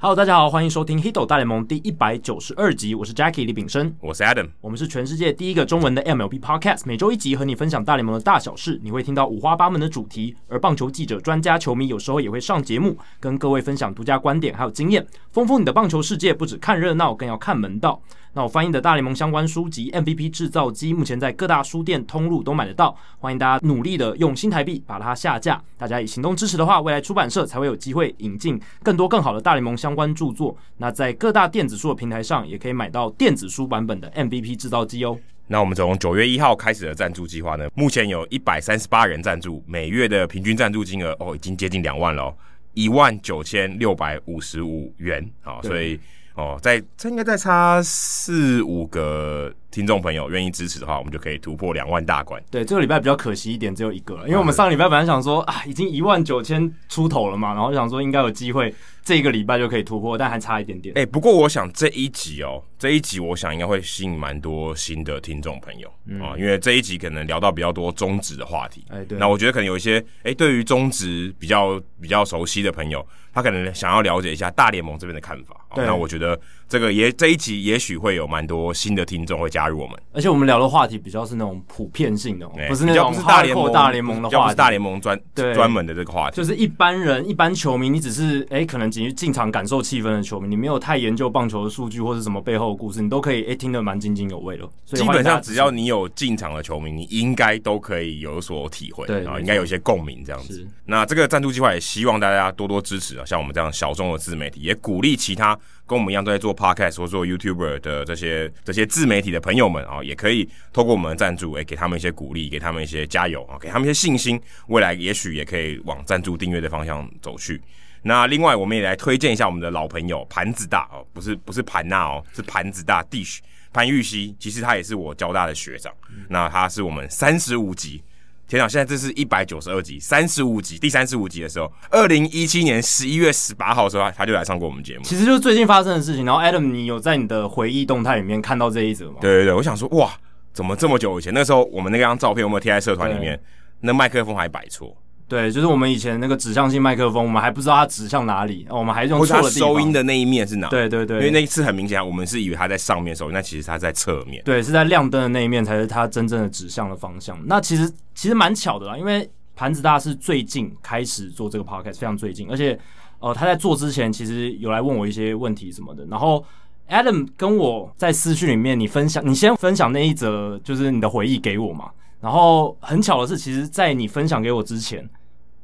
Hello，大家好，欢迎收听《Hito 大联盟》第一百九十二集，我是 Jackie 李炳生，我是 Adam，我们是全世界第一个中文的 MLB Podcast，每周一集和你分享大联盟的大小事，你会听到五花八门的主题，而棒球记者、专家、球迷有时候也会上节目，跟各位分享独家观点还有经验，丰富你的棒球世界。不只看热闹，更要看门道。那我翻译的大联盟相关书籍《MVP 制造机》，目前在各大书店通路都买得到，欢迎大家努力的用新台币把它下架。大家以行动支持的话，未来出版社才会有机会引进更多更好的大联盟相关著作。那在各大电子书的平台上，也可以买到电子书版本的 MVP 制造机哦。那我们从九月一号开始的赞助计划呢，目前有一百三十八人赞助，每月的平均赞助金额哦，已经接近两万了、哦，一万九千六百五十五元啊、哦，对所以哦，在这应该再差四五个听众朋友愿意支持的话，我们就可以突破两万大关。对，这个礼拜比较可惜一点，只有一个了，因为我们上个礼拜本来想说啊，已经一万九千出头了嘛，然后想说应该有机会这个礼拜就可以突破，但还差一点点。哎、不过我想这一集哦，这一集我想应该会吸引蛮多新的听众朋友啊、因为这一集可能聊到比较多中职的话题。嗯哎对那我觉得可能有一些哎、对于中职比较比较熟悉的朋友，他可能想要了解一下大联盟这边的看法。哦对那我觉得这个也这一集也许会有蛮多新的听众会加入我们，而且我们聊的话题比较是那种普遍性的、哦，哎不是那比较种不是大联 hardcore 盟大联盟的比较不话是题，大联盟专对专门的这个话题就。是一般人、一般球迷，你只是哎、可能仅于进场感受气氛的球迷，你没有太研究棒球的数据或是什么背后的故事，你都可以哎、听得蛮津津有味的。哦所以基欢迎本大家上支只持要你有进场的球迷，你应该都可以有所体会，对没啊，错应该有一些共鸣这样子是。那这个赞助计划也希望大家多多支持啊，像我们这样小众的自媒体，也鼓励其他跟我们一样都在做 podcast 或做 YouTuber 的这些这些自媒体的朋友们啊，也可以透过我们的赞助，哎、给他们一些鼓励，给他们一些加油啊，给他们一些信心，未来也许也可以往赞助订阅的方向走去。那另外，我们也来推荐一下我们的老朋友盘子大哦，不是不是盘娜哦，是盘子大 Dish 潘玉熙，其实他也是我交大的学长，那他是我们三十五集。天啊！现在这是一百九十二集，三十五集，第三十五集的时候，二零一七年十一月十八号的时候，他他就来上过我们节目。其实就是最近发生的事情。然后 Adam，你有在你的回忆动态里面看到这一则吗？对对对，我想说，哇，怎么这么久以前？那时候我们那张照片有没有贴在社团里面？那麦克风还摆错，对，就是我们以前那个指向性麦克风，我们还不知道它指向哪里，哦我们还用或者错他了地方。收音的那一面是哪？对对对因为那一次很明显，我们是以为他在上面收音，那其实他在侧面。对，是在亮灯的那一面才是它真正的指向的方向。那其实其实蛮巧的啦，因为盘子大是最近开始做这个 podcast，非常最近，而且呃他在做之前其实有来问我一些问题什么的，然后。Adam 跟我在私讯里面，你分享，你先分享那一则，就是你的回忆给我嘛。然后很巧的是，其实，在你分享给我之前，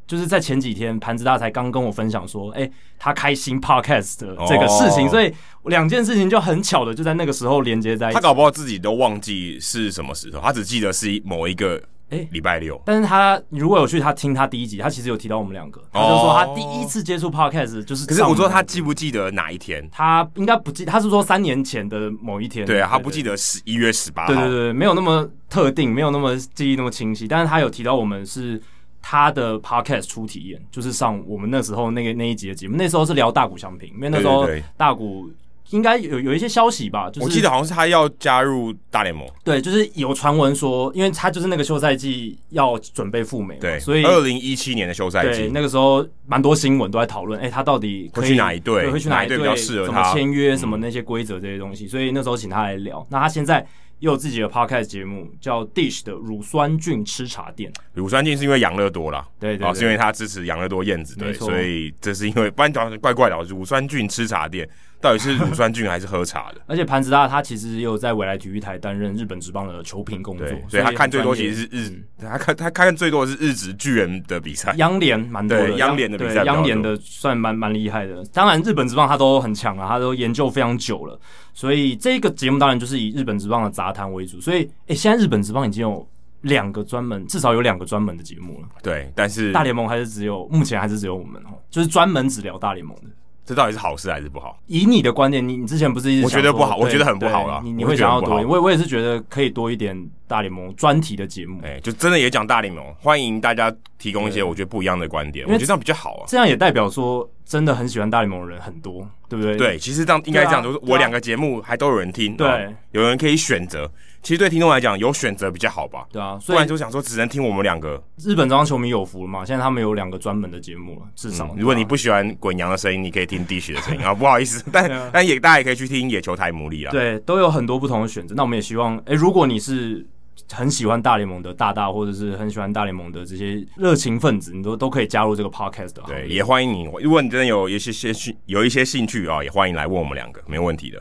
就是在前几天，盘子大才刚跟我分享说，哎、他开新 podcast 的这个事情，哦所以两件事情就很巧的就在那个时候连接在一起他。搞不好自己都忘记是什么时候，他只记得是一某一个哎礼拜六。但是他如果有去他听他第一集，他其实有提到我们两个，他就说他第一次接触 podcast 就是哦可上是门。我说他记不记得哪一天？他应该不记，他是说三年前的某一天。对啊，他不记。得十一月十八号。对对对对，没有那么特定，没有那么记忆那么清晰，但是他有提到我们是他的 podcast 初体验，就是上我们那时候那个那一集的节目，那时候是聊大谷翔平，因为那时候对对对大谷应该有有一些消息吧，就是我记得好像是他要加入大联盟，对，就是有传闻说，因为他就是那个休赛季要准备赴美嘛，对，所以二零一七年的休赛对，季，那个时候蛮多新闻都在讨论，哎、他到底可以会去哪一队对会去哪哪一队比较适合怎么他嗯签约，什么那些规则这些东西。所以那时候请他来聊。那他现在也有自己的 podcast 节目，叫 Dish 的乳酸菌吃茶店。乳酸菌是因为养乐多啦，对对哦，对是因为他支持养乐多燕子没队，错所以这是因为不然好像怪怪的哦。乳酸菌吃茶店到底是乳酸菌还是喝茶 的？而且盘子大他其实也有在未来体育台担任日本职棒的球评工作对，，所所以他看最多其很专业嗯实是日，他看他看最多的是日职巨人的比 赛，央联蛮多的，对央联的比赛对比较多央联的算蛮蛮厉害的。当然，日本职棒他都很强啊，他都研究非常久了。所以这个节目当然就是以日本职棒的杂谈为主。所以，诶、现在日本职棒已经有两个专门，至少有两个专门的节目了。对，但是大联盟还是只有目前还是只有我们哦，就是专门只聊大联盟的。这到底是好事还是不好？以你的观点，你你之前不是一直我觉得想说不好我对觉得很不对好啦你你我会觉得想要很不多一好点，我我也是觉得可以多一点大联盟专题的节目。哎、就真的哦也讲大联盟，欢迎大家提供一些我觉得不一样的观点，我为觉得这样比较好啊。这样也代表说真的很喜欢大联盟的人很多，对不对？对，其实这样应该这样，对就啊是对我啊两个节目还都有人听，对哦有人可以选择。其实对听众来讲，有选择比较好吧，对啊，不所然以就想说只能听我们两个。日本职棒球迷有福了嘛，现在他们有两个专门的节目了，至少、嗯如果对啊你不喜欢滚羊的声音，你可以听 Dish 的声音啊，不好意思，但对啊 但也大家也可以去听野球台牡蛎啊。对，都有很多不同的选择。那我们也希望，诶，如果你是很喜欢大联盟的大大，或者是很喜欢大联盟的这些热情分子，你都都可以加入这个 podcast 的行列。对，也欢迎你。如果你真的有一些些兴有一些兴趣啊、也欢迎来问我们两个，没有问题的。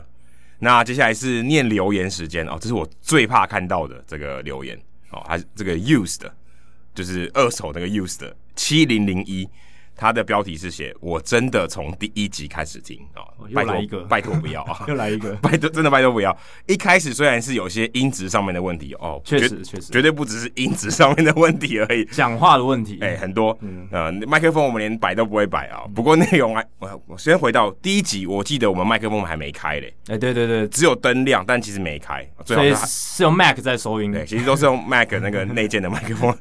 那接下来是念留言时间哦，这是我最怕看到的这个留言哦，还是这个 used，的就是二手那个 used 的七零零一，它的标题是写“我真的从第一集开始听”哦，又拜来托一个，拜托不要啊，又来一个 拜托真的拜托不要。一开始虽然是有些音质上面的问题哦，确绝实确实，绝对不只是音质上面的问题而已，讲话的问题，哎、很多，嗯呃，麦克风我们连摆都不会摆啊、不过内容还，我我先回到第一集，我记得我们麦克风还没开嘞，哎、对对对，只有灯亮，但其实没开，最好所以是还是用 Mac 在收音对，的，其实都是用 Mac 那个内建的麦克风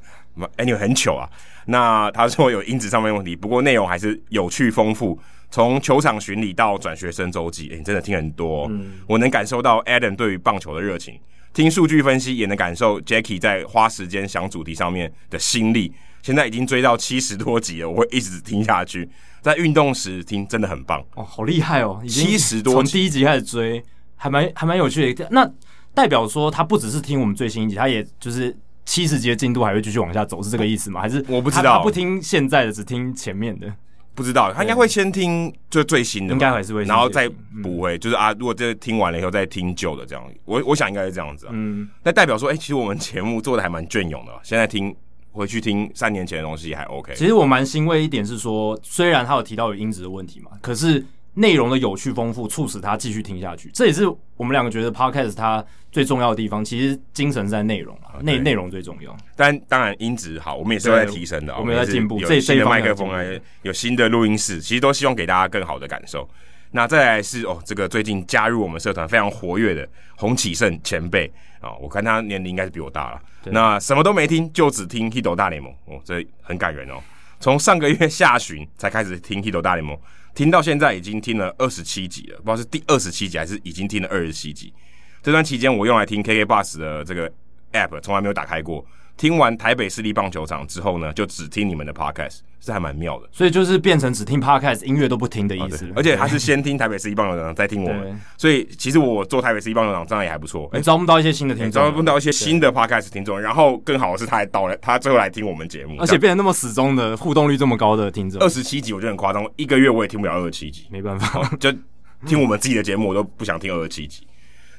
，anyway 很糗啊。那他说有音质上面的问题，不过内容还是有趣丰富。从球场巡礼到转学生周记，哎、你真的听很多哦、嗯我能感受到 Adam 对于棒球的热情，听数据分析也能感受 Jackie 在花时间想主题上面的心力。现在已经追到七十多集了，我会一直听下去。在运动时听真的很棒，哦，好厉害哦，已经70多从集第一集开始追，还蛮还蛮有趣的。那代表说他不只是听我们最新一集，他也就是。七十集的进度还会继续往下走，是这个意思吗？还是我不知他道他不听现在的，只听前面的。不知道，他应该会先听就最新的吧，应该还是会先然后听嗯再补回，就是啊，如果这听完了以后再听旧的这样，我我想应该是这样子啊。嗯，那代表说，哎、其实我们节目做的还蛮隽永的啊，现在听回去听三年前的东西也还 OK。其实我蛮欣慰一点是说，虽然他有提到有音质的问题嘛，可是内容的有趣丰富促使他继续听下去。这也是我们两个觉得 podcast 它最重要的地方。其实精神是在内容啊，内对内容最重要。但当然音质好，我们也是有在提升的啊，对们我们也是有在进步有这新的这一方麦面克风啊有进，有新的录音室，其实都希望给大家更好的感受。那再来是哦，这个最近加入我们社团非常活跃的洪启胜前辈啊、我看他年龄应该是比我大了。那什么都没听，就只听《h i d o 大联盟》哦，这很感人哦。从上个月下旬才开始听《h i d o 大联盟》，听到现在已经听了二十七集了，不知道是第二十七集还是已经听了二十七集。这段期间，我用来听 KK Bus 的这个 App，从来没有打开过。听完台北市立棒球场之后呢，就只听你们的 Podcast，是还蛮妙的。所以就是变成只听 podcast，音乐都不听的意思。啊而且他是先听台北市立棒球场，再听我对们，所以其实我做台北市立棒球场这样也还不错。哎、你招募到一些新的听你众招啊，募到一些新的 podcast 听众，然后更好的是他还到了，他最后来听我们节目，而且变成那么死忠的互动率这么高的听众二，十七集我觉得很夸张，一个月我也听不了二十七集，没办法，就听我们自己的节目，我都不想听二十七集。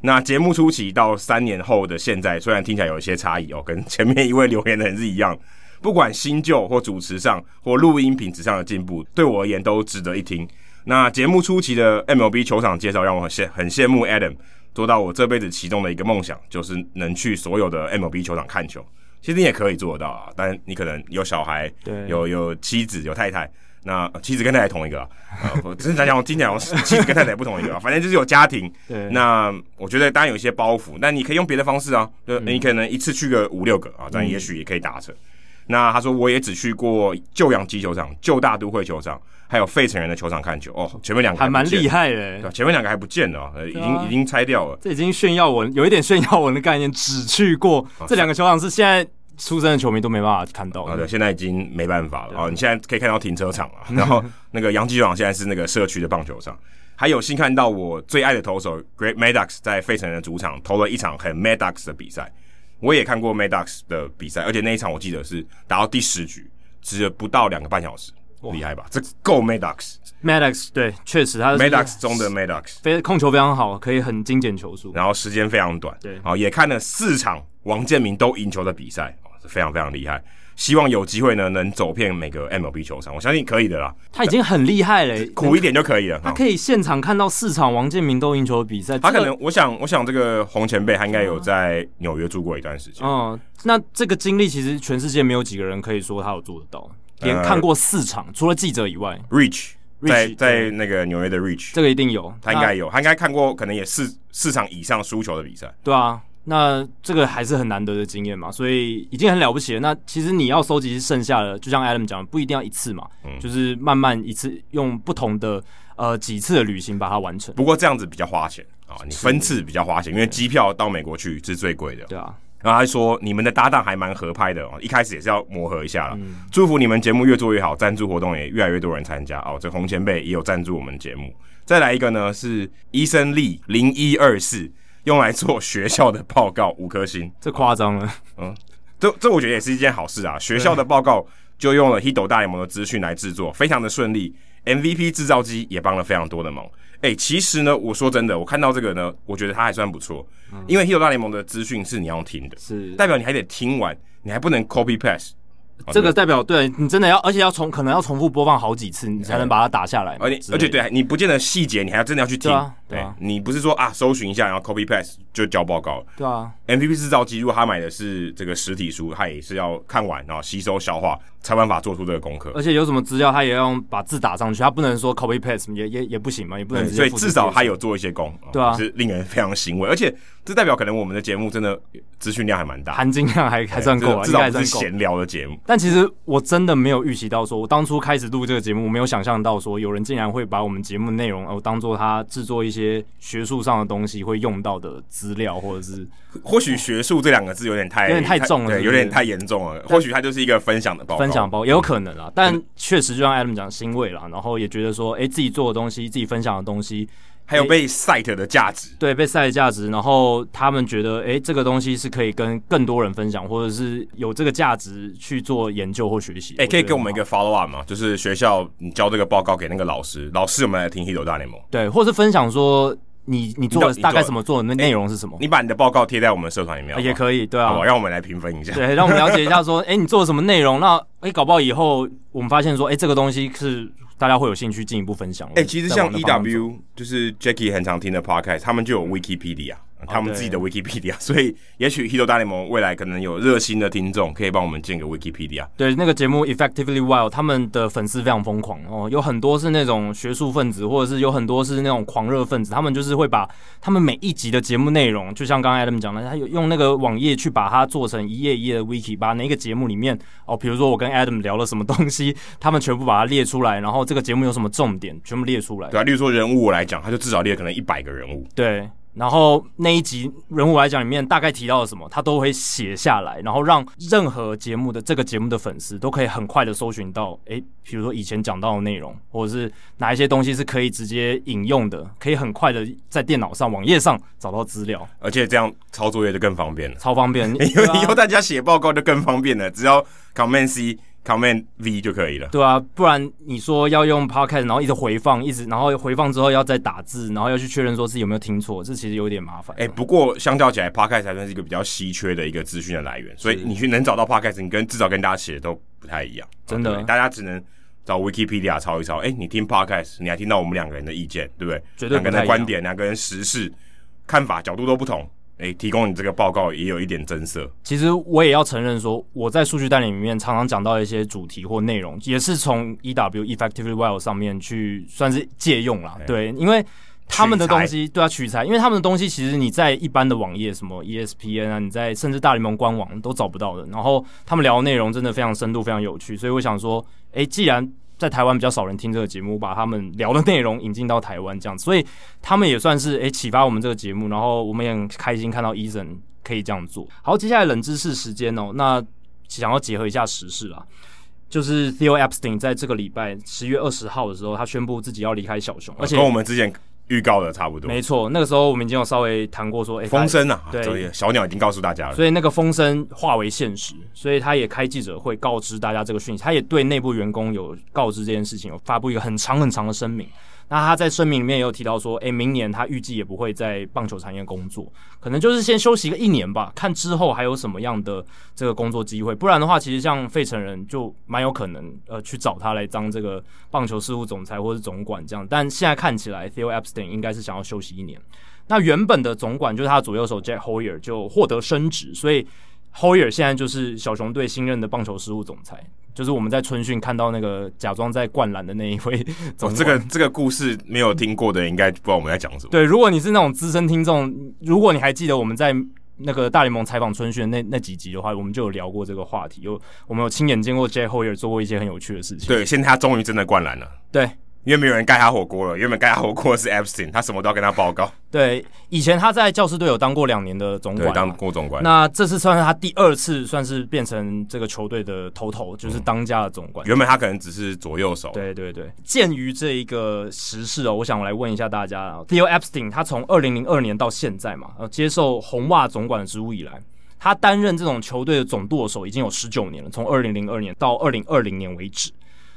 那节目初期到三年后的现在，虽然听起来有一些差异哦，跟前面一位留言的人是一样，不管新旧或主持上或录音品质上的进步，对我而言都值得一听。那节目初期的 MLB 球场介绍让我很羡很羡慕 Adam，做到我这辈子其中的一个梦想，就是能去所有的 MLB 球场看球。其实你也可以做得到啊，但你可能有小孩，对有有妻子，有太太。那呃妻子跟太太同一个啊，呃、 我真的讲讲，我听起来我是妻子跟太太不同一个、啊，反正就是有家庭。对那我觉得当然有一些包袱，但你可以用别的方式啊，就嗯你可能一次去个五六个啊，但也许也可以达成。那他说我也只去过旧洋基球场、旧大都会球场，还有费城人的球场看球。哦，前面两个还蛮不见厉了，害对的。啊，前面两个还不见了啊，呃已对经、啊已经拆掉了。这已经炫耀文，有一点炫耀文的概念，只去过哦这两个球场是现在出生的球迷都没办法看到好的啊的，。现在已经没办法了啊！你现在可以看到停车场了， 然后那个洋基球场现在是那个社区的棒球场，还有幸看到我最爱的投手 Great Maddox 在费城的主场投了一场很 Maddox 的比赛，我也看过 Maddox 的比赛，而且那一场我记得是打到第十局，只有不到两个半小时，厉害吧？这够 Maddox，Maddox Maddox 对，确实他是中的 Maddox，非控球非常好，可以很精简球速。然后时间非常短，对好也看了四场王建民都赢球的比赛，哦非常非常厉害。希望有机会呢，能走遍每个 MLB 球场，我相信可以的啦，他已经很厉害了，苦一点就可以了。他哦可以现场看到四场王建民都赢球的比赛。他这可个能，我想，我想这个洪前辈他应该有在纽约住过一段时间，嗯，那这个经历其实全世界没有几个人可以说他有做得到，连呃看过四场，除了记者以外， Reach Reach，在在对啊那个纽约的 Reach，这个一定有。他应该有，他应该看过可能也四四场以上输球的比赛。那对啊，那这个还是很难得的经验嘛，所以已经很了不起了。那其实你要收集剩下的，就像 Adam 讲的，不一定要一次嘛，嗯就是慢慢一次用不同的呃几次的旅行把它完成。不过这样子比较花钱啊，你分次比较花钱，因为机票到美国去是最贵的。对啊，然后他说你们的搭档还蛮合拍的哦，一开始也是要磨合一下了。祝福你们节目越做越好，赞助活动也越来越多人参加哦。这洪前辈也有赞助我们节目。再来一个呢是医生力零一二四，用来做学校的报告，五颗星。这夸张了，这这我觉得也是一件好事啊。学校的报告就用了 Hido 大联盟的资讯来制作，非常的顺利。MVP 制造机也帮了非常多的忙。哎、其实呢，我说真的，我看到这个呢，我觉得它还算不错，因为 Hido 大联盟的资讯是你要听的，是代表你还得听完，你还不能 copy paste。这个代表对你真的要，而且要重可能要重复播放好几次，你才能把它打下来嘛。而且之而类且的，对哦你不见得细节，你还要真的要去听。对啊对啊你不是说啊，搜寻一下，然后 copy paste 就交报告了。对啊， MVP 制造机，如果他买的是这个实体书，他也是要看完然后吸收消化，才有办法做出这个功课。而且有什么资料，他也要把字打上去，他不能说 copy paste 也也也不行嘛，也不能对直接所以复制至少贴上他有做一些功，呃对啊是令人非常欣慰。而且这代表可能我们的节目真的资讯量还蛮大，含金量还还算够啊，至应该少还不算是够。闲聊的节目。但其实我真的没有预习到说我当初开始录这个节目，我没有想象到说有人竟然会把我们节目内容哦、呃当做他制作一些学术上的东西会用到的资料，或者是或许学术这两个字有点太有点太重了是不对，是有点太严重了。或许它就是一个分享的报告，分享包，也有可能啦。但确实就像 Adam 讲，欣慰啦，然后也觉得说，哎、自己做的东西，自己分享的东西，还有被 site 的价值。对被晒的价值，然后他们觉得，哎、这个东西是可以跟更多人分享，或者是有这个价值去做研究或学习。哎、可以觉得给我们很一好个 follow up 吗？就是学校你交这个报告给那个老师，老师有没有来听《h i t o 大联盟》？对，或是分享说你你做你的做大概什么做的那内容是什么。你把你的报告贴在我们社团里面啊也以，可以，对好啊不好？，让我们来评分一下。对，让我们了解一下说， 哎、你做了什么内容？那哎、搞不好以后我们发现说，哎、这个东西是大家会有兴趣进一步分享。哎、其实像再往那方面走 EW 就是 Jackie 很常听的 podcast，他们就有 Wikipedia，、他哦们自己的 Wikipedia，所以也许《h i t o 大联盟》未来可能有热心的听众可以帮我们建个 Wikipedia。对那个节目 Effectively Wild，他们的粉丝非常疯狂哦，有很多是那种学术分子，或者是有很多是那种狂热分子，他们就是会把他们每一集的节目内容，就像刚才 Adam 讲的，他有用那个网页去把它做成一页一页的 wiki，把哪一个节目里面哦，比如说我跟 Adam 聊了什么东西， 他们全部把它列出来，然后这个节目有什么重点，全部列出来对。啊，例如说人物我来讲，他就至少列可能一百个人物。对，然后那一集人物来讲里面大概提到了什么，他都会写下来，然后让任何节目的这个节目的粉丝都可以很快的搜寻到，诶，比如说以前讲到的内容，或者是哪一些东西是可以直接引用的，可以很快的在电脑上、网页上找到资料，而且这样抄作业就更方便了，超方便。你因为 以后大家写报告就更方便了，只要 Command C、Command V 就可以了。对啊，不然你说要用 podcast，然后一直回放，一直然后回放之后要再打字，然后要去确认说自己有没有听错，这其实有点麻烦。哎、不过相较起来，podcast 还算是一个比较稀缺的一个资讯的来源，所以你去能找到 podcast，你跟至少跟大家写的都不太一样，真的对不对大家只能找 Wikipedia 抄一抄。哎、你听 podcast，你还听到我们两个人的意见，对不对？绝对两不个太一样人的观点，两个人时事看法、角度都不同，哎、提供你这个报告也有一点增色。其实我也要承认说，我在数据单里面常常讲到一些主题或内容，也是从 EW Effectively Well 上面去算是借用啦。对，因为他们的东西，对啊，取材，因为他们的东西其实你在一般的网页，什么 ESPN 啊，你在甚至大联盟官网都找不到的。然后他们聊的内容真的非常深度，非常有趣，所以我想说，诶，既然在台湾比较少人听这个节目，把他们聊的内容引进到台湾这样子，所以他们也算是诶启、发我们这个节目，然后我们也很开心看到 Eason 可以这样做。好，接下来冷知识时间哦，那想要结合一下时事啊，就是 Theo Epstein 在这个礼拜十月二十号的时候，他宣布自己要离开小熊，而且跟我们之前预告的差不多。没错，那个时候我们已经有稍微谈过说，诶，他风声啊，对这也小鸟已经告诉大家了。所以那个风声化为现实，所以他也开记者会告知大家这个讯息，他也对内部员工有告知这件事情，有发布一个很长很长的声明。那他在声明里面也有提到说，诶、明年他预计也不会在棒球产业工作，可能就是先休息个一年吧，看之后还有什么样的这个工作机会。不然的话，其实像费城人就蛮有可能呃去找他来当这个棒球事务总裁或是总管这样。但现在看起来，Theo Epstein 应该是想要休息一年。那原本的总管就是他的左右手 Jack Hoyer 就获得升职，所以 Hoyer 现在就是小熊队新任的棒球事务总裁，就是我们在春训看到那个假装在灌篮的那一位 总管。哦，这个这个故事没有听过的，应该不知道我们在讲什么。对，如果你是那种资深听众，如果你还记得我们在那个大联盟采访春训那那几集的话，我们就有聊过这个话题，有我们有亲眼见过 J Hoyer 做过一些很有趣的事情。对，现在他终于真的灌篮了，对因为没有人盖他火锅了。原本盖他火锅 的是 Epstein，他什么都要跟他报告。对，以前他在教师队有当过两年的总对管，，啊当郭总管。那这次算是他第二次，算是变成这个球队的头头，就是当家的总管。原本他可能只是左右手，对对对，鉴于这一个时事哦，我想我来问一下大家啊，Theo Epstein 他从二零零二年到现在嘛，呃，接受红袜总管的职务以来，他担任这种球队的总舵手已经有十九年了，从二零零二年到二零二零年为止。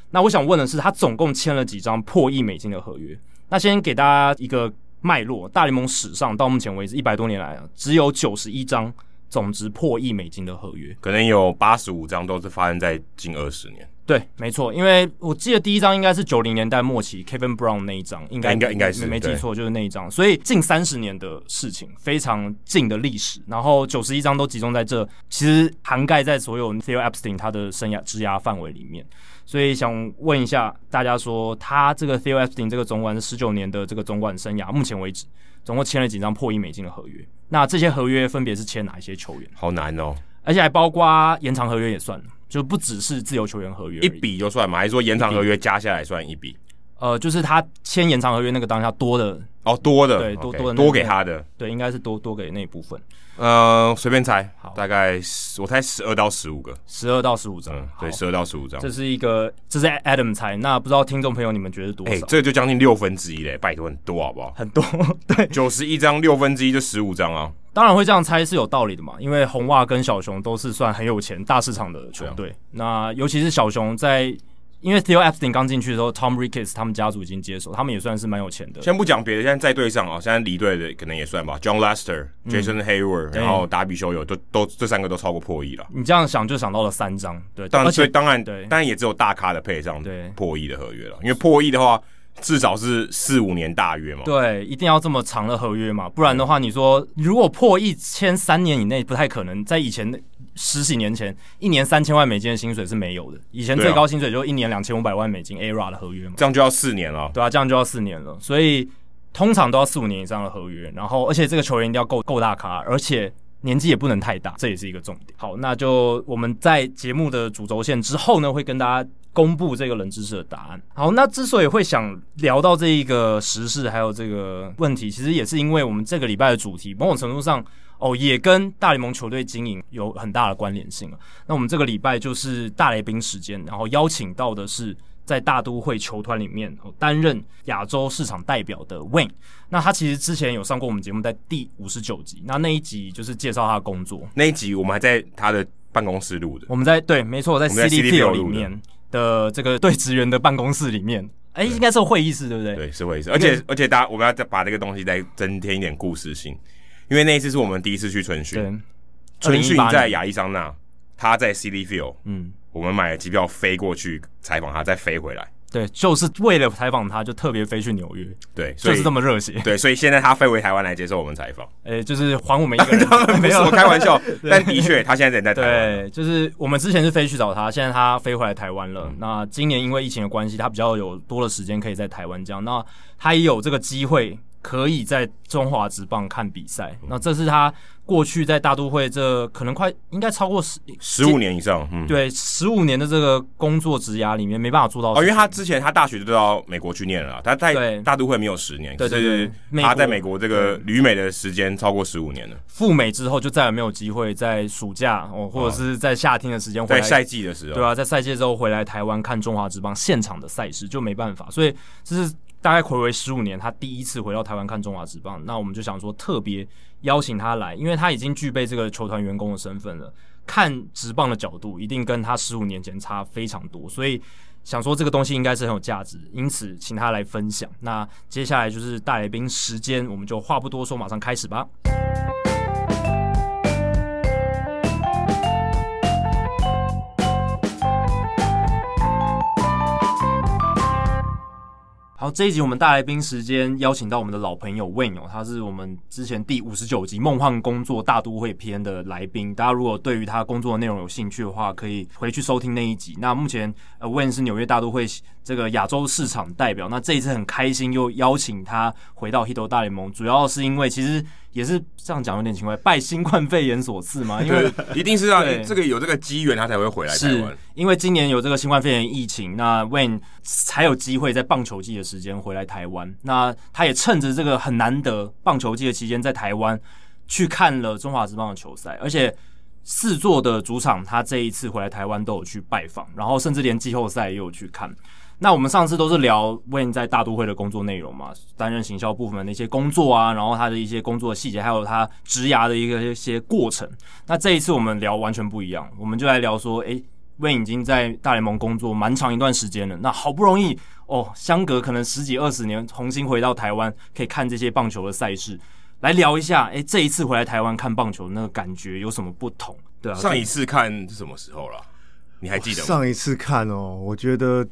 那我想问的是，他总共签了几张破亿美金的合约？那先给大家一个脉络，大联盟史上到目前为止一百多年来啊，只有九十一张总值破亿美金的合约。可能有八十五张都是发生在近二十年，对，没错，因为我记得第一张应该是九零年代末期 Kevin Brown 那一张，应该应该应该是没没记对错，就是那一张，所以近三十年的事情，非常近的历史，然后九十一张都集中在这，其实涵盖在所有 Theo Epstein 他的生涯职涯范围里面，所以想问一下大家说，他这个 Theo Epstein 这个总管十九年的这个总管生涯，目前为止总共签了几张破亿美金的合约？那这些合约分别是签哪一些球员？好难哦，而且还包括延长合约也算，就不只是自由球员合约而已，一笔就算嘛，还是说延长合约加下来算一笔？呃，就是他签延长合约那个当下多的，哦，多的，对多 OK，多的那多给他的，对，应该是多多给那一部分，呃，随便猜好，大概10我猜十二到十五个，十二到十五张。嗯，好对，十二到十五张这，是一个，这是 Adam 猜，那不知道听众朋友你们觉得多哎、少？这个就将近六分之一嘞，拜托很多好不好？很多， 对，九十一张六分之一就十五张啊，当然会这样猜是有道理的嘛，因为红袜跟小熊都是算很有钱大市场的球啊队，那尤其是小熊在。因为 Theo Epstein 刚进去的时候，Tom Ricketts 他们家族已经接手，他们也算是蛮有钱的。先不讲别的，现在在队上啊，现在离队的可能也算吧，John Lester、Jason 嗯 Hayward，然后达比修友都都这三个都超过破亿了。你这样想就想到了三张，对，当而然，所以且当然，对当然也只有大咖的配上对破亿的合约了，因为破亿的话至少是四五年大约嘛。啊对，一定要这么长的合约嘛，不然的话，你说如果破亿签三年以内不太可能，在以前十几年前，一年三千万美金的薪水是没有的，以前对啊最高薪水就一年两千五百万美金 ARA 的合约嘛，这样就要四年了。对啊，这样就要四年了，所以通常都要四五年以上的合约，然后而且这个球员一定要够够大咖，而且。年纪也不能太大，这也是一个重点。好，那就我们在节目的主轴线之后呢，会跟大家公布这个冷知识的答案。好，那之所以会想聊到这一个时事还有这个问题，其实也是因为我们这个礼拜的主题，某种程度上哦，也跟大联盟球队经营有很大的关联性啊。那我们这个礼拜就是大来宾时间，然后邀请到的是在大都会球团里面哦担任亚洲市场代表的 Wayne。那他其实之前有上过我们节目，在第五十九集，那那一集就是介绍他的工作。那一集我们还在他的办公室录的，我们在对，没错，在我们在 CD CD Field Field 里录的面的这个对职员的办公室里面，哎、应该是会议室对不对？对，是会是。而且而且，大家我们要再把这个东西再增添一点故事性，因为那一次是我们第一次去春训，对，春训2018在年亚利桑那，他在 CD Field，嗯，我们买了机票飞过去采访他，再飞回来。对，就是为了采访他，就特别飞去纽约，对，所就以是这么热血。对，所以现在他飞回台湾来接受我们采访，，呃，就是还我们一个人 没没有有我开玩 笑，但 的确他现在人在台湾。对，就是我们之前是飞去找他，现在他飞回来台湾了。那今年因为疫情的关系，他比较有多的时间可以在台湾这样。那他也有这个机会可以在中华职棒看比赛。那这是他过去在大都会这可能快应该超过十十五年以上，嗯，对十五年的这个工作职涯里面没办法做到的哦，事因情。为他之前他大学就到美国去念了啦，他在对大都会没有十年，对可对是对美他国在美国这个旅美的时间超过十五年了，赴美之后就再也没有机会在暑假哦，或者是在夏天的时间回在来赛季的时候，对啊，在赛季之后回来台湾看中华职棒现场的赛事就没办法，所以这是大概暌违十五年，他第一次回到台湾看中华职棒。那我们就想说特别邀请他来，因为他已经具备这个球团员工的身份了，看职棒的角度一定跟他十五年前差非常多，所以。想说这个东西应该是很有价值，因此请他来分享。那接下来就是大来宾时间，我们就话不多说，马上开始吧。好，这一集我们大来宾时间邀请到我们的老朋友 Wayne 哦，他是我们之前第五十九集《梦幻工作大都会篇》的来宾。大家如果对于他工作的内容有兴趣的话，可以回去收听那一集。那目前呃，Wayne 是纽约大都会这个亚洲市场代表。那这一次很开心又邀请他回到 Hito 大联盟，主要是因为其实。也是这样讲有点奇怪，拜新冠肺炎所赐嘛，因为对， 一定是让对这个有这个机缘，他才会回来台是湾。因为今年有这个新冠肺炎疫情，那 Wayne 才有机会在棒球季的时间回来台湾。那他也趁着这个很难得棒球季的期间，在台湾去看了中华职棒的球赛，而且四座的主场，他这一次回来台湾都有去拜访，然后甚至连季后赛也有去看。那我们上次都是聊 Wayne 在大都会的工作内容嘛，担任行销部门的一些工作啊，然后他的一些工作细节，还有他职涯的一个一些过程。那这一次我们聊完全不一样，我们就来聊说，诶、w a y n e 已经在大联盟工作蛮长一段时间了，那好不容易哦，相隔可能十几二十年，重新回到台湾，可以看这些棒球的赛事，来聊一下，诶、这一次回来台湾看棒球那个感觉有什么不同？对啊，上一次看是什么时候了？你还记得吗？上一次看哦，我觉得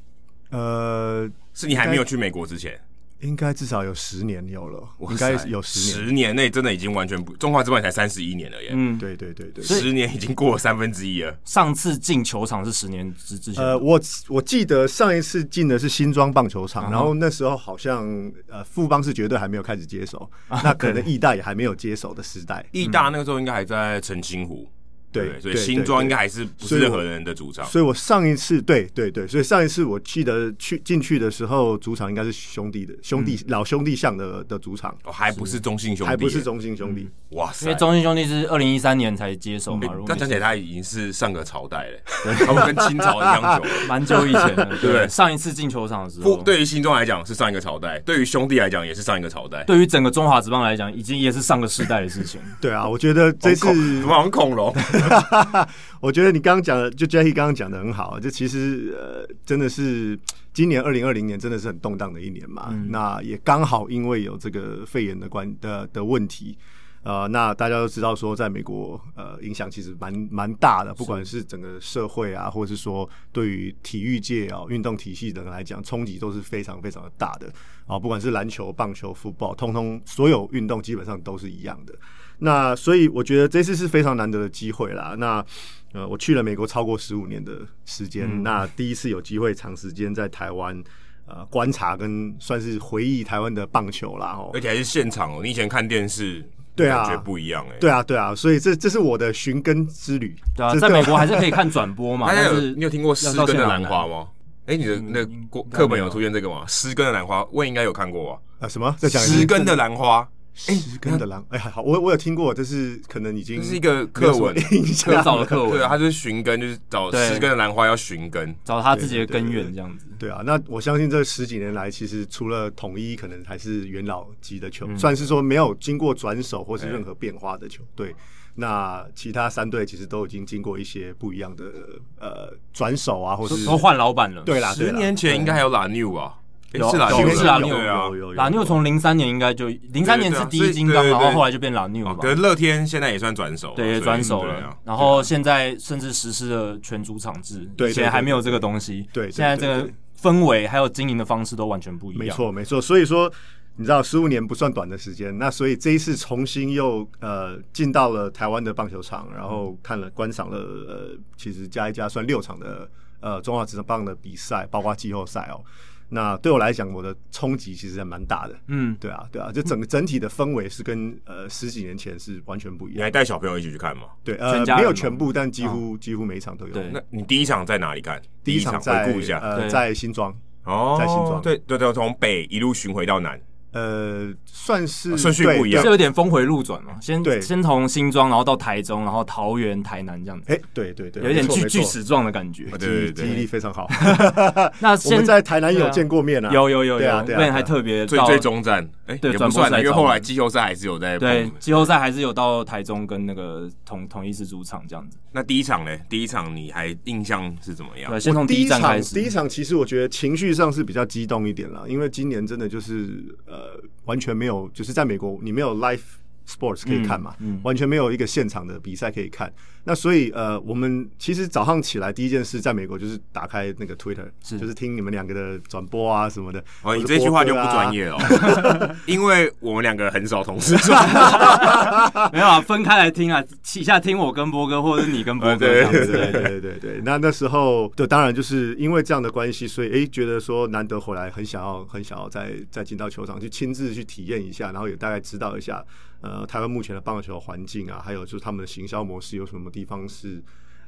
呃，是你还没有去美国之前，应该至少有十年有了，哇应该塞有十年。十年内真的已经完全不，中华之棒才三十一年了耶，嗯，对对对对。十年已经过了三分之一了。上次进球场是十年之之前，呃，我我记得上一次进的是新庄棒球啊场，哼然后那时候好像呃富邦是绝对还没有开始接手，啊那可能义大也还没有接手的时代。义大那个时候应该还在澄清湖，对不所以对对新庄对应该还是不是所以我任何人的主场。所以我上一次对对对，所以上一次我记得去进去的时候，主场应该是兄弟的兄嗯弟、老兄弟像的的主场，哦，还不是中信兄弟，还不是，中心兄弟。哇因塞为！中信兄弟是二零一三年才接手嘛，如果但没讲起来，他已经是上个朝代了，他们跟清朝一样 久了。蛮久以前的， 对上一次进球场的时候不，，对于新庄来讲是上一个朝代，对于兄弟来讲也是上一个朝代。对于整个中华职棒来讲，已经也是上个世代的事情。对啊，我觉得这次好恐怎么好像恐龙？ 我觉得你刚刚讲的，就 Jackie 刚刚讲的很好，这其实呃，真的是今年二零二零年真的是很动荡的一年嘛。那也刚好因为有这个肺炎的关的的问题，呃，那大家都知道说，在美国呃影响其实蛮蛮大的，不管是整个社会啊，或者是说对于体育界啊、运动体系等来讲，冲击都是非常非常的大的啊。不管是篮球、棒球、football，通通所有运动基本上都是一样的。那所以我觉得这次是非常难得的机会啦。那呃，我去了美国超过十五年的时间，那第一次有机会长时间在台湾呃观察跟算是回忆台湾的棒球啦哦而。且还是现场哦，你以前看电视，对啊感觉不一样哎。对啊，对啊，所以这这是我的寻根之旅。对啊，这在美国还是可以看转播 嘛，大家但有是你有听过失根的兰花吗？哎，你的那嗯过应该课本没有有出现这个吗？失根的兰花，我应该有看过啊。呃什么？再讲一失次根的兰花，十根的狼。哎，好，我我有听过，但是可能已经这是一个课文没有，什么印象很早的课对啊，文，它就是寻根，就是找对失根的兰花要寻根。找他自己的根源这样子。对啊，那我相信这十几年来，其实除了统一，可能还是元老级的嗯球，算是说没有经过转手或哎是任何变化的球队。那其他三队其实都已经经过一些不一样的呃转手啊，或都是都换老板了，对啦，对十啦年前应该还有拉纽啊，诶有是拉有纽，是拉纽对啊有。有有拉妞从零三年应该就零三年是第一金对刚，对对然后后来就变拉妞哦嘛，可是乐天现在也算转手了，对，也所以转手对啊了。然后现在甚至实施了全主场制，对以前还没有这个东西，对对对现在这个氛围还有经营的方式都完全不一样，没，错，没错。所以说，你知道十五年不算短的时间，那所以这一次重新又呃进到了台湾的棒球场，然后看了观赏了呃，其实加一加算六场的呃中华职棒的比赛，包括季后赛哦。那对我来讲，我的冲击其实还蛮大的。嗯，对啊，对啊，就整个整体的氛围是跟呃十几年前是完全不一你样。还带小朋友一起去看吗？对，全呃，家人没有吗啊全部，但几乎几乎每一场都有。对那你第一场在哪里看？第一场在回顾一下。呃，对在新庄，哦，在新庄对对对，从北一路巡回到南，呃，算是啊顺序对不一样是有点峰回路转嘛，先对先从新庄，然后到台中，然后桃园、台南这样子，哎，对对对，有一点没错锯没锯错齿状的感觉啊。记对对忆记忆对，力非常好。那我现们在台南对有啊见过面啊，有有有对啊有，对啊那还对啊特别最到最终站，哎，对也不转算播了，赛因为后来季后赛还是有在碰对季后赛还是有到台中跟那个同同一次主场这样子，那第一场呢？第一场你还印象是怎么样对，？先从啊第一站场开第一始，场其实我觉得情绪上是比较激动一点啦，因为今年真的就是呃完全没有，就是在美国你没有 live sports 可以看嘛，嗯嗯完全没有一个现场的比赛可以看。那所以呃，我们其实早上起来第一件事在美国就是打开那个 Twitter，是就是听你们两个的转播啊什么的。哦，你这句话就不专业。业了哦， 因为我们两个很少同时说，没有啊，分开来听啊，旗下听我跟波哥，或者是你跟波哥这样 子，对对对对，那那时候就当然就是因为这样的关系，所以诶觉得说难得回来，很想要很想要再再进到球场去亲自去体验一下，然后也大概知道一下呃台湾目前的棒球环境啊，还有就是他们的行销模式有什么地方是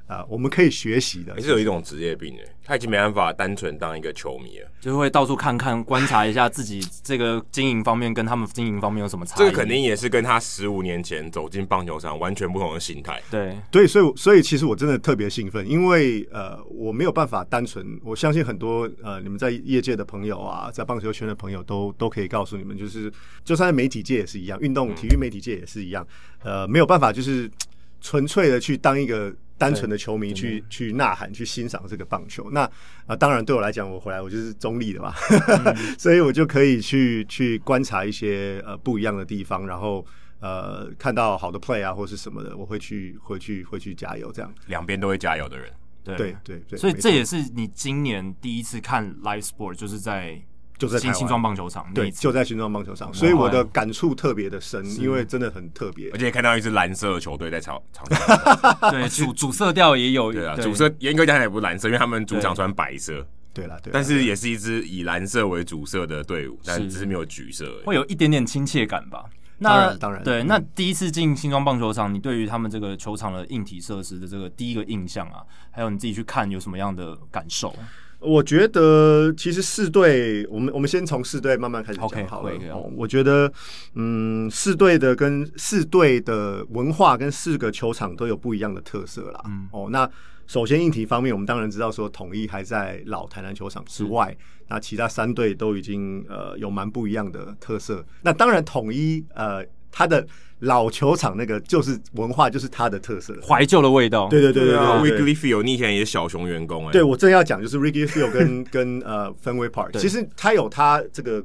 啊、我们可以学习的也。是有一种职业病的，欸他已经没办法单纯当一个球迷了。就是会到处看看，观察一下自己这个经营方面跟他们经营方面有什么差异。这个肯定也是跟他十五年前走进棒球场完全不同的心态。对，对，所以我所以其实我真的特别兴奋，因为呃，我没有办法单纯，我相信很多呃，你们在业界的朋友啊，在棒球圈的朋友都都可以告诉你们，就是就算在媒体界也是一样，运动体育媒体界也是一样，呃，没有办法就是嘖纯粹的去当一个。单纯的球迷去去呐喊、去欣赏这个棒球，那啊、呃当然对我来讲，我回来我就是中立的嘛， 所以我就可以去去观察一些呃不一样的地方，然后呃看到好的 play 啊或是什么的，我会去会去会去加油这样。两边都会加油的人，对对对对，所以没这错也是你今年第一次看 live sport，就是在就在台新湾新庄棒球场那对一次。就在新庄棒球场，所以我的感触特别的深，因为真的很特别而。且看到一支蓝色的球队在场场上， 对主主色调也有对啊，主色严格讲起来也不是蓝色，因为他们主场穿白色，对啦，对啦，但是也是一支以蓝色为主色的队伍，但是只是没有橘色而已。会有一点点亲切感吧。那当然当然对，嗯那第一次进新庄棒球场，你对于他们这个球场的硬体设施的这个第一个印象啊，还有你自己去看有什么样的感受？我觉得其实四队，我们我们先从四队慢慢开始 OK，讲好了。可以可以哦我觉得，嗯，四队的跟四队的文化跟四个球场都有不一样的特色啦。哦，那首先硬体方面，我们当然知道说统一还在老台南球场之外，那其他三队都已经呃有蛮不一样的特色。那当然统一呃它的老球场那个就是文化就是它的特色。怀旧的味道，对对对对啊对对，Weekly Field，你以前也是小熊员工哎、对，我正要讲，就是 Ricky Field 跟跟呃 Fenway Park，对其实它有它这个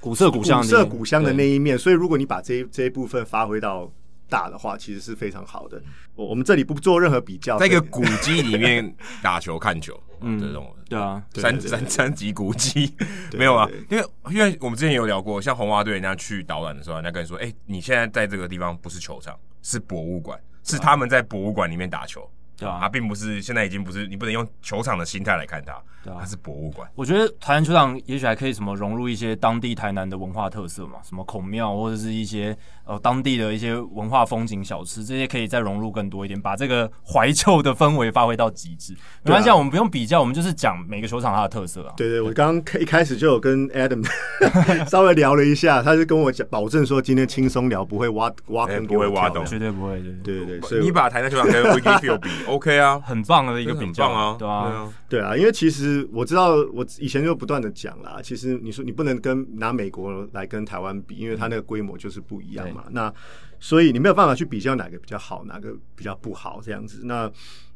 古色古香的，色古香的那对一面，所以如果你把这一这一部分发挥到大的话，其实是非常好的。我我们这里不做任何比较，在一个对古迹里面打球看球，嗯，这种对啊，对三对对三三级古迹 对没有啊对对，因为因为我们之前有聊过，像红袜队人家去导览的时候，人家跟你说，哎、你现在在这个地方不是球场，是博物馆，是他们在博物馆里面打球。对啊它并不是现在已经不是你不能用球场的心态来看它，对啊它是博物馆。我觉得台南球场也许还可以什么融入一些当地台南的文化特色嘛，什么孔庙或者是一些呃当地的一些文化风景小吃，这些可以再融入更多一点，把这个怀旧的氛围发挥到极致。没关系啊，我们不用比较，我们就是讲每个球场它的特色啊。对对，我刚刚一开始就有跟 Adam 稍微聊了一下，他就跟我讲，保证说今天轻松聊，不会挖挖哎坑不会给我挖跳洞绝对不会，对对对对对，所以你把台南球场跟 w i k y Field 比，OK 啊，很棒的一一个个比很较棒啊，对啊，对啊，因为其实我知道，我以前就不断的讲啦，其实你说你不能跟拿美国来跟台湾比，因为它那个规模就是不一样嘛。那所以你没有办法去比较哪个比较好，哪个比较不好这样子。那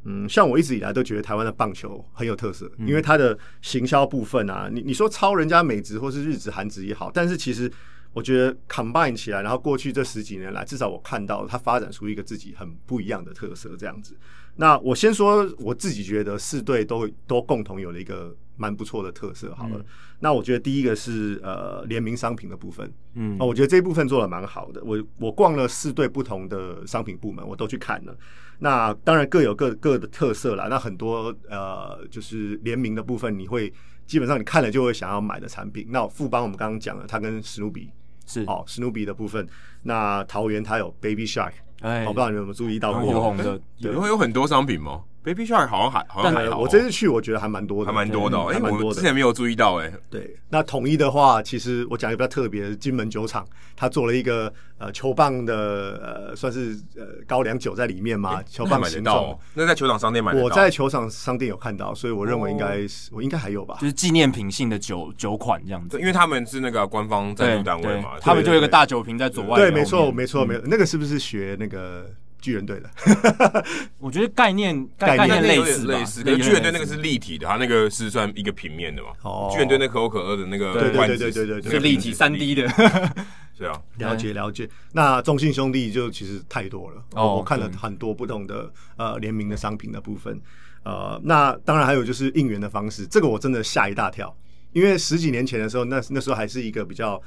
嗯，像我一直以来都觉得台湾的棒球很有特色，因为它的行销部分啊，你你说超人家美职或是日职、韩职也好，但是其实我觉得 combine 起来，然后过去这十几年来，至少我看到它发展出一个自己很不一样的特色这样子。那我先说我自己觉得四队都都共同有了一个蛮不错的特色好嗯了。那我觉得第一个是呃联名商品的部分，嗯哦，我觉得这一部分做的蛮好的。我我逛了四队不同的商品部门，我都去看了。那当然各有各各的特色啦。那很多呃，就是联名的部分，你会基本上你看了就会想要买的产品。那富邦我们刚刚讲了，它跟史努比是，哦，史努比的部分。那桃园它有 Baby Shark，哦哎我、不知道你们有没有注意到很过火红的，你们会有很多商品吗？Baby Shark 好像还好像但还呃好哦，我这次去我觉得还蛮多的，还蛮多的哦，对哎，还蛮我多之的。前没有注意到，哎，对，那统一的话，其实我讲一个比较特别的，金门酒厂，它做了一个呃球棒的呃，算是呃高粱酒在里面嘛，球那棒买得形到状哦。，那在球场商店买得到。哦我在球场商店有看到，所以我认为应该是、我应该还有吧就。是纪念品性的酒酒款这样子对，。因为他们是那个官方赞助单位嘛，他们就有一个对对大酒瓶在左外。对，没错，没错。错，没嗯错，那个是不是学那个巨人队的？我觉得概念概概念念那类有点似吧，类似，可是巨人队那个是立体的，它那个是算一个平面的嘛。哦巨人队那可口可乐的那个对对罐子对对对对对那是个立瓶体子三 D 的。对啊，了解了解，那中信兄弟就其实太多了，哦我我看了很多不同的呃联名的商品的部分，呃，那当然还有就是应援的方式，这个我真的吓一大跳，因为十几年前的时候，那那时候还是一个比较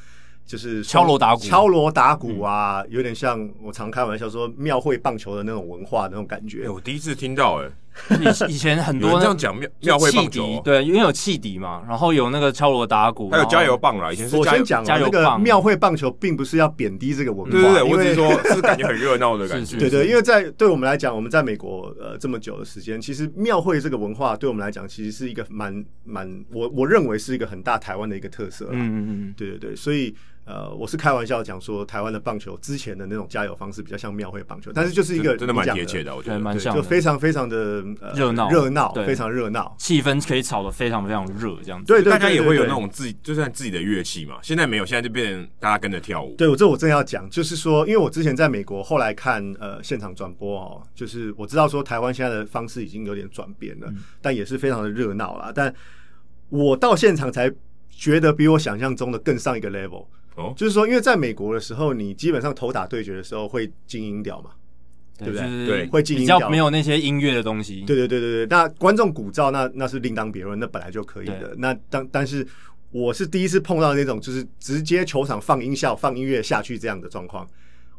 就是敲锣打鼓敲锣打鼓嗯啊，有点像我常开玩笑说庙会棒球的那种文化那种感觉哎，，我第一次听到，哎， 以以前很有人多那这样讲庙庙会汽棒笛球，，对，因为有汽笛嘛，然后有那个敲锣打鼓，还有然后加油棒啦，以前是我加油先。讲、加啊，油那个棒庙会棒球并不是要贬低这个文化，对对对，因我只为是说， 是感觉很热闹的感是觉。对对，因为在对我们来讲，我们在美国呃这么久的时间，其实庙会这个文化对我们来讲，其实是一个蛮蛮我我认为是一个很大台湾的一个特色啦。啊嗯嗯嗯对对对，所以呃，我是开玩笑讲说，台湾的棒球之前的那种加油方式比较像庙会棒球，但是就是一个真的蛮贴切的，的，我觉对，得。蛮对，像就的，非常非常的呃热闹热闹，对非常热闹。气氛可以炒得非常非常热，这样子。对对，大家对也对会有对那种自己，就算自己的乐器嘛。现在没有，现在就变成大家跟着跳舞。对，我这我正要讲，就是说，因为我之前在美国，后来看呃现场转播哦，就是我知道说台湾现在的方式已经有点转变了，但也是非常的热闹啦。但我到现场才觉得比我想象中的更上一个 level，哦，就是说，因为在美国的时候，你基本上头打对决的时候会静音掉嘛，对不对就是对会静音比较掉没有那些音乐的东西。对对对对对，那观众鼓噪那那是另当别论，那本来就可以的。那当但是我是第一次碰到那种就是直接球场放音效、放音乐下去这样的状况，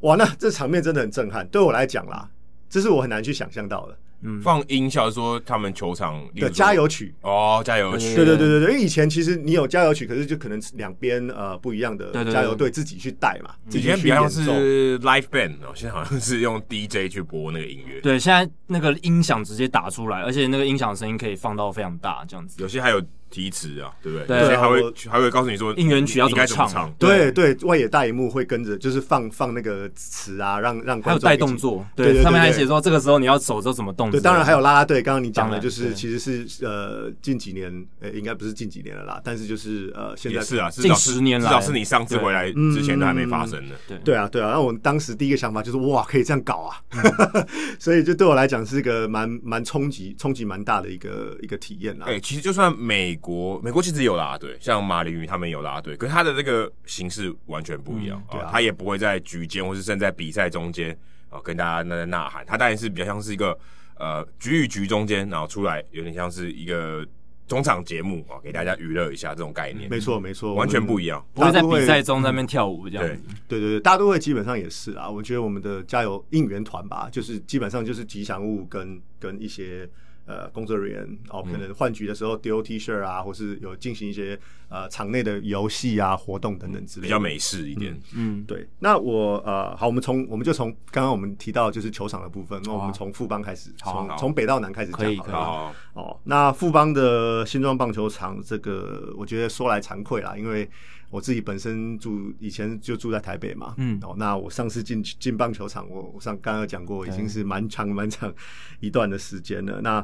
哇，那这场面真的很震撼。对我来讲啦，这是我很难去想象到的。嗯放音效说他们球场对，加油曲。哦，加油对曲对对对对对，因为以前其实你有加油曲，可是就可能两边呃不一样的对对对加油队自己去带嘛，自以己前去比较演奏。是 live band 哦，现在好像是用 DJ 去播那个音乐，对，现在那个音响直接打出来，而且那个音响的声音可以放到非常大，这样子。有些还有提词啊，对不对？对有些还我会还会告诉你说应援曲要你应该怎怎么么唱唱，对对，外野大荧幕会跟着，就是放放那个词啊，让还让观有众带一起动作，对对对他们还对写说这个时候你要手要怎么动之对，类的。当然还有啦啦队。刚刚你讲当的然就是，对其实是呃近几年，呃应该不是近几年了啦，但是就是呃现也在是啊，至近少十是年至来少是你上次回来之前都还没发生呢。对啊对啊。那我当时第一个想法就是哇，可以这样搞啊， 所以就对我来讲是一个蛮蛮冲击冲击蛮大的一个一个体验啦。哎、其实就算美国，美国其实有啦啦队，像马林鱼他们有啦啦队，可是他的这个形式完全不一样、对啊他也不会在局间或是甚至在比赛中间啊、跟大家那在呐喊，他当然是比较像是一个呃局与局中间，然后出来有点像是一个中场节目啊、给大家娱乐一下这种概念，没错没错，完全不一一样。不会在大都会比赛中在那边跳舞这样对子。，对对对，大都会基本上也是啊。我觉得我们的加油应援团吧，就是基本上就是吉祥物跟跟一些。呃，工作人员哦，嗯可能换局的时候丢 T 恤啊，或是有进行一些呃场内的游戏啊、活动等等之类比的，较美式一点。嗯，对，那我呃，好，我们从我们就从刚刚我们提到就是球场的部分，那我们从富邦开始，啊好啊从好啊从北到南开始可以讲好可以了啊。哦，哦，那富邦的新庄棒球场，这个我觉得说来惭愧啦，因为我自己本身住以前就住在台北嘛，嗯哦，那我上次进进棒球场，我我上刚刚有讲过，已对经是蛮长蛮长一段的时间了。那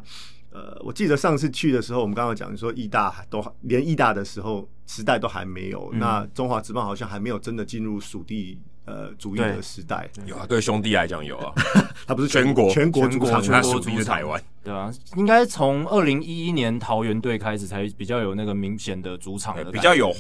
呃，我记得上次去的时候，我们刚刚讲说义大都连义大的时候时代都还没有，嗯那中华职棒好像还没有真的进入属地呃主义对的时代，有啊，对兄弟来讲有啊，它不是全国全国主场，全他国属地主是场台湾，对啊，应该从二零一一年桃园队开始才比较有那个明显的主场的哎对感觉比较有，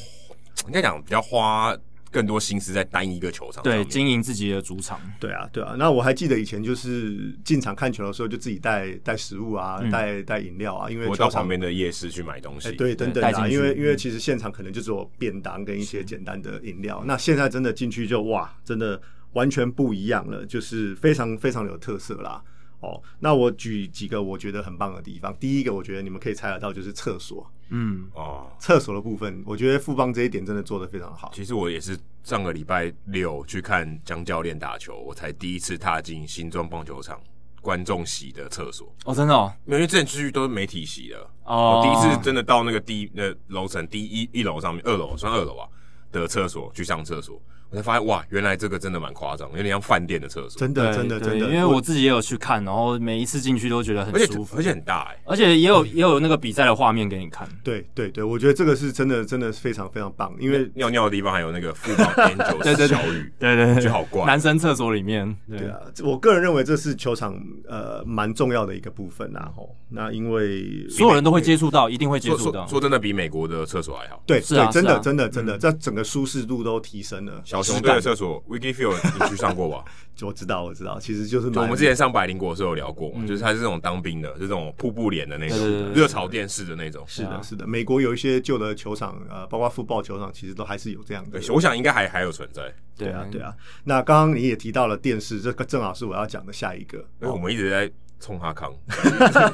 应该讲比较花更多心思在单一个球场上对面。经营自己的主场。对啊，对啊。那我还记得以前就是进场看球的时候，就自己带带食物啊嗯，带带饮料啊，因为我球到场旁。边的夜市去买东西。哎，对，等等带进啊，去因为嗯因为其实现场可能就只有便当跟一些简单的饮料。那现在真的进去就哇，真的完全不一样了，就是非常非常有特色啦。哦，那我举几个我觉得很棒的地方。第一个，我觉得你们可以猜得到，就是厕所。嗯，哦，厕所的部分，我觉得富邦这一点真的做得非常好。其实我也是上个礼拜六去看江教练打球，我才第一次踏进新庄棒球场观众席的厕所，哦，真的哦，没有因为之前去都是媒体席的。哦我第一次真的到那个第那楼层第一一楼上面，二楼算二楼啊的厕所去上厕所，我才发现哇，原来这个真的蛮夸张，有点像饭店的厕所，真的，对真的，对真的。因为我自己也有去看，然后每一次进去都觉得很而且舒服，而且很大哎、而且也有也有那个比赛的画面给你看。对对对，我觉得这个是真的，真的是非常非常棒，因为尿尿的地方还有那个富邦 Angels 对对对小雨，对对就好怪男生厕所里面，对对啊，这我个人认为这是球场呃蛮重要的一个部分啦。吼，那因为所有人都会接触到，一定会接说触到说。说真的，比美国的厕所还好。对是啊对，真是啊的真的真的，这整个舒适度都提升了。小熊队的厕所 w i k i Field 你去上过吧？我知道我知道，其实就是就蛮我们之前上百灵果的时候有聊过嘛，就是它是这种当兵的，是这种瀑布脸的那对对对种，对热潮电视的那种。是啊的是的，美国有一些旧的球场，呃，包括 football 球场，其实都还是有这样的啊对，。我想应该还还有存在，对啊对啊对啊，那刚刚你也提到了电视，这个正好是我要讲的下一个。因为我们一直在冲哈康，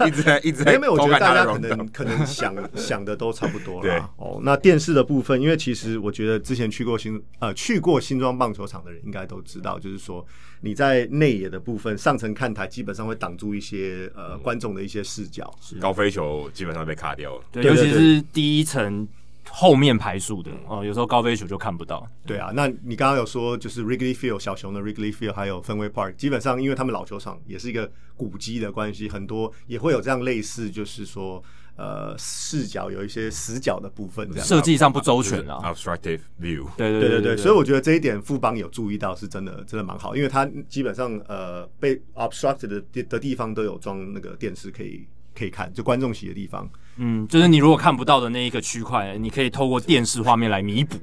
一直在一直在没有，我觉偷得看大他的家可 round 能可能想 想的都差不多对了。哦，那电视的部分，因为其实我觉得之前去过新呃去过新庄棒球场的人应该都知道，就是说你在内野的部分，上层看台基本上会挡住一些嗯呃观众的一些视角。高飞球基本上被卡掉了。对，对尤对其是第一层后面排数嗯的哦，有时候高飞球就看不到。对啊，那你刚刚有说就是 Wrigley Field 小熊的 Wrigley Field，还有芬威 Park，基本上因为他们老球场也是一个古迹的关系，很多也会有这样类似，就是说呃视角有一些死角的部分这啊样。设计上不周全啊。 Obstructive view，对对对对对对，所以我觉得这一点富邦有注意到，是真的真的蛮好，因为它基本上呃被 obstructed 的地的地方都有装那个电视可以可以看，就观众席的地方。嗯，就是你如果看不到的那一个区块，你可以透过电视画面来弥补。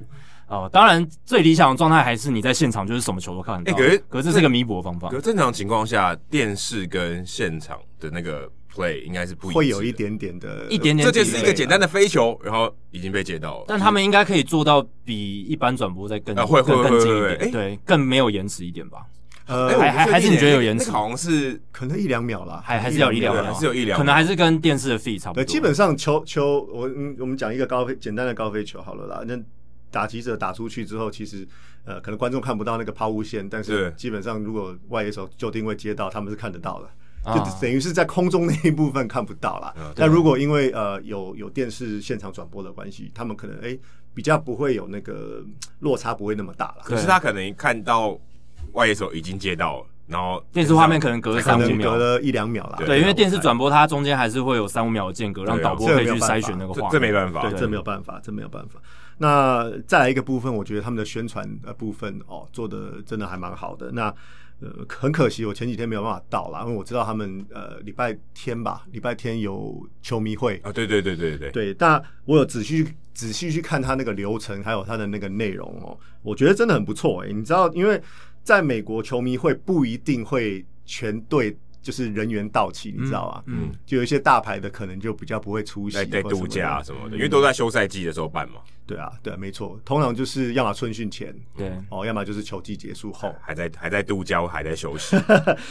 哦，当然最理想的状态还是你在现场就是什么球都看得到。哎可是可是这是个弥补的方法可。正常情况下，电视跟现场的那个 play 应该是不一致的会有一。点点的一点点这就是一 delay 个简单的飞球，然后已经被接到了。但他们应该可以做到比一般转播再更啊会会更更会近会一会点，对，更没有延迟一点吧？哎我呃，不还还确定还是你觉得有欸延那迟个好像是可能一两秒啦，还还是要一两秒秒，啊还是有一两秒可能还是跟电视的 fee 差不多。对，基本上球球，我嗯我们讲一个高飞简单的高飞球好了啦。那打击者打出去之后，其实呃可能观众看不到那个抛物线，但对是基本上如果外野手就定位接到，他们是看得到的。啊就等于是在空中那一部分看不到啦。那、如果因为呃有有电视现场转播的关系，他们可能哎、比较不会有那个嗯落差不会那么大啦。可是他可能看到外野手已经接到了，然后电视画面可能隔可三五能秒隔，了一两秒啦。对，因为电视转播它中间还是会有三五秒的间隔，让对啊导播可以去这个没有筛办法选那个画面。这这没办法，对，这没有办法，这没有办法。那再来一个部分，我觉得他们的宣传呃部分哦做的真的还蛮好的。那呃很可惜，我前几天没有办法到啦，因为我知道他们呃礼拜天吧，礼拜天有球迷会。啊！对对对对对，对，但我有仔细去仔细去看他那个流程，还有他的那个内容哦，我觉得真的很不错诶、欸你知道，因为在美国球迷会不一定会全队就是人员到齐，你知道吧？嗯，就有一些大牌的可能就比较不会出席在在或者什度么的假啊什嗯么的，因为都在休赛季的时候办嘛，对啊，对啊，没错，通常就是要么春训前，对，哦，要么就是球季结束后。还在还在度假，还在休 息，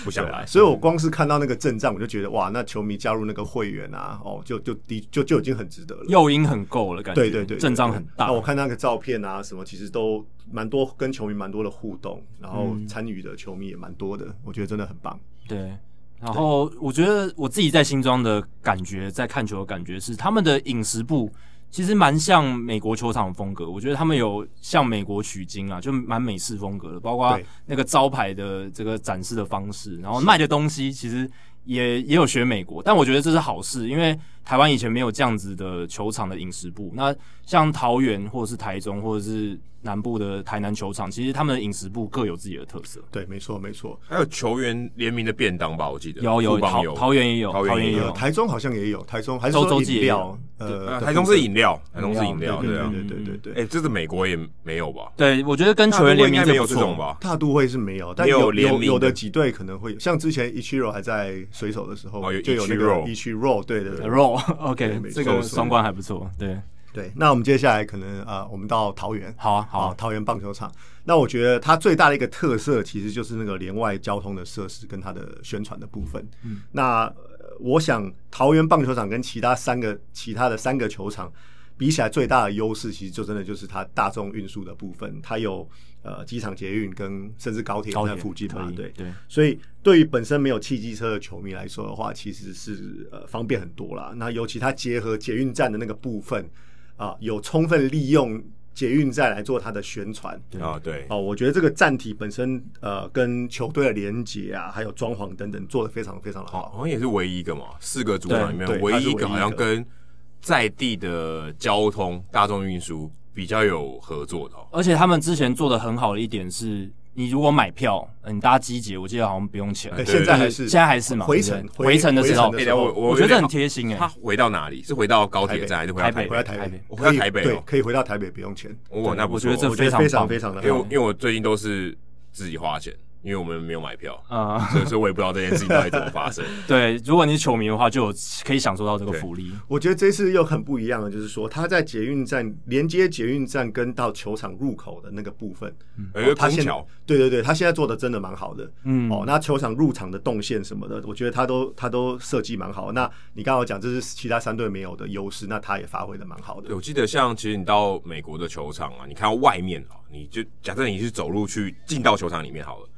不想对啊来。所以我光是看到那个阵仗，我就觉得哇，那球迷加入那个会员啊，哦，就就的就就已经很值得了。诱因很够了，感觉对对对，阵仗很大那。我看那个照片啊，什么其实都蛮多，跟球迷蛮多的互动，然后嗯参与的球迷也蛮多的，我觉得真的很棒。对，然后我觉得我自己在新庄的感觉，在看球的感觉是他们的饮食部其实蛮像美国球场的风格，我觉得他们有向美国取经啊，就蛮美式风格的，包括对那个招牌的这个展示的方式，然后卖的东西其实。也也有学美国，但我觉得这是好事，因为台湾以前没有这样子的球场的饮食部。那像桃园或者是台中或者是南部的台南球场，其实他们的饮食部各有自己的特色。对，没错，没错。还有球员联名的便当吧，我记得有有富邦桃有桃园也有，桃园也园也呃，有，台中好像也有，台中还是说周周记饮也有料，呃，呃的台中部分是饮料，台中是饮料，对对啊对。对对对对。哎，这是美国也没有吧？对，我觉得跟球员联应名该没这有不这错种？吧？大都会是没有，但没有有联名的有有的几队可能会有，像之前 Ichiro 还在水手的时候，哦有就有那个 Ichiro Ichiro，对对 对 Roll，OK，、没错呃这个双关还不错，对，对。那我们接下来可能呃，我们到桃园，好啊，好啊啊，桃园棒球场。那我觉得它最大的一个特色其实就是那个连外交通的设施跟它的宣传的部分。嗯，那呃我想桃园棒球场跟其他三个其他的三个球场比起来，最大的优势其实就真的就是它大众运输的部分，它有呃机场捷运跟甚至高铁高在铁附近嘛可，以对。对，所以对于本身没有汽机车的球迷来说的话，其实是呃方便很多啦。那尤其它结合捷运站的那个部分啊、有充分利用捷运站来做它的宣传。啊，对，哦，我觉得这个站体本身，呃，跟球队的连接啊，还有装潢等等，做的非常非常的好，好好。像也是唯一一个嘛，四个主场里面对对唯一一它是唯一一个个好像跟在地的交通、大众运输比较有合作的、哦。而且他们之前做的很好的一点是，你如果买票，呃你搭机节，我记得好像不用钱，对，对哎呃现在还是现在还是嘛，回对程不对回程的时候回哎等一程下我我有觉得点很贴心他哎，回到哪里？是回到高铁站还是回到台台北？北回来嗯台台北北，我回到台北对哦，可以回到台北不用钱，哦，那不我错觉得这我觉非得常非常棒非常的因为我好因为我最近都是自己花钱，因为我们没有买票，嗯呃， 所以所以我也不知道这件事情到底怎么发 生。对，如果你是球迷的话，就有可以享受到这个福利。我觉得这次又很不一样的，就是说他在捷运站连接捷运站跟到球场入口的那个部分，哦有一个他哎空现桥，对对对，他现在做的真的蛮好的。嗯，哦，那球场入场的动线什么的，我觉得他都他都设计蛮好。那你刚刚有讲这是其他三队没有的优势，那他也发挥的蛮好的对。我记得像其实你到美国的球场啊，你看到外面啊，你就假设你是走路去进到球场里面好了，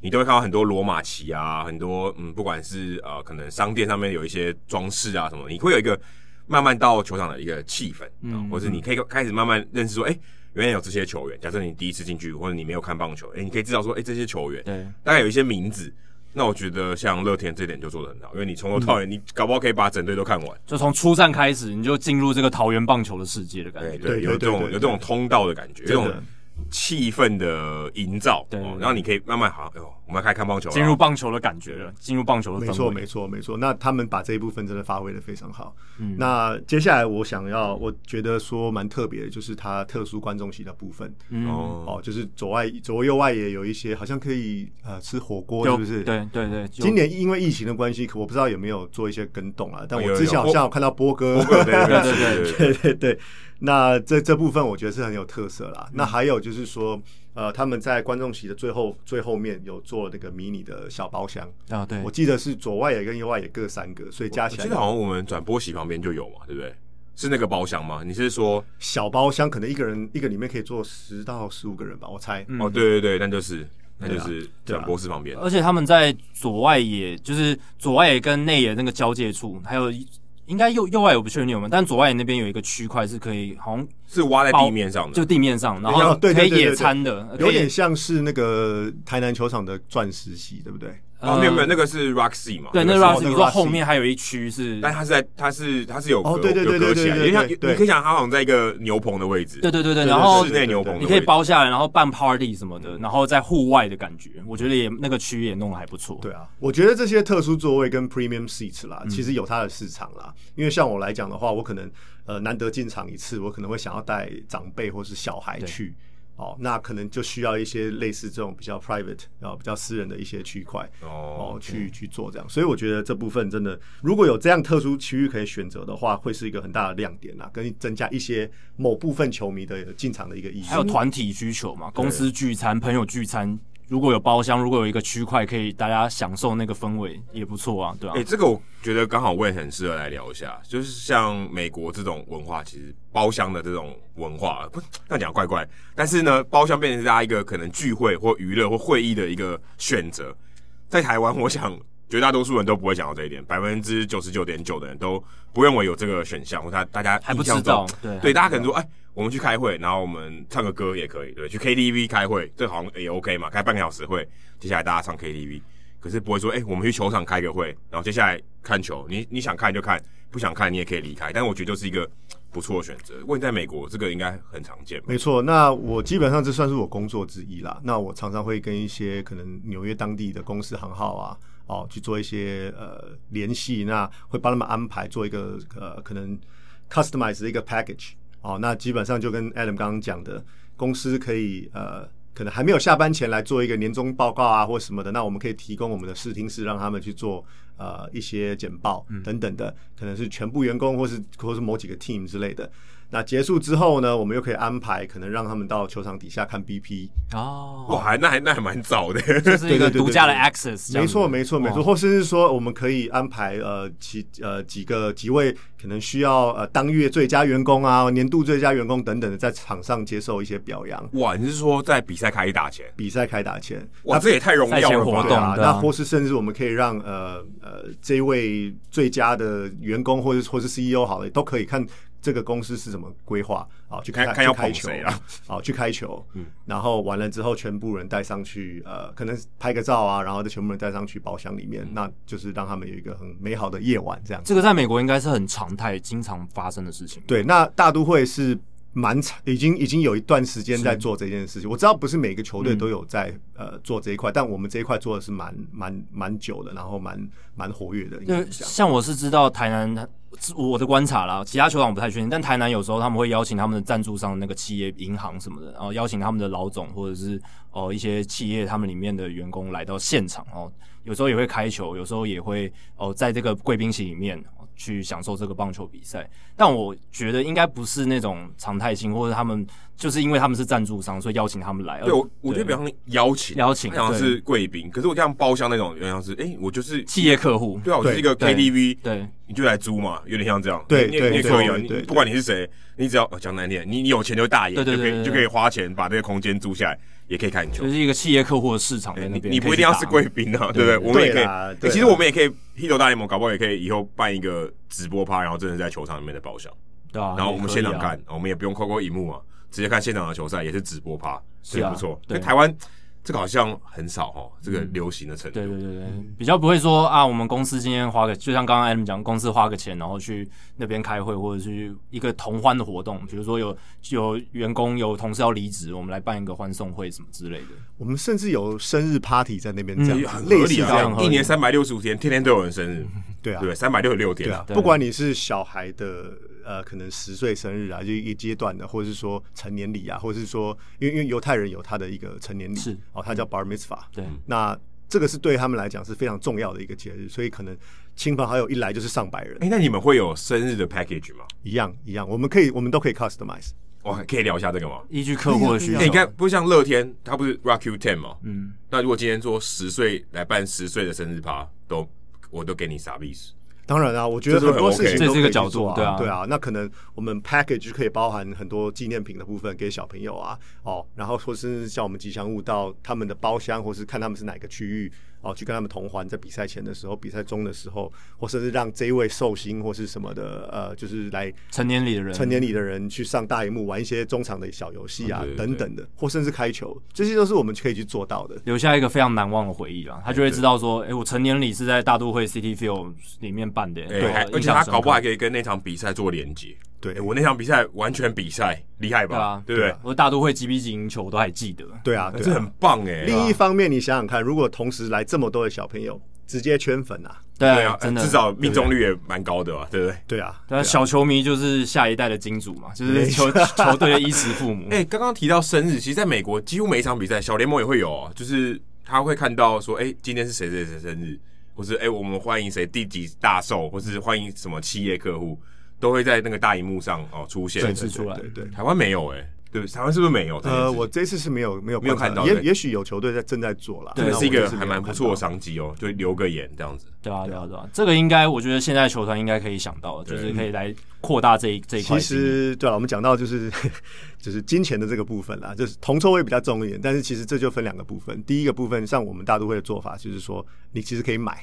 你都会看到很多罗马旗啊，很多嗯，不管是呃可能商店上面有一些装饰啊什么，你会有一个慢慢到球场的一个气氛，啊嗯或是你可以开始慢慢认识说，哎、原来有这些球员。假设你第一次进去，或者你没有看棒球，哎、你可以知道说，哎、这些球员对，大概有一些名字。那我觉得像乐天这点就做得很好，因为你从头到尾，嗯你搞不好可以把整队都看完。就从初战开始，你就进入这个桃园棒球的世界的感觉。对对，对有对这种有对这种通道的感觉，有这真的种气氛的营造，对对哦对然后你可以慢慢好，哎呦，我们开始看棒球了，进入棒球的感觉了，进入棒球的氛没围。错，没错，没错。那他们把这一部分真的发挥的非常好。嗯那接下来我想要，我觉得说蛮特别的，就是他特殊观众席的部分。嗯，哦，哦，就是左外左右外也有一些，好像可以呃吃火锅，是就不是？。对对对，就今年因为疫情的关系，可我不知道有没有做一些跟动啊。但哦有我有之前好像有有看到波哥，对对对对对对对对 对对对，那这这部分我觉得是很有特色啦。嗯那还有就是说，呃，他们在观众席的最后最后面有做那个迷你的小包厢，啊，对我，记得是左外野跟右外野各三个，所以加我起记得好来像我们转播席旁边就有嘛，对不对？是那个包厢吗？你是说？小包厢可能一个人一个里面可以坐十到十五个人吧，我猜。嗯哦，对对对，那就是那对就啊是对啊转播室旁边，而且他们在左外野，就是左外野跟内野那个交界处，还有应该右右外野我不确定有没有，但左外野那边有一个区块是可以，好像是挖在包地面上的就。地面上，然哦后对可对以对对野对餐的，可以有点像是那个台南球场的钻石席，对不对？哦，没有没有，呃那个是 Roxy 嘛？对，那个个是哦 Ross，那你个说 Roxy 后面还有一区是，但它是在它是它是有哦隔对对有对隔对起来的，因为对像对你对可以想它好像在一个牛棚的位置，对对哦对对，然对后室内牛棚的位你置，可以包下来，然后办 party 什么的，然后在户外的感觉，我觉得也那个区也弄得还不错。对啊，嗯我觉得这些特殊座位跟 premium seats 啦，其实有它的市场啦。因为像我来讲的话，我可能呃难得进场一次，我可能会想要带长辈或是小孩去。哦，那可能就需要一些类似这种比较 private，然后比较私人的一些区块，哦哦，去去做这样。所以我觉得这部分真的，如果有这样特殊区域可以选择的话，会是一个很大的亮点啦，跟增加一些某部分球迷的进场的一个意义还。有团体需求嘛，公司聚餐、朋友聚餐，如果有包厢，如果有一个区块可以大家享受那个氛围，也不错啊，对啊哎、。这个我觉得刚好我也很适合来聊一下，就是像美国这种文化，其实包厢的这种文化，不这样讲怪怪，但是呢，包厢变成大家一个可能聚会或娱乐或会议的一个选择。在台湾，我想绝大多数人都不会想到这一点，百分之九十九点九的人都不认为有这个选项，或他大家还不印象知道中对对，大家可能说，哎、我们去开会，然后我们唱个歌也可以，对，去 KTV 开会，这好像也 OK 嘛，开半个小时会，接下来大家唱 KTV，可是不会说，哎、我们去球场开个会，然后接下来看球，你你想看就看，不想看你也可以离开，但我觉得就是一个不错的选择。如果你在美国，这个应该很常见吧？没错，那我基本上这算是我工作之一啦。那我常常会跟一些可能纽约当地的公司行号啊，哦，去做一些呃联系，那会帮他们安排做一个呃可能 customize 的一个 package。哦，那基本上就跟 Adam 刚刚讲的，公司可以呃。可能还没有下班前来做一个年终报告啊，或什么的，那我们可以提供我们的试听室，让他们去做呃一些简报等等的，可能是全部员工或是或是某几个 team 之类的。那结束之后呢，我们又可以安排可能让他们到球场底下看 BP，哦哇，，还那还那还蛮早 的，这是一个对对对对独家的对 access，这样没子错没错没错，哦或甚至说我们可以安排呃几呃几个几位可能需要呃当月最佳员工啊、年度最佳员工等等的，在场上接受一些表扬。哇，你是说在比赛开始打前？比赛开打前，哇，这也太荣赛耀前了活吧！动对啊，对啊那或是甚至我们可以让呃呃这一位最佳的员工或者或是 CEO 好了，都可以看这个公司是怎么规划啊，去看看看要去开捧球谁啊，啊去开球，然后完了之后全部人带上去，呃，可能拍个照啊，然后再全部人带上去包厢里面，那就是让他们有一个很美好的夜晚这样。这个在美国应该是很常态、经常发生的事情。对，那大都会是蛮长已经已经有一段时间在做这件事情。我知道不是每个球嗯队都有在、呃做这一块，但我们这一块做的是蛮蛮蛮久的，然后蛮蛮活跃的，应该就是这样。像我是知道台南我的观察啦，其他球场我不太确定，但台南有时候他们会邀请他们的赞助商、那个企业、银行什么的，然后邀请他们的老总或者是哦、呃一些企业他们里面的员工来到现场哦，有时候也会开球，有时候也会哦、在这个贵宾席里面、哦去享受这个棒球比赛。但我觉得应该不是那种常态性，或者他们就是因为他们是赞助商，所以邀请他们来。对，我我觉得比对方说邀请，邀请它好像是贵宾，可是我像包厢那种，有点像是，哎、我就是企业客户，对啊，我就是一个对 KTV，对你就来租嘛，有点像这样。对你也你也对可以啊，对你对对不管你是谁，你只要哦讲难听点，你你有钱就大爷，对对对就对可对以对就可以花钱把这个空间租下来，也可以看球就。是一个企业客户的市场在那你边，你不一定要是贵宾啊，对不对？对我们也可以对啦诶，对啦其实我们也可以《h i 大联盟》，搞不好也可以以后办一个直播趴，然后真的在球场里面的包厢，对啊，然后我们也可以现啊场看，我们也不用扣扣荧幕啊，直接看现场的球赛也是直播趴，是这个啊不错。对因为台湾这个好像很少哦，这个流行的程度对。嗯对对对，比较不会说啊，我们公司今天花个，就像刚刚 Adam 讲，公司花个钱，然后去那边开会，或者去一个同欢的活动，比如说有有员工有同事要离职，我们来办一个欢送会什么之类的。我们甚至有生日 party 在那边这也样很子，合类理似啊，这这样很样合理一年三百六十五天，天天都有人生日，对啊对，三百六十六天对啊，对不管你是小孩的呃，可能十岁生日啊，就一个阶段的，或者是说成年礼啊，或者是说，因为因为犹太人有他的一个成年礼，是哦，他叫嗯 Bar Mitzvah，对，嗯那这个是对他们来讲是非常重要的一个节日，所以可能亲朋好友一来就是上百人哎、，那你们会有生日的 package 吗？一样一样，我们可以我们都可以 customize，哇，可以聊一下这个吗？依据客户的需哎、求，你看，不是像乐天，他不是 Rock You Ten 吗？嗯，那如果今天说十岁来办十岁的生日趴，都我都给你傻逼死。当然啊，我觉得很多事情这都是可一以个去角度做对啊啊，对啊。那可能我们 package 可以包含很多纪念品的部分给小朋友啊，哦，然后或是像我们吉祥物到他们的包厢，或是看他们是哪个区域，哦，去跟他们同欢，在比赛前的时候、比赛中的时候，或甚至让这一位寿星或是什么的，呃，就是来成年礼的人，成年礼的人去上大荧幕玩一些中场的小游戏啊对对对等等的，或甚至开球，这些都是我们可以去做到的。留下一个非常难忘的回忆啊，他就会知道说，哎，我成年礼是在大都会 City Field 里面办的，哎、然后还而印且象他深刻搞不好还可以跟那场比赛做连接。对哎我那场比赛完全比赛，厉害吧？对啊，对不对？我大都会几比几赢球我都还记得，对啊，对这啊很棒哎、另一方面，你想想看，如果同时来这么多的小朋友，直接圈粉啊！对对啊，真的至少命中率也蛮高的吧，对不对？对啊，对啊，小球迷就是下一代的金主嘛，就是没球 球队的衣食父 母。哎、刚刚提到生日，其实在美国几乎每一场比赛，小联盟也会有、哦，就是他会看到说，哎、今天是谁谁谁生日，或是哎、我们欢迎谁第几大寿，或是欢迎什么企业客户，都会在那个大荧幕上哦出现。展示出来对对。对台湾没有哎、对，台湾是不是没有这件事？呃，我这次是没有没有没有观察看到对也也许有球队在正在做啦。对这那是一我个就是没还有蛮不错的看到商机哦，就留个言这样子。对啊，对啊，对啊，这个应该我觉得现在球团应该可以想到，就是可以来扩大这一这一块其经营。实对了，啊我们讲到就是 就是金钱的这个部分啦，就是铜臭味比较重一点，但是其实这就分两个部分。第一个部分，像我们大都会的做法，就是说你其实可以买，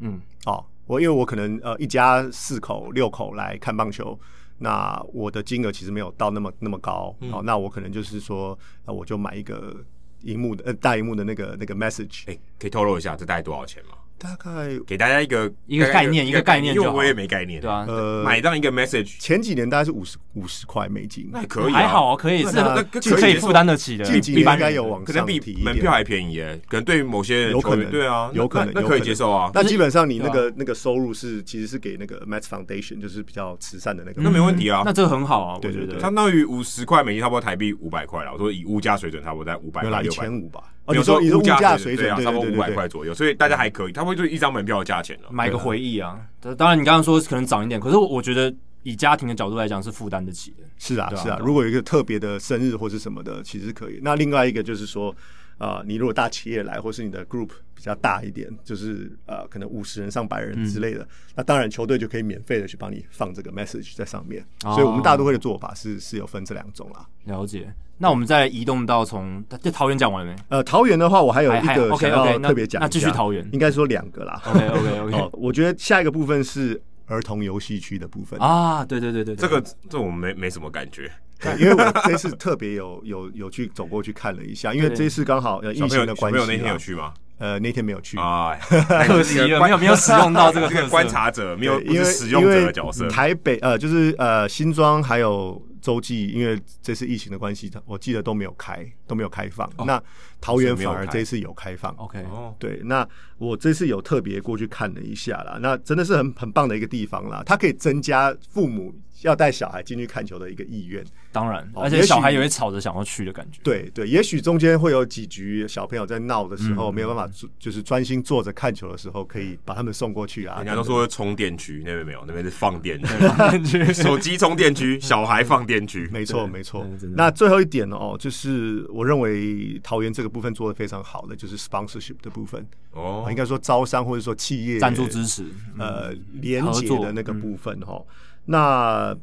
嗯，哦，我因为我可能呃一家四口六口来看棒球，那我的金额其实没有到那么那么高、嗯哦，那我可能就是说，呃、我就买一个荧幕的呃大荧幕的那个那个 message，、哎、可以透露一下这大概多少钱吗？大概给大家一个一个概念一个概念因为就好我也没概念。对啊，呃买到一个 message，前几年大概是五十五十块美金，那也可以、啊，还好啊，可以是那那是可以负担得起的，近几一年般应该人有往可能上比提一门点票。还便宜耶，可能对于某些人有可球迷能对啊，有可能那那那有可以可能接受啊，那基本上你对那啊个那个收入是其实是给那个 Max Foundation，就是比较慈善的那个。那没问题啊嗯那。这个很好啊，我对觉对得对相当于五十块美金，差不多台币五百块了。我说以物价水准，差不多在五百有块啦，一六百。千五吧。哦，有你时候说你说物价水对准，啊，对差对不多对五对百对块左右，所以大家还可以，差不多就一张门票的价钱了。哦买个回忆啊。当然，你刚刚说可能涨一点，可是我我觉得以家庭的角度来讲是负担得起的。是啊，对啊是啊对啊。如果有一个特别的生日或是什么的，其实可以。那另外一个就是说，啊，你如果大企业来，或是你的 group 比较大一点，就是呃，可能五十人、上百人之嗯类的，那当然球队就可以免费的去帮你放这个 message 在上面。哦所以我们大都会的做法是是有分这两种啦。了解。那我们再移动到从这桃园讲完了没呃，桃园的话，我还有还一还个 OK，想要 OK，那特别讲一下，那继续桃园应该说两个啦。 ？OK OK OK 哦，我觉得下一个部分是儿童游戏区的部分。啊，对对对对，对这个这我没没什么感觉，对因为我这次特别有有有去走过去看了一下，因为对这次刚好呃小疫朋友情的小关朋友系啊，那天有去吗？呃，那天没有去。 啊，可可惜了，没有没有使用到这个 这个特色观察者，没有对不因是为使用者的角因色为。台北呃，就是呃，新庄还有洲际因为这次疫情的关系，它我记得都没有开，都没有开放。哦那桃园所以没有反而开这次有开放。 OK，哦，对，那我这次有特别过去看了一下啦，那真的是很很棒的一个地方啦，它可以增加父母要带小孩进去看球的一个意愿。当然，哦而且也许小孩也会吵着想要去的感觉。对对，也许中间会有几局小朋友在闹的时嗯候、没有办法坐，就是专心坐着看球的时候，可以把他们送过去啊。人家都说充电区，那边没有，那边是放电区， 感觉手机充电区，小孩放电区。没错，没错嗯真的。那最后一点哦，就是我认为桃园这个部分做的非常好的，就是 sponsorship 的部分，哦应，该说招商或者说企业赞助支持，嗯呃连合接作嗯的那个部分哈、那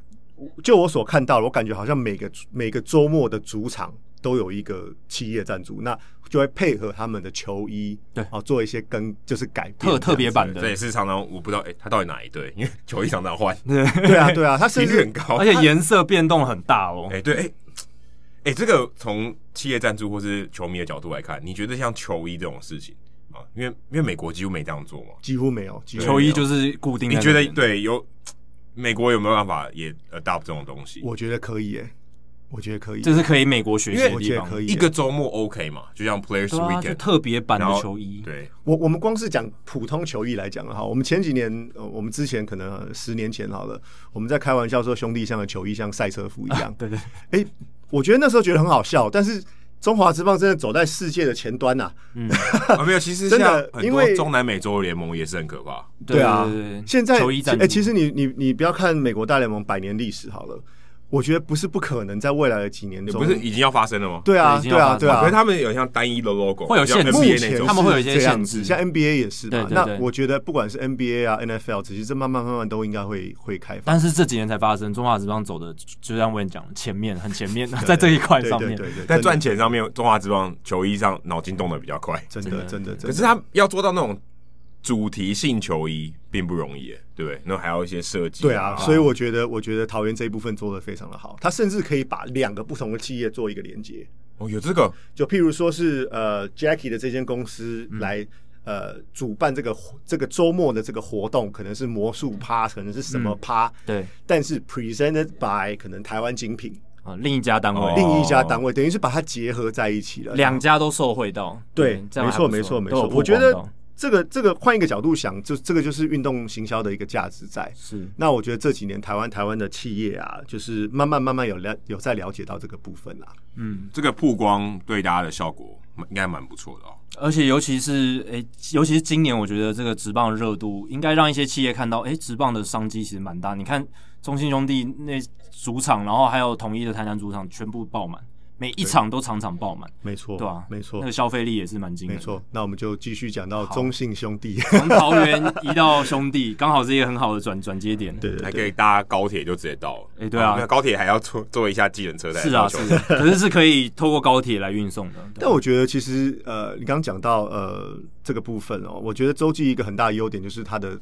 就我所看到的，我感觉好像每个每个周末的主场都有一个企业赞助，那就会配合他们的球衣，对哦，做一些更就是改变特特别版这的，也是常常我不知道，哎、他到底哪一队？因为球衣常常换， 这样子对啊对啊，他频甚率至很高。而且颜色变动很大哦 哎、。对，哎、哎、这个从企业赞助或是球迷的角度来看，你觉得像球衣这种事情啊，因为因为美国几乎没这样做嘛，几乎没有，几乎球衣就是固定在你那觉边，得对有美国有没有办法也 adopt 这种东西？我觉得可以耶，我觉得可以，这是可以美国学习的我地觉得方。可以耶一个周末 OK 嘛，就像 Players 对啊，就 Weekend，、特别版然后的球衣，对，我我们光是讲普通球衣来讲啊哈，我们前几年，呃，我们之前可能呃十年前好了，我们在开玩笑说兄弟像的球衣像赛车服一样，对对，哎、我觉得那时候觉得很好笑，但是中华职棒真的走在世界的前端呐、啊没有，其实真的像很因多为中南美洲的联盟也是很可怕，对啊对对，现在球衣赞助哎、其实你你你不要看美国大联盟百年历史好了，我觉得不是不可能在未来的几年中，不是已经要发生了吗？对啊已经对要啊发对生了可啊是，他们有像单一的 logo，会有限制像目 NBA 前那种他们会有一些是这样限子制像 NBA 也是嘛。对对对那我觉得不管是 NBA 啊 NFL，其实这慢慢慢慢都应该会会开放。但是这几年才发生，中华职棒走的，就像我也讲，前面 很前面，在这一块对上对面，对对，在真的赚钱上面，中华职棒球衣上脑筋动得比较快。真的真的真的。可是他要做到那种主题性球衣并不容易耶，对不对？那还有一些设计、对啊，所以我觉得，我觉得桃园这一部分做的非常的好，他甚至可以把两个不同的企业做一个连接，哦有这个就譬如说是呃 Jackie 的这间公司来、嗯呃主办这个活这个周末的这个活动，可能是魔术趴，可能是什么嗯趴，对但是 presented by 可能台湾精品、啊，另一家单哦位，另一家单位，等于是把它结合在一起了，两家都受惠到，对，这样还没不错，没错，没都有错。曝我觉光得到这个这个换一个角度想，就这个就是运动行销的一个价值在。是那我觉得这几年台湾台湾的企业啊，就是慢慢慢慢有了有在了解到这个部分啦、嗯，这个曝光对大家的效果蛮应该蛮不错的哦。而且尤其是诶、尤其是今年，我觉得这个职棒的热度应该让一些企业看到，诶、职棒的商机其实蛮大。你看中信兄弟那主场，然后还有统一的台南主场，全部爆满，每一场都场场爆满，没错，对吧、没错那，个消费力也是蛮惊人没的。错。那我们就继续讲到中信兄弟， 从桃园移到兄弟，刚好是一个很好的转转接点。对对还可对，以搭高铁就直接到了，哦哎对啊那高铁还要坐坐一下计程车才是啊，到球是场啊，可是是可以透过高铁来运送的。对但我觉得其实呃，你刚刚讲到呃这个部分哦，我觉得洲际一个很大的优点就是它的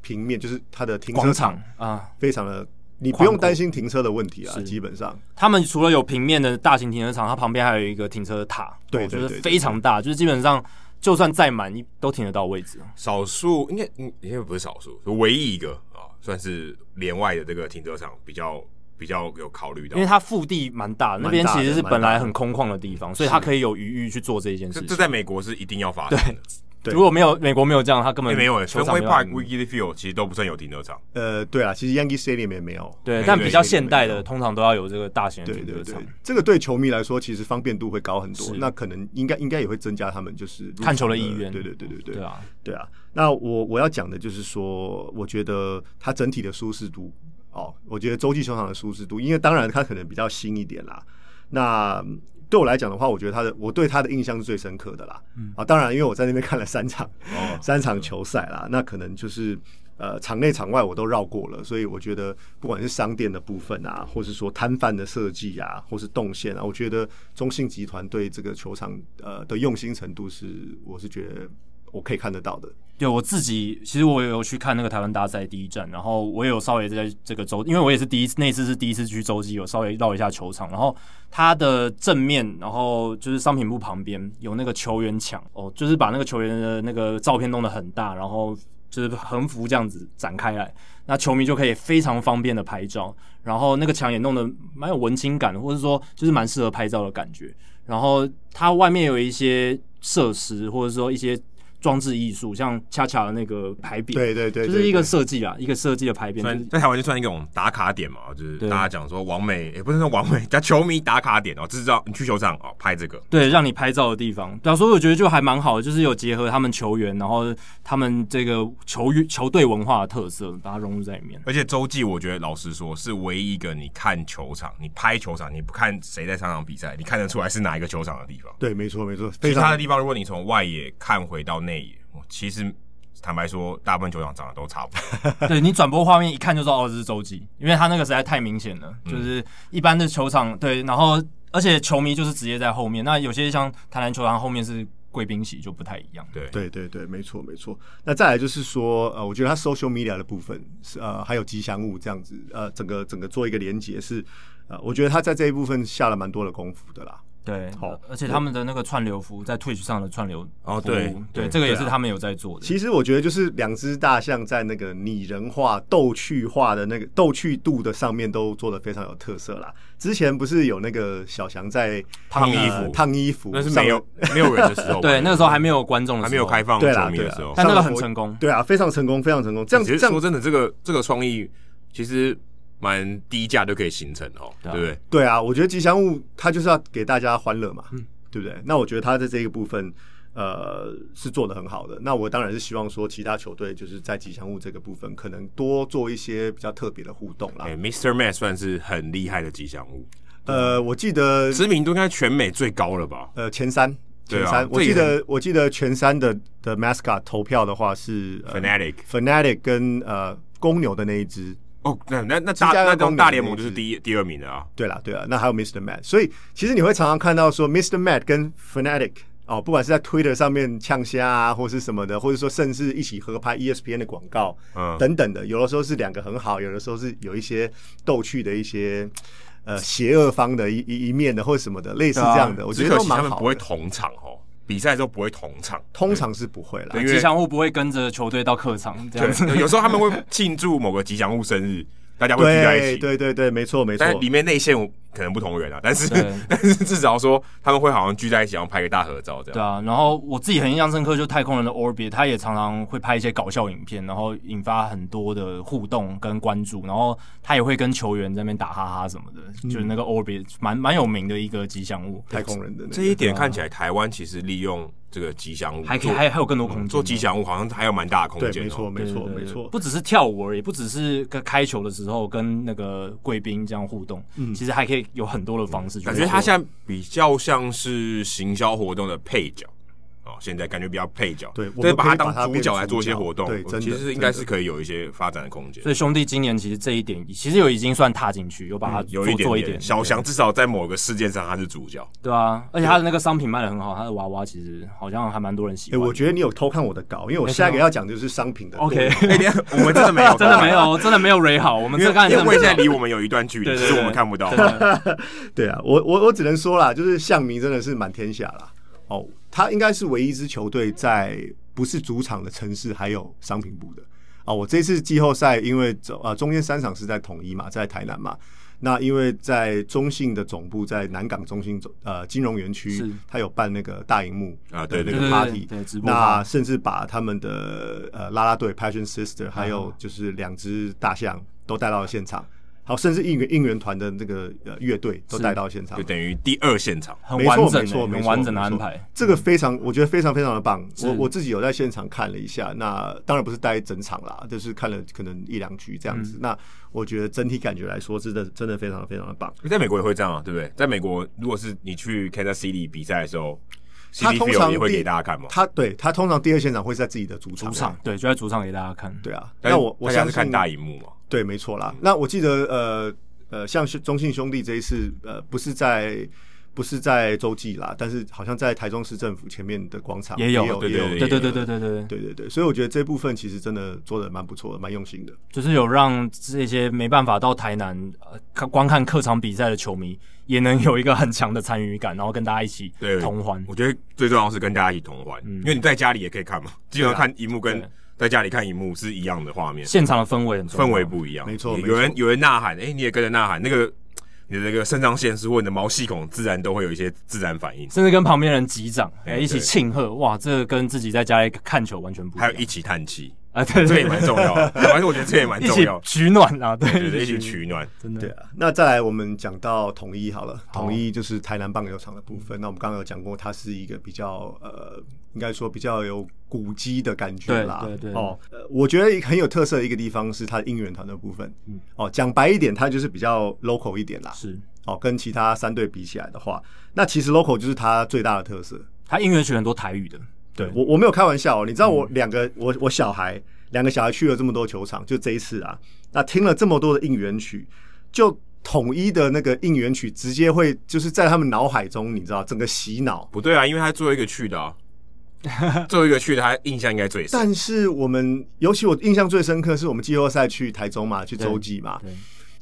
平面，就是它的停车广场场啊，非常的，你不宽用阔担心停车的问题啊，是基本上。他们除了有平面的大型停车场，它旁边还有一个停车塔，对哦对就是对对非常大，就是基本上就算再满，你都停得到位置。少数应该嗯应该不是少数，唯一一个啊，算是连外的这个停车场比较比较有考虑到因为。它腹地蛮大的，那蛮大的边其实是蛮大的本来很空旷的地方，所以它可以有余裕去做这一件这事这情。在美国是一定要发生的，对如果没有美国没有这样，它根哎、本没有哎、球欸、场没 Fenway 有 Park、Wrigley Field 其实都不算有停车场，呃，对啊，其实 Yankee Stadium 也没有。对，没但比较现代没的有通常都要有这个大型的对停对车对场。，这个对球迷来说其实方便度会高很多是，那可能应该应该也会增加他们就是入场看球的意愿对对对对对，对啊，对啊。那我我要讲的就是说，我觉得它整体的舒适度哦，我觉得洲际球场的舒适度，因为当然它可能比较新一点啦。那嗯对我来讲的话，我觉得它的我对它的印象是最深刻的啦。啊，当然因为我在那边看了三场，哦三场球赛啦，那可能就是呃场内场外我都绕过了，所以我觉得不管是商店的部分啊，或是说摊贩的设计啊，或是动线啊，我觉得中信集团对这个球场呃的用心程度是，我是觉得我可以看得到的。对我自己，其实我也有去看那个台湾大赛第一站，然后我也有稍微在这个周，因为我也是第一次，那次是第一次去洲际，有稍微绕一下球场。然后它的正面，然后就是商品部旁边有那个球员墙，哦，就是把那个球员的那个照片弄得很大，然后就是横幅这样子展开来，那球迷就可以非常方便的拍照，然后那个墙也弄得蛮有文青感的，或者说就是蛮适合拍照的感觉。然后它外面有一些设施，或者说一些装置艺术，像恰恰的那个牌匾，对对对，就是一对个对设计啦，一个设计的牌匾，就算是在台湾就算一种打卡点嘛，就是对大家讲说王美，也、不是说王美，叫球迷打卡点哦，知道你去球场哦拍这个，对，让你拍照的地方。对啊，所以我觉得就还蛮好的，就是有结合他们球员，然后他们这个球员球队文化的特色，把它融入在里面。而且洲际我觉得老实说是唯一一个你看球场，你拍球场，你不看谁在上场比赛，你看得出来是哪一个球场的地方。对，没错没错，非其他的常地方，如果你从外野看回到内野，哦其实坦白说，大部分球场长得都差不 多。对你转播画面一看就知道哦，这是洲际，因为他那个实在太明显了，就是一般的球场对，然后而且球迷就是直接在后面，那有些像台南球场后面是贵宾席就不太一样。对，对对对，没错没错。那再来就是说，呃，我觉得它 social media 的部分是呃，还有吉祥物这样子，呃，整个整个做一个连接是，呃，我觉得他在这一部分下了蛮多的功夫的啦。对，好而且他们的那个串流服务在 Twitch 上的串流服务哦对对，对这个也对啊是他们有在做的。其实我觉得就是两只大象在那个拟人化、逗趣化的那个逗趣度的上面都做的非常有特色啦。之前不是有那个小翔在烫衣呃服烫衣服，那是上没有没有人的时 候，对，那个时候还没有观众的时候，还没有开放对啦球迷对的啦时候，但那个很成功。对啊，非常成功，非常成功。这样其实这样说真的，这个这个创意其实蛮低价就可以形成哦，对对啊不对？对啊，我觉得吉祥物它就是要给大家欢乐嘛，嗯对不对？那我觉得他在这个部分，呃，是做的很好的。那我当然是希望说，其他球队就是在吉祥物这个部分，可能多做一些比较特别的互动啦。哎，Mr. 啊 Matt 算是很厉害的吉祥物，呃，我记得知名度应该全美最高了吧？呃前三。对前啊三，我这记也得我记得前三的的 mascot 投票的话是、呃 Fanatic Fanatic 跟呃公牛的那一支，哦，那那那芝大加哥那公种牛大联盟那就一是支第一第二名的啊，对啦，对啦，那还有 Mr. Matt，所以其实你会常常看到说 Mr. Matt 跟 Fanatic 哦，不管是在 Twitter 上面呛虾啊，或是什么的，或者说甚至一起合拍 E ESPN 的广告、嗯等等的，有的时候是两个很好，有的时候是有一些逗趣的一些呃邪恶方的一一一面的，或者什么的，类似这样的，我只觉得可都惜啊他蛮们好不会的。同场哦，比赛的时候不会同场，通常是不会啦，对因为吉祥物不会跟着球队到客场这样子。对，有时 候他们会庆祝某个吉祥物生日，大家会聚在一对起，对对对，没错没错但，里面内线可能不同人啊，但是对 但是至少说他们会好像聚在一起，然后拍个大合照这对样。啊，然后我自己很印象深刻，就太空人的 Orbit，他也常常会拍一些搞笑影片，然后引发很多的互动跟关注，然后他也会跟球员在那边打哈哈什么的，就是那个 Orbit 蛮蛮有名的一个吉祥物，太空人的那这个一点看起来，台湾其实利用这个吉祥物啊还可以做还还有更多空间做吉祥物，好像还有蛮大的空对，间、哦。没错没对错对对没错，不只是跳舞而已，不只是跟开球的时候跟那个贵宾这样互动，其实还可以有很多的方式去做。感觉它现在比较像是行销活动的配角哦，现在感觉比较配角，对我对，们把可它以把它当主变角成来做一些主角活动，对真的其实应该是可以有一些发展的空间所。以兄弟今年其实这一点其实有已经算踏进去，有把它做、嗯有一点做一点，点小翔至少在某个事件上他是 主角，对啊，而且他的那个商品卖的很好，他的娃娃其实好像还蛮多人喜哎、欢的。我觉得你有偷看我的稿，因为我下一个要讲就是商品的 OK， 哎连我们真的没有，真的没，有，真的没有蕊好，我们因这为个案因子为魏现在离我们有一段距对离，对只对是我们看不到。对啊，我我我只能说啦，就是象迷真的是满天下啦。哦，他应该是唯一一支球队在不是主场的城市还有商品部的啊、我这次季后赛因为中啊中间三场是在统一嘛，在台南嘛。那因为在中信的总部在南港中信总呃金融是园区，他有办那个大荧幕啊对的那对个对 party，对对直播那 party 甚至把他们的呃啦啦队 Passion Sister，还有就是两只大象都带到了现场，好，甚至应援应援团的那个呃乐队都带到现场就，等于第二现场。 很没完错，整、没错，欸，没很错，完整的没安错排。嗯这个非常，我觉得非常非常的棒。是我我自己有在现场看了一下，那当然不是待整场啦，就是看了可能一两局这样嗯子。那我觉得整体感觉来说，真的真的非常非常的棒。在美国也会这样啊，对不对？在美国，如果是你去 Kansas City 比赛的时候他，City 通常 Field 也会第给大家看嘛。他对他通常第二现场会在自己的主场，欸主场对，就在主场给大家看。对啊。但那我我大家相是信看大荧幕嘛，对，没错啦。那我记得呃呃，像是中信兄弟这一次呃，不是在不是在洲际啦，但是好像在台中市政府前面的广场也有有对也对对有对对对对对，对对对，所以我觉得这部分其实真的做的蛮不错的，蛮用心的。就是有让这些没办法到台南呃看观看客场比赛的球迷，也能有一个很强的参与感，然后跟大家一起对，嗯同欢。啊我觉得最重要的是跟大家一起同欢，因为你在家里也可以看嘛，基本上看荧幕跟在家里看荧幕是一样的画面，现场的氛围很重要氛围不一样。没错有没错人有人呐喊，哎、你也跟着呐喊，那个你的那个肾上腺素或你的毛细孔自然都会有一些自然反应，甚至跟旁边人击掌，哎、哎一起对庆贺，哇，这个跟自己在家里看球完全不一还样有。一起叹气，啊，对这对也蛮重要 的。反正我觉得这也蛮一重起要，取暖啊，对，对对，一起取暖。真的对啊，那再来我们讲到统一好了，好统一就是台南棒球场的部分。那我们刚刚有讲过，它是一个比较呃，应该说比较有古迹的感觉啦。对对对哦、呃我觉得很有特色的一个地方是它的应援团的部分。嗯哦，讲白一点，它就是比较 local 一点啦。是哦，跟其他三队比起来的话，那其实 local 就是它最大的特色。他音乐学很多台语的，对嗯我我没有开玩笑、哦，你知道我两个、我我小孩两个小孩去了这么多球场，就这一次啊，那听了这么多的应援曲，就统一的那个应援曲直接会就是在他们脑海中，你知道整个洗脑。不对啊，因为他最后一个去 的、啊，最后一个去的，他印象应该最深。但是我们尤其我印象最深刻是我们季后赛去台中嘛，去洲际嘛，对，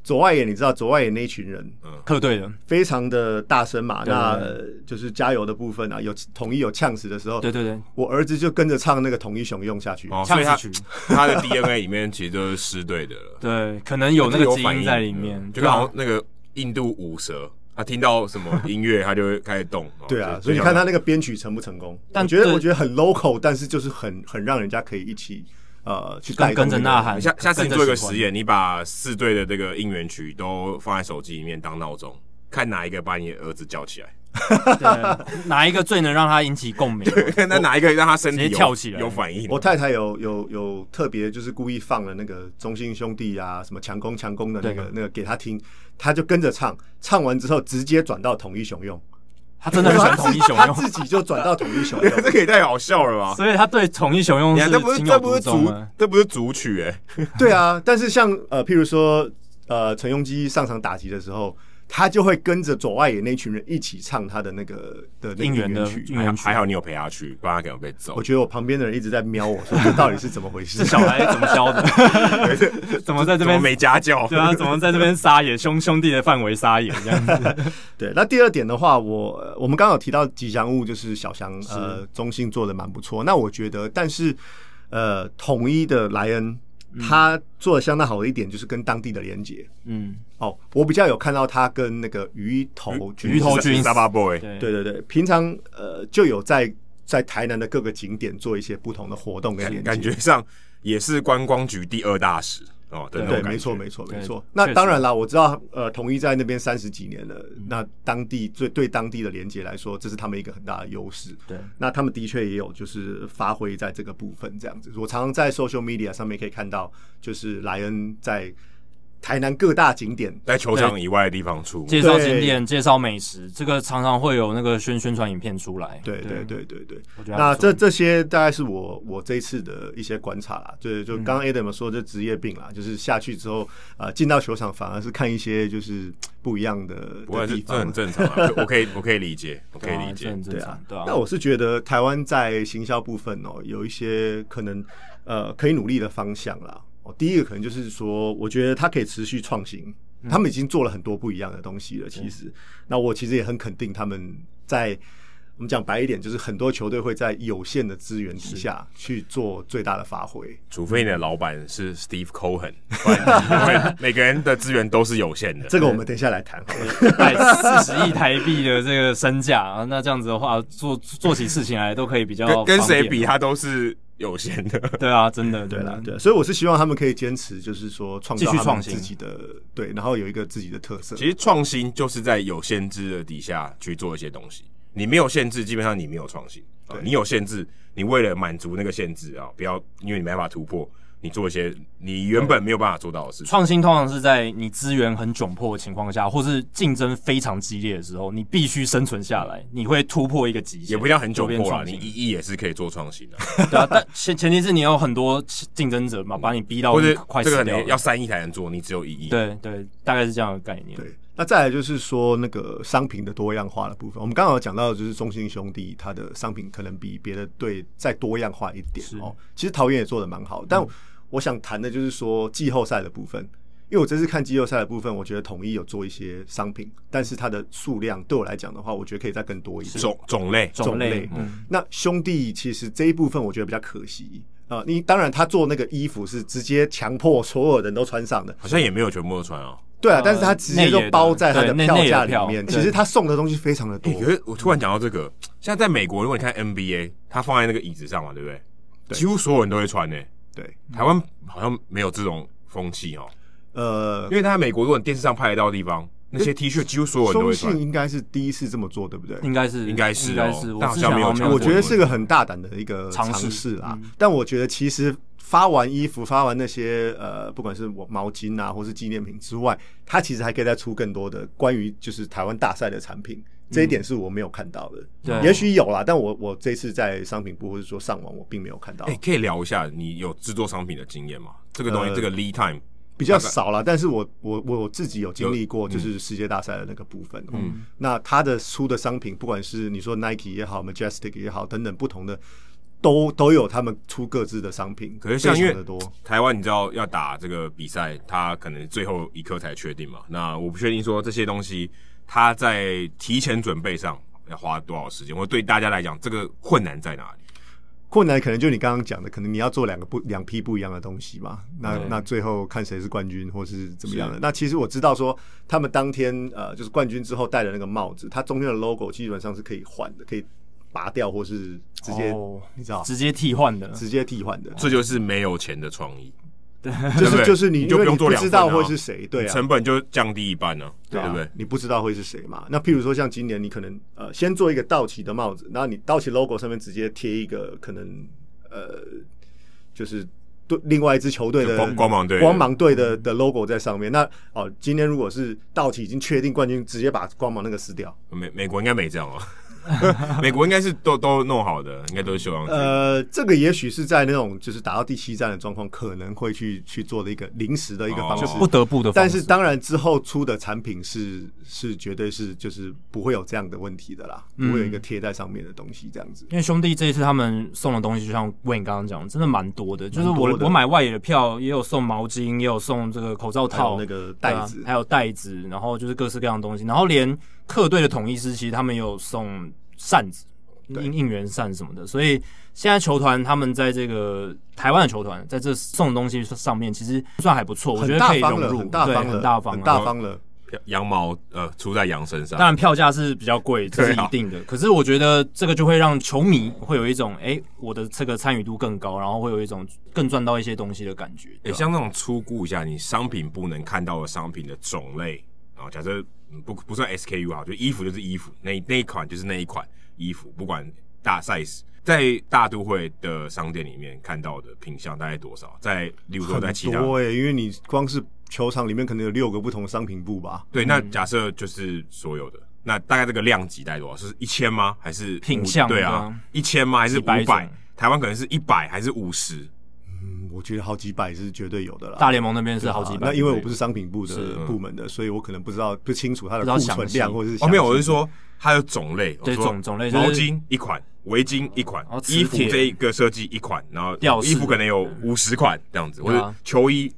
左外野你知道左外野那一群人客队的，非常的大声嘛，对那对呃就是加油的部分啊，有统一有呛死的时候，对对对，我儿子就跟着唱那个统一雄用下去。哦，所呛以他死曲， 他的 DNA 里面其实都是师队的了，对，可能有那个有基反因在里面嗯，对就跟啊好像那个印度舞蛇，他听到什么音乐，他就会开始动。哦对啊，所以你看他，那个编曲成不成功？但我觉得对我觉得很 local，但是就是很很让人家可以一起呃去带跟动跟着那个呐。喊，你下下次你跟着做一个喜欢实，验，你把四队的这个应援曲都放在手机里面当闹钟，看哪一个把你的儿子叫起来， 对哪一个最能让他引起共鸣？看他哪一个让他身体直接有跳起来有反应。我太太有有有特别就是故意放了那个中信兄弟啊，什么强攻强攻的那对个那个给他听，他就跟着唱，唱完之后直接转到统一雄用，他真的很喜欢统一雄 他用，自己就转到统一雄用。 这个也太好笑了 吧！所以他对统一雄用你看，这不是是情这有不独是钟主啊。这不是主曲哎、对啊，但是像呃，譬如说呃，陈庸基上场打击的时候。他就会跟着左外野那群人一起唱他的那个的那个应援的曲，应还援好曲，还好你有陪他去，不然他可能被揍我。觉得我旁边的人一直在瞄我说这到底是怎么 回事这？小孩怎么教的？ 怎么在这怎么边？没家教？对啊，怎 么在这边撒野？兄兄弟的范围撒野这样子，对，那第二点的话，我呃我们刚刚有提到吉祥物，就是小翔呃中信做的蛮不错。那我觉得，但是呃，统一的莱恩他做的相当好的一点就是跟当地的连接。嗯，哦，我比较有看到他跟那个鱼头鱼头军沙巴 boy，对对对对，平常呃就有在在台南的各个景点做一些不同的活动跟连感接。感觉上也是观光局第二大使哦的那种对，感觉。没错，没错，对没错。确那实当然啦，我知道，呃，统一在那边三十几年了，那当地最对当地的连接来说，这是他们一个很大的优势。对，那他们的确也有就是发挥在这个部分这样子。我常常在 social media 上面可以看到，就是莱恩在台南各大景点，在球场以外的地方出没，介绍对景点、介绍美食，这个常常会有那个宣宣传影片出来。对对，对对对。我觉得还那不错这这些大概是我我这一次的一些观察啦，就是嗯就刚刚 Adam 说这职业病啦，就是下去之后，呃，进到球场反而是看一些就是不一样的不过的这地这方很。正常 啊，我可以我可以理解，我可以对啊理这解很。正对常啊，对啊。那我是觉得台湾在行销部分哦，有一些可能呃可以努力的方向啦。哦，第一个可能就是说，我觉得它可以持续创新，嗯他们已经做了很多不一样的东西了。其实，那我其实也很肯定他们在。我们讲白一点，就是很多球队会在有限的资源底下去做最大的发挥。除非你的老板是 Steve Cohen，不然你每个人的资源都是有呃限的。这个我们等一下来谈好了。百啊四十亿台币的这个身价啊，那这样子的话，做做起事情来都可以比较跟跟方谁便比，？他都是有限的。 对啊，真的，对真的啦，嗯对啦，所以我是希望他们可以坚持，就是说创继造续他创们新自己的对，然后有一个自己的特色。其实创新就是在有限制的底下去做一些东西。你没有限制，基本上你没有创新。啊对你有限制，你为了满足那个限制啊，不要因为你没办法突破，你做一些啊你原本没有办法做到的事情。创新通常是在你资源很窘迫的情况下，或是竞争非常激烈的时候，你必须生存下来，嗯你会突破一个极限，也不叫很就久变破了，创你新一亿也是可以做创新的，对啊，但前前提是你有很多竞争者嘛，把你逼到或者快这个死可掉能了。要三亿才能做，你只有一亿。对对，大概是这样的概念。对，那再来就是说那个商品的多样化的部分，我们刚好讲到就是中信兄弟它的商品可能比别的队再多样化一点是嗯哦。其实桃园也做的蛮好，但我想谈的就是说季后赛的部分。因为我这次看季后赛的部分，我觉得统一有做一些商品，但是它的数量对我来讲的话，我觉得可以再更多一点。种种类种类种类嗯那兄弟其实这一部分我觉得比较可惜，啊、你当然他做那个衣服是直接强迫所有人都穿上的，好像也没有全部都穿哦。对啊呃，但是他直接就内野的包在他的对内票内野价的票里面。对其实他送的东西非常的多诶，可是我突然讲到这个，现在在美国，如果你看 NBA，它放在那个椅子上嘛，对不对？对几乎所有人都会穿呢、对，台湾好像没有这种风气哦，呃因，为他在美国，如果你电视上拍得到的地方，那些 T 恤几乎所有人都中会穿信。应该是第一次这么做，对不对？应该是应该是哦应该是，但嗯我好之像前没有好像看过我觉得是个很大胆的一个尝尝试嗯试啦。但我觉得其实发完衣服、发完那些呃，不管是我毛巾啊，或是纪念品之外，它其实还可以再出更多的关于就是台湾大赛的产品。这一点是我没有看到的，嗯对也许有啦，但我我这次在商品部或者说上网，我并没有看到哎、，可以聊一下你有制作商品的经验吗？这个东西，呃这个 lead time，比较少啦。但是我我我自己有经历过，就是世界大赛的那个部分，嗯，那它的出的商品，不管是你说 Nike 也好，Majestic 也好，等等不同的，都都有他们出各自的商品，可是像非因常为的多。台湾你知道要打这个比赛，它可能最后一刻才确定嘛。那我不确定说这些东西，它在提前准备上要花多少时间，或对大家来讲，这个困难在哪里？困难可能就你刚刚讲的，可能你要做两个不两批不一样的东西嘛。那对那最后看谁是冠军或是怎么样的是。那其实我知道说，他们当天呃就是冠军之后戴的那个帽子，它中间的 logo 基本上是可以换的，可以拔掉或是直接、哦你知道直接替换的，直接替换的，这就是没有钱的创意，就对不是对就是你你就因为不用做不两知份道啊会是谁，对啊。成本就降低一半呢、对啊不对？你不知道会是谁嘛？那譬如说像今年，你可能呃先做一个道奇的帽子，然后你道奇 logo 上面直接贴一个可能呃就是对另外一支球队就的光光芒队光芒队的的 logo 在上面。那哦，今天如果是道奇已经确定冠军，直接把光芒那个撕掉。美美国应该没这样哦， 美国应该是都都弄好的，应该都是修上去。呃，这个也许是在那种就是打到第七站的状况，可能会去去做的一个临时的一个哦方式。就不得不的方但式。是当然之后出的产品是是绝对是就是不会有这样的问题的啦，嗯不会有一个贴在上面的东西这样子。因为兄弟这一次他们送的东西，就像 Wayne 刚刚讲的，真的蛮多的。就是我蛮多的我买外野的票，也有送毛巾，也有送这个口罩还有套、那个袋子对啊，还有袋子，然后就是各式各样的东西。然后连客队的统一师，其实他们也有送扇子。应应援扇什么的，所以现在球团他们在这个台湾的球团在这送的东西上面，其实算还不错，我觉很得大可以方融了，入，很大对方了，很大方很了，大方了。羊毛呃出在羊身上当，然票价是比较贵，这是对啊一定的。可是我觉得这个就会让球迷会有一种，哎、我的这个参与度更高，然后会有一种更赚到一些东西的感觉。诶、对吧像那种粗估一下，你商品不能看到的商品的种类啊，假设嗯不不算 SKU 啊，就衣服就是衣服，那那一款就是那一款衣服，不管大 size，在大都会的商店里面看到的品相大概多少？在例如说很在其他多哎、因为你光是球场里面可能有六个不同商品部吧，对，嗯那假设就是所有的，那大概这个量级大概多少？是一千吗？还是品五相对对啊啊，一千吗？还是五几百百种？台湾可能是一百还是五十？嗯，我觉得好几百是绝对有的啦。啊大联盟那边是好几百，那因为我不是商品部的嗯部门的，所以我可能不知道不清楚它的不知道库详存细量或者是哦，没有，详我细是说它有种类，我对说种种类就是毛巾一款，围巾一款哦，磁衣服铁这一个设计一款，然后吊饰衣服可能有五十款这样子，或对啊者球衣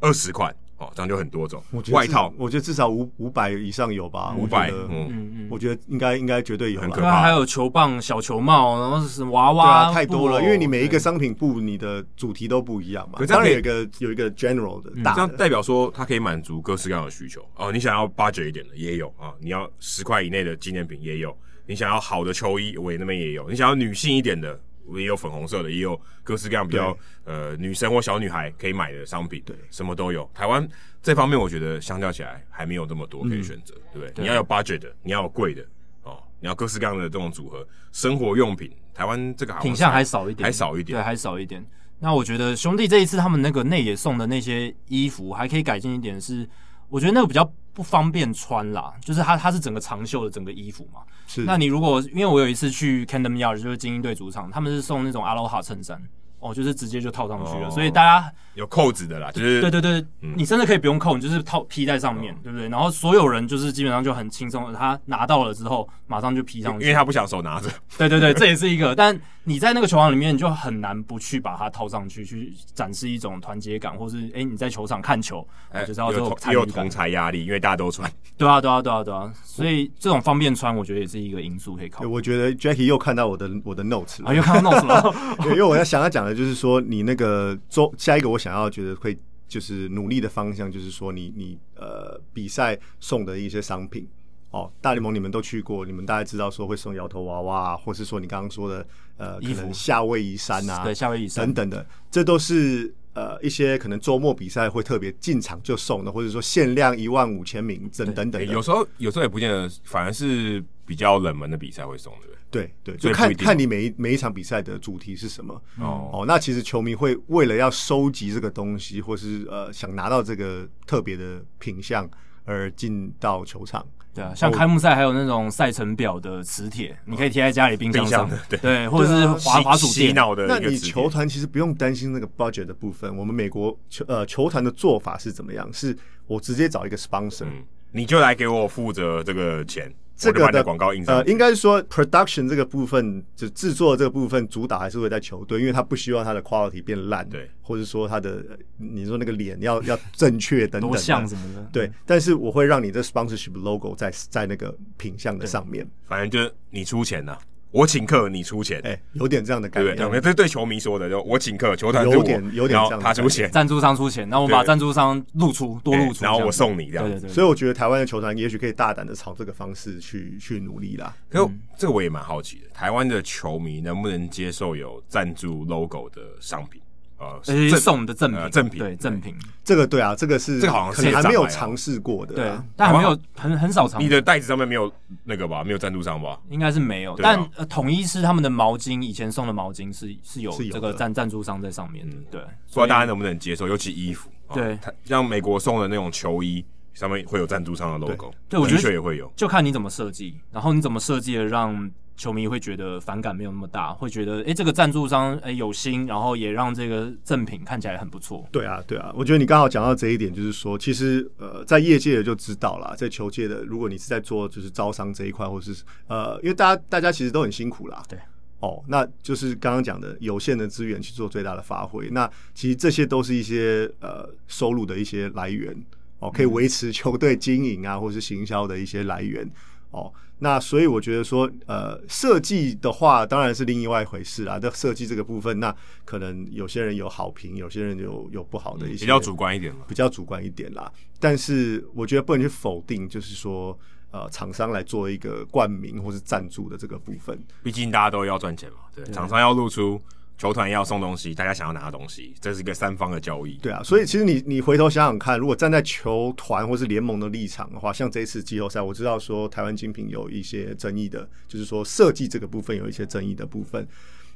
二十款，哦，这样就很多种我觉，得外至套我觉得至少五五百以上有吧，五百，嗯，嗯，我觉得应该应该绝对有很啦可对啊，还有球棒、小球帽，然后是娃对娃、啊，太多了，布偶因为你每一个商品部你的主题都不一样嘛可。这样当然可以有一个有一个 general 的大这样的，代表说它可以满足各式各样的需求哦。你想要八九一点的也有啊，你要十块以内的纪念品也有，你想要好的球衣，我也那边也有，你想要女性一点的。我也有粉红色的，也有各式各样比较呃女生或小女孩可以买的商品，对什么都有。台湾这方面我觉得相较起来还没有这么多可以选择，对不对？嗯你要有 budget 的，你要有贵的哦，你要各式各样的这种组合，生活用品，台湾这个好像品相还少一点，还少一点对，还少一点。那我觉得兄弟这一次他们那个内野送的那些衣服还可以改进一点是，我觉得那个比较不方便穿啦，就是它它是整个长袖的整个衣服嘛。是那你如果因为我有一次去 Camden Yard 就是精英队主场，他们是送那种 Aloha 衬衫。哦，就是直接就套上去了，哦嗯所以大家有扣子的啦，就是对对对，你甚至可以不用扣，你就是套披在上面，哦对不对？然后所有人就是基本上就很轻松，他拿到了之后马上就披上去因，为他不想手拿着，对对对，这也是一个。但你在那个球场里面，你就很难不去把它套上去，去展示一种团结感，或是哎、诶你在球场看球，我就是要这种参哎有同也有与同感。才压力，因为大家都穿。对啊，对啊，对啊，对啊。所以这种方便穿，我觉得也是一个因素可以考对虑。我觉得 Jackie 又看到我的我的 notes 哎啊，了， 又看到 notes 了， 因为我在想要讲的的就是说，你那个周下一个我想要觉得会就是努力的方向，就是说你你呃比赛送的一些商品哦，大联盟你们都去过，你们大概知道说会送摇头娃娃、啊，或是说你刚刚说的呃可衣服能夏威夷衫啊，对夏威夷山等等的，这都是呃一些可能周末比赛会特别进场就送的，或者说限量一万五千名等等等诶的。有时候有时候也不见得，反而是比较冷门的比赛会送，对不对？对对，所就以不看一定看你每一每一场比赛的主题是什么。哦，哦，那其实球迷会为了要收集这个东西，或是呃想拿到这个特别的品相而进到球场。对啊，哦像开幕赛还有那种赛程表的磁铁，你可以贴在家里冰箱上冰箱的，对啊对，或者是呃滑滑鼠洗垫，脑的那一个你指球点。团其实不用担心那个 budget 的部分。我们美国球呃球团的做法是怎么样？是我直接找一个 sponsor，、嗯，你就来给我负责这个钱，这我就个把你的的广告印上呃，去。应该是说 production 这个部分，就制作这个部分，主打还是会在球队，因为他不希望他的 quality 变烂，对，或者说他的呃你说那个脸要 要正确等等多的像什么的，对，但是我会让你的 sponsorship logo 在在那个品相的上面，反正就是你出钱呐、我请客，你出钱，哎、有点这样的概对不念。对？这是对球迷说的，就我请客，球团是有我点有点然后这样的他出感觉钱，赞助商出钱，然后我们把对赞助商露出多露哎出这样子，然后我送你这样对子对。对，所以我觉得台湾的球团也许可以大胆的朝这个方式去去努力啦。 可嗯是这个我也蛮好奇的，台湾的球迷能不能接受有赞助 logo 的商品？呃，而且赠送的赠品，呃赠品对赠品，这个对啊，这个是这个好像是可能还没障有碍哦尝试过的对啊、，但还没有很很少尝你的袋子上面没有那个吧？没有赞助商吧？应该是没有，对啊但呃统一是他们的毛巾，以前送的毛巾是是有是有这个的赞赞助商在上面的嗯，对，不知道大家能不能接受，尤其衣服，哦对它像美国送的那种球衣，上面会有赞助商的 logo，对我觉得 T 恤也会有。就看你怎么设计，然后你怎么设计的让球迷会觉得反感没有那么大，会觉得诶这个赞助商诶有心，然后也让这个赠品看起来很不错，对啊，对啊，我觉得你刚好讲到这一点，就是说，其实呃，在业界的就知道啦，在球界的，如果你是在做就是招商这一块，或是呃，因为大家大家其实都很辛苦啦，对，哦，那就是刚刚讲的有限的资源去做最大的发挥，那其实这些都是一些呃收入的一些来源哦，嗯可以维持球队经营啊，或是行销的一些来源哦。那所以我觉得说，呃，设计的话当然是另外一回事啦。那设计这个部分，那可能有些人有好评，有些人有有不好的一些嗯比较主观一点嘛，比较主观一点啦。但是我觉得不能去否定，就是说，呃，厂商来做一个冠名或是赞助的这个部分。毕竟大家都要赚钱嘛，对，厂商要露出，球团要送东西，大家想要拿的东西，这是一个三方的交易。对啊，所以其实你你回头想想看，如果站在球团或是联盟的立场的话，像这一次季后赛，我知道说台湾精品有一些争议的，就是说设计这个部分有一些争议的部分。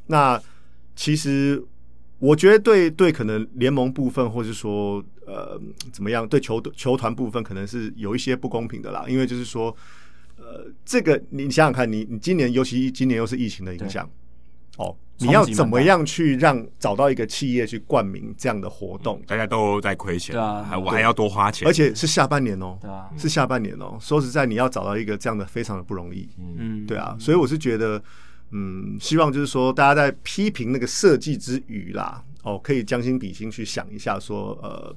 那其实我觉得对对，可能联盟部分，或是说呃怎么样，对球队球团部分，可能是有一些不公平的啦，因为就是说。呃，这个你想想看，你你今年，尤其今年又是疫情的影响，哦，冲击你要蛮怎么大样去让找到一个企业去冠名这样的活动？嗯大家都在亏钱，对啊还我还要多花钱，而且是下半年哦，对啊，是下半年哦。说实在，你要找到一个这样的非常的不容易，嗯，对啊。所以我是觉得，嗯，希望就是说大家在批评那个设计之余啦，哦，可以将心比心去想一下说，呃，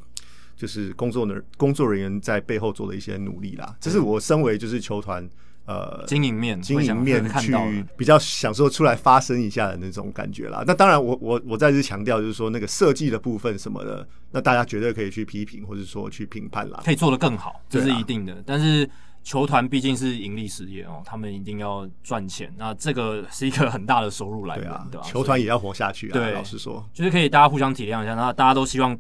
就是工作人工作人员在背后做的一些努力啦。这是我身为就是球团呃经营面经会营想面会看去到的比较享受出来发声一下的那种感觉啦。那当然我，我我再次强调，就是说那个设计的部分什么的，那大家绝对可以去批评或者说去评判啦。可以做得更好，这对啊是一定的。但是球团毕竟是盈利事业哦，他们一定要赚钱，那这个是一个很大的收入来对源，啊对吧、，球团也要活下去啊。对老实说，就是可以大家互相体谅一下，那大家都希望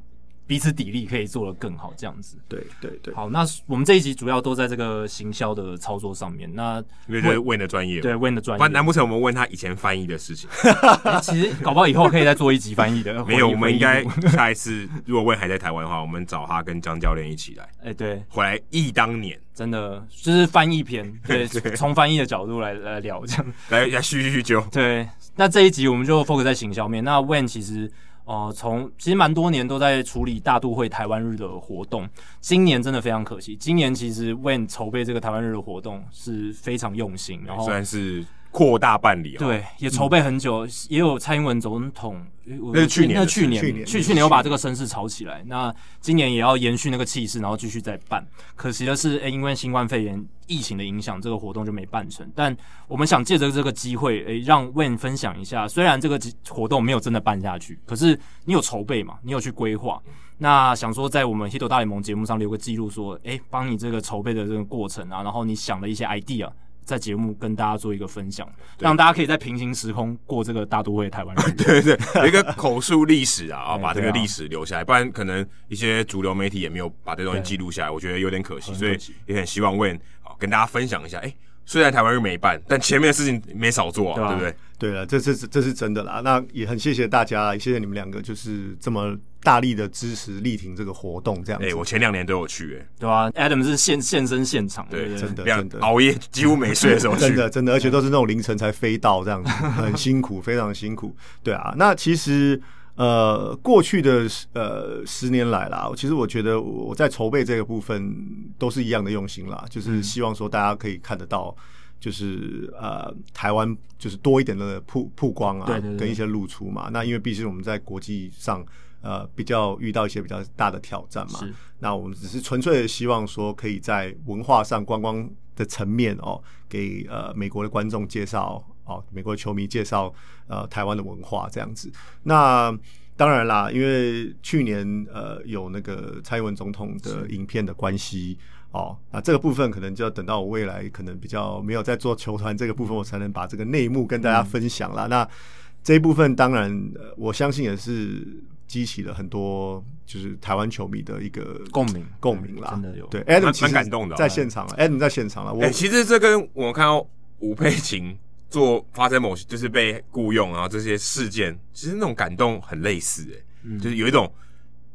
彼此砥砺，可以做得更好，这样子。对对对。好，那我们这一集主要都在这个行销的操作上面。那因为就是为了专业嘛，对 Win 的专不然难业，不成我们问他以前翻译的 事情？诶其实搞不好以后可以再做一集翻 译的。没有，回忆我们应该回忆录 下一次如果问还在台湾的话，我们找他跟张教练一起来哎，对，回来忆当年，真的就是翻译篇， 对，从翻译的角度来来聊这样。来来叙叙旧。对，那这一集我们就 focus 在行销面。那 Wen 其实呃，从其实蛮多年都在处理大都会台湾日的活动，今年真的非常可惜。今年其实 Wen 筹备这个台湾日的活动是非常用心，然后虽然是扩大办理。，哦对，也筹备很久，也有蔡英文总统，呃我那是去年那的去去年，年去去年有把这个声势炒起来。那今年也要延续那个气势，然后继续再办。可惜的是，诶、因为新冠肺炎疫情的影响，这个活动就没办成。但我们想借着这个机会，诶、让 Wayne 分享一下，虽然这个集活动没有真的办下去，可是你有筹备嘛，你有去规划。那想说，在我们《h i t 大联盟》节目上留个记录，说，诶、帮你这个筹备的这个过程啊，然后你想的一些 idea，在节目跟大家做一个分享，让大家可以在平行时空过这个大都会台湾日子。对对对，有一个口述历史啊，啊，对把这个对啊历史留下来，不然可能一些主流媒体也没有把这东西记录下来，我觉得有点可惜，很所可以惜也很希望问啊，跟大家分享一下，哎，虽然台湾日没办，但前面的事情没少做对啊啊，对不对？对了，这这是这是真的啦。那也很谢谢大家，也谢谢你们两个，就是这么大力的支持力挺这个活动，这样子。哎，我前两年都有去，哎，对吧、a d a m 是现现身现场，对对不对真的两真的熬夜几乎没睡的时候真去，的真的，而且都是那种凌晨才飞 到这样子，很辛苦，非常辛苦。对啊，那其实呃，过去的十呃十年来啦，其实我觉得我我在筹备这个部分都是一样的用心啦，嗯就是希望说大家可以看得到。就是呃，台湾就是多一点的曝曝光啊，对对对跟一些露出嘛。那因为毕竟我们在国际上呃比较遇到一些比较大的挑战嘛，是那我们只是纯粹的希望说，可以在文化上、观光的层面哦，给呃美国的观众介绍哦，美国的球迷介绍呃台湾的文化这样子。那当然啦，因为去年呃有那个蔡英文总统的影片的关系哦，那这个部分可能就要等到我未来可能比较没有在做球团这个部分，我才能把这个内幕跟嗯大家分享啦。那这一部分当然，呃我相信也是激起了很多就是台湾球迷的一个共鸣共鸣啦，真的有对蛮，Adam 其实蛮感动的啊在现场了，Adam 在现场了，啊我哎、其实这跟我们看到吴佩琴做发生某些就是被雇佣啊这些事件，其实那种感动很类似、哎、就是有一种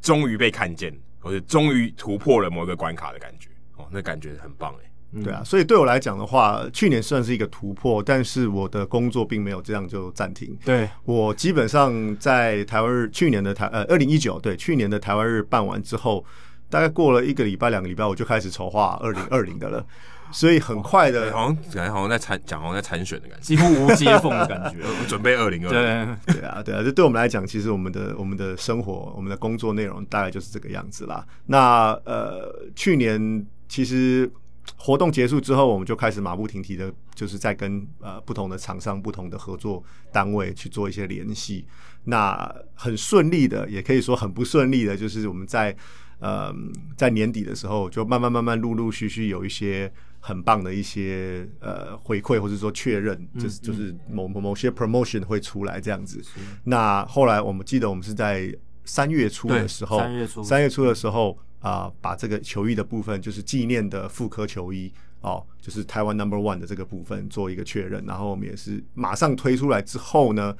终于被看见，或者终于突破了某一个关卡的感觉，哦，那感觉很棒、哎。对啊，所以对我来讲的话，去年算是一个突破，但是我的工作并没有这样就暂停。对，我基本上在台湾日去年的台呃二零一九对去年的台湾日办完之后，大概过了一个礼拜两个礼拜，我就开始筹划二零二零的了，所以很快的对，好像感觉好像在参讲，好像在参选的感觉。几乎无接缝的感觉。 我准备二零二，对，对啊，对啊，这对我们来讲，其实我们的我们的生活、我们的工作内容大概就是这个样子啦。那呃，去年其实活动结束之后，我们就开始马不停蹄的，就是在跟呃不同的厂商、不同的合作单位去做一些联系。那很顺利的，也可以说很不顺利的，就是我们在呃在年底的时候，就慢慢慢慢陆陆续续有一些很棒的一些呃回馈，或者说确认，嗯就是就是某某某些 promotion 会出来这样子。那后来我们记得我们是在三月初对的时候，三月初三月初的时候啊、把这个球衣的部分，就是纪念的妇科球衣哦，就是台湾 Number One 的这个部分做一个确认，然后我们也是马上推出来之后呢，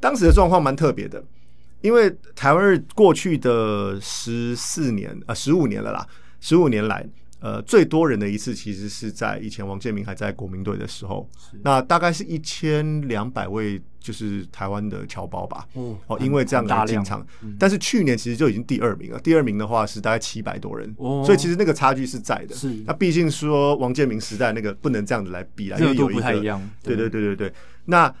当时的状况蛮特别的，因为台湾日过去的十四年啊十五年了啦，十五年来。呃，最多人的一次其实是在以前王建民还在国民队的时候，那大概是一千两百位就是台湾的侨胞吧，哦哦，因为这样很大来量嗯进场。但是去年其实就已经第二名了，第二名的话是大概七百多人，哦所以其实那个差距是在的。是那毕竟说王建民时代那个不能这样子来比啦，因热为度有不一太个一样。对对对对对。那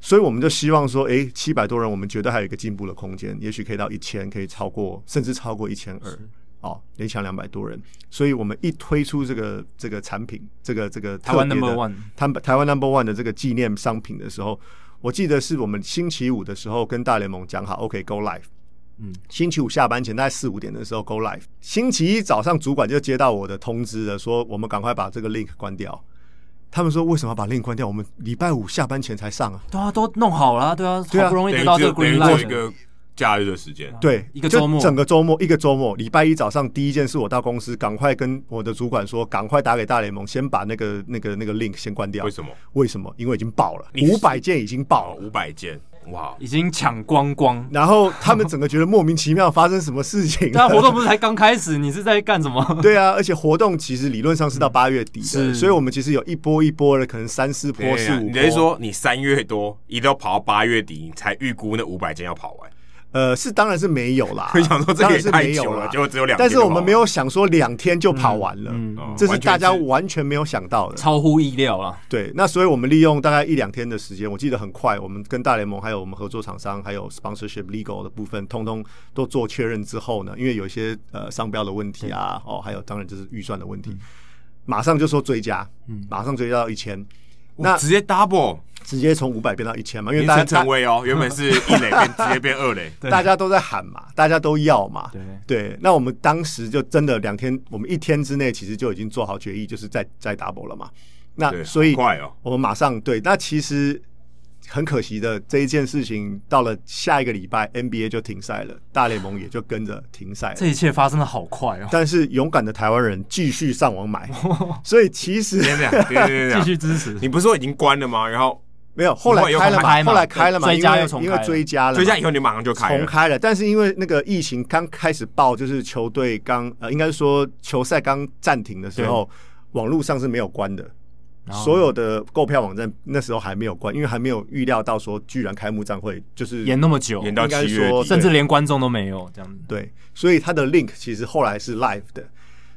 所以我们就希望说，诶，七百多人，我们觉得还有一个进步的空间，也许可以到一千，可以超过，甚至超过一千二。哦，一千两百多人，所以我们一推出这个这个产品，这个这个台湾特别的 number one 台台湾 Number One 的这个纪念商品的时候，我记得是我们星期五的时候跟大联盟讲好，OK go live。嗯，星期五下班前大概四五点的时候 go live。星期一早上主管就接到我的通知了，说我们赶快把这个 link 关掉。他们说为什么要把 link 关掉？我们礼拜五下班前才上啊。对啊，都弄好了，对啊，对啊好不容易等得于到只这有个等于 green 只有一 light，个假日的时间。对，一个周末就整个周末，一个周末，礼拜一早上第一件事，我到公司赶快跟我的主管说，赶快打给大联盟，先把那个那个那个 link 先关掉。为什么？为什么？因为已经爆了，你是五百件已经哦，爆了。五百件，哇！已经抢光光。然后他们整个觉得莫名其妙发生什么事 情但啊了。活动不是才刚开始，你是在干什么？ 对啊，而且活动其实理论上是到八月底是的，所以我们其实有一波一波的，可能三四波、四嗯五啊你波。等于说你三月多，一定要跑到八月底，你才预估那五百件要跑完。，呃，是当然是没有啦 我想说这当个然也是太没久有了，啦，结果只有两天但就是跑完，我们没有想说两天就跑完了，嗯哦，这是完全大家完全没有想到的。超乎意料啊！对，那所以我们利用大概一两天的时间，我记得很快，我们跟大联盟还有我们合作厂商，还有 sponsorship legal 的部分，通通都做确认之后呢，因为有一些呃商标的问题啊，哦，还有当然就是预算的问题，马上就说追加，马上追加到一千，哇那直接 double，直接从五百变到一千嘛，因为连大陈家陈威哦，原本是一垒变直接变二垒，大家都在喊嘛，大家都要嘛，对对，那我们当时就真的两天，我们一天之内其实就已经做好决议，就是再再 double 了嘛。那对，所以好快哦，我们马上对，那其实很可惜的这一件事情，到了下一个礼拜 NBA 就停赛了，大联盟也就跟着停赛这了。一切发生的好快哦，但是勇敢的台湾人继续上 网买，所以其实先这样，对对对对啊继对，续支持。你不是说已经关了吗？然后没有，后来有开了开嘛，嘛后来开了嘛，追因加又为重因开为了追加了嘛，追加以后你马上就开重了，开了，但是因为那个疫情刚开始爆，就是球队刚呃，应该是说球赛刚暂停的时候，网络上是没有关的，然后所有的购票网站那时候还没有关，因为还没有预料到说居然开幕战会就是演那么久，延到应该七月说底，甚至连观众都没有这样子。对，所以它的 link 其实后来是 live 的，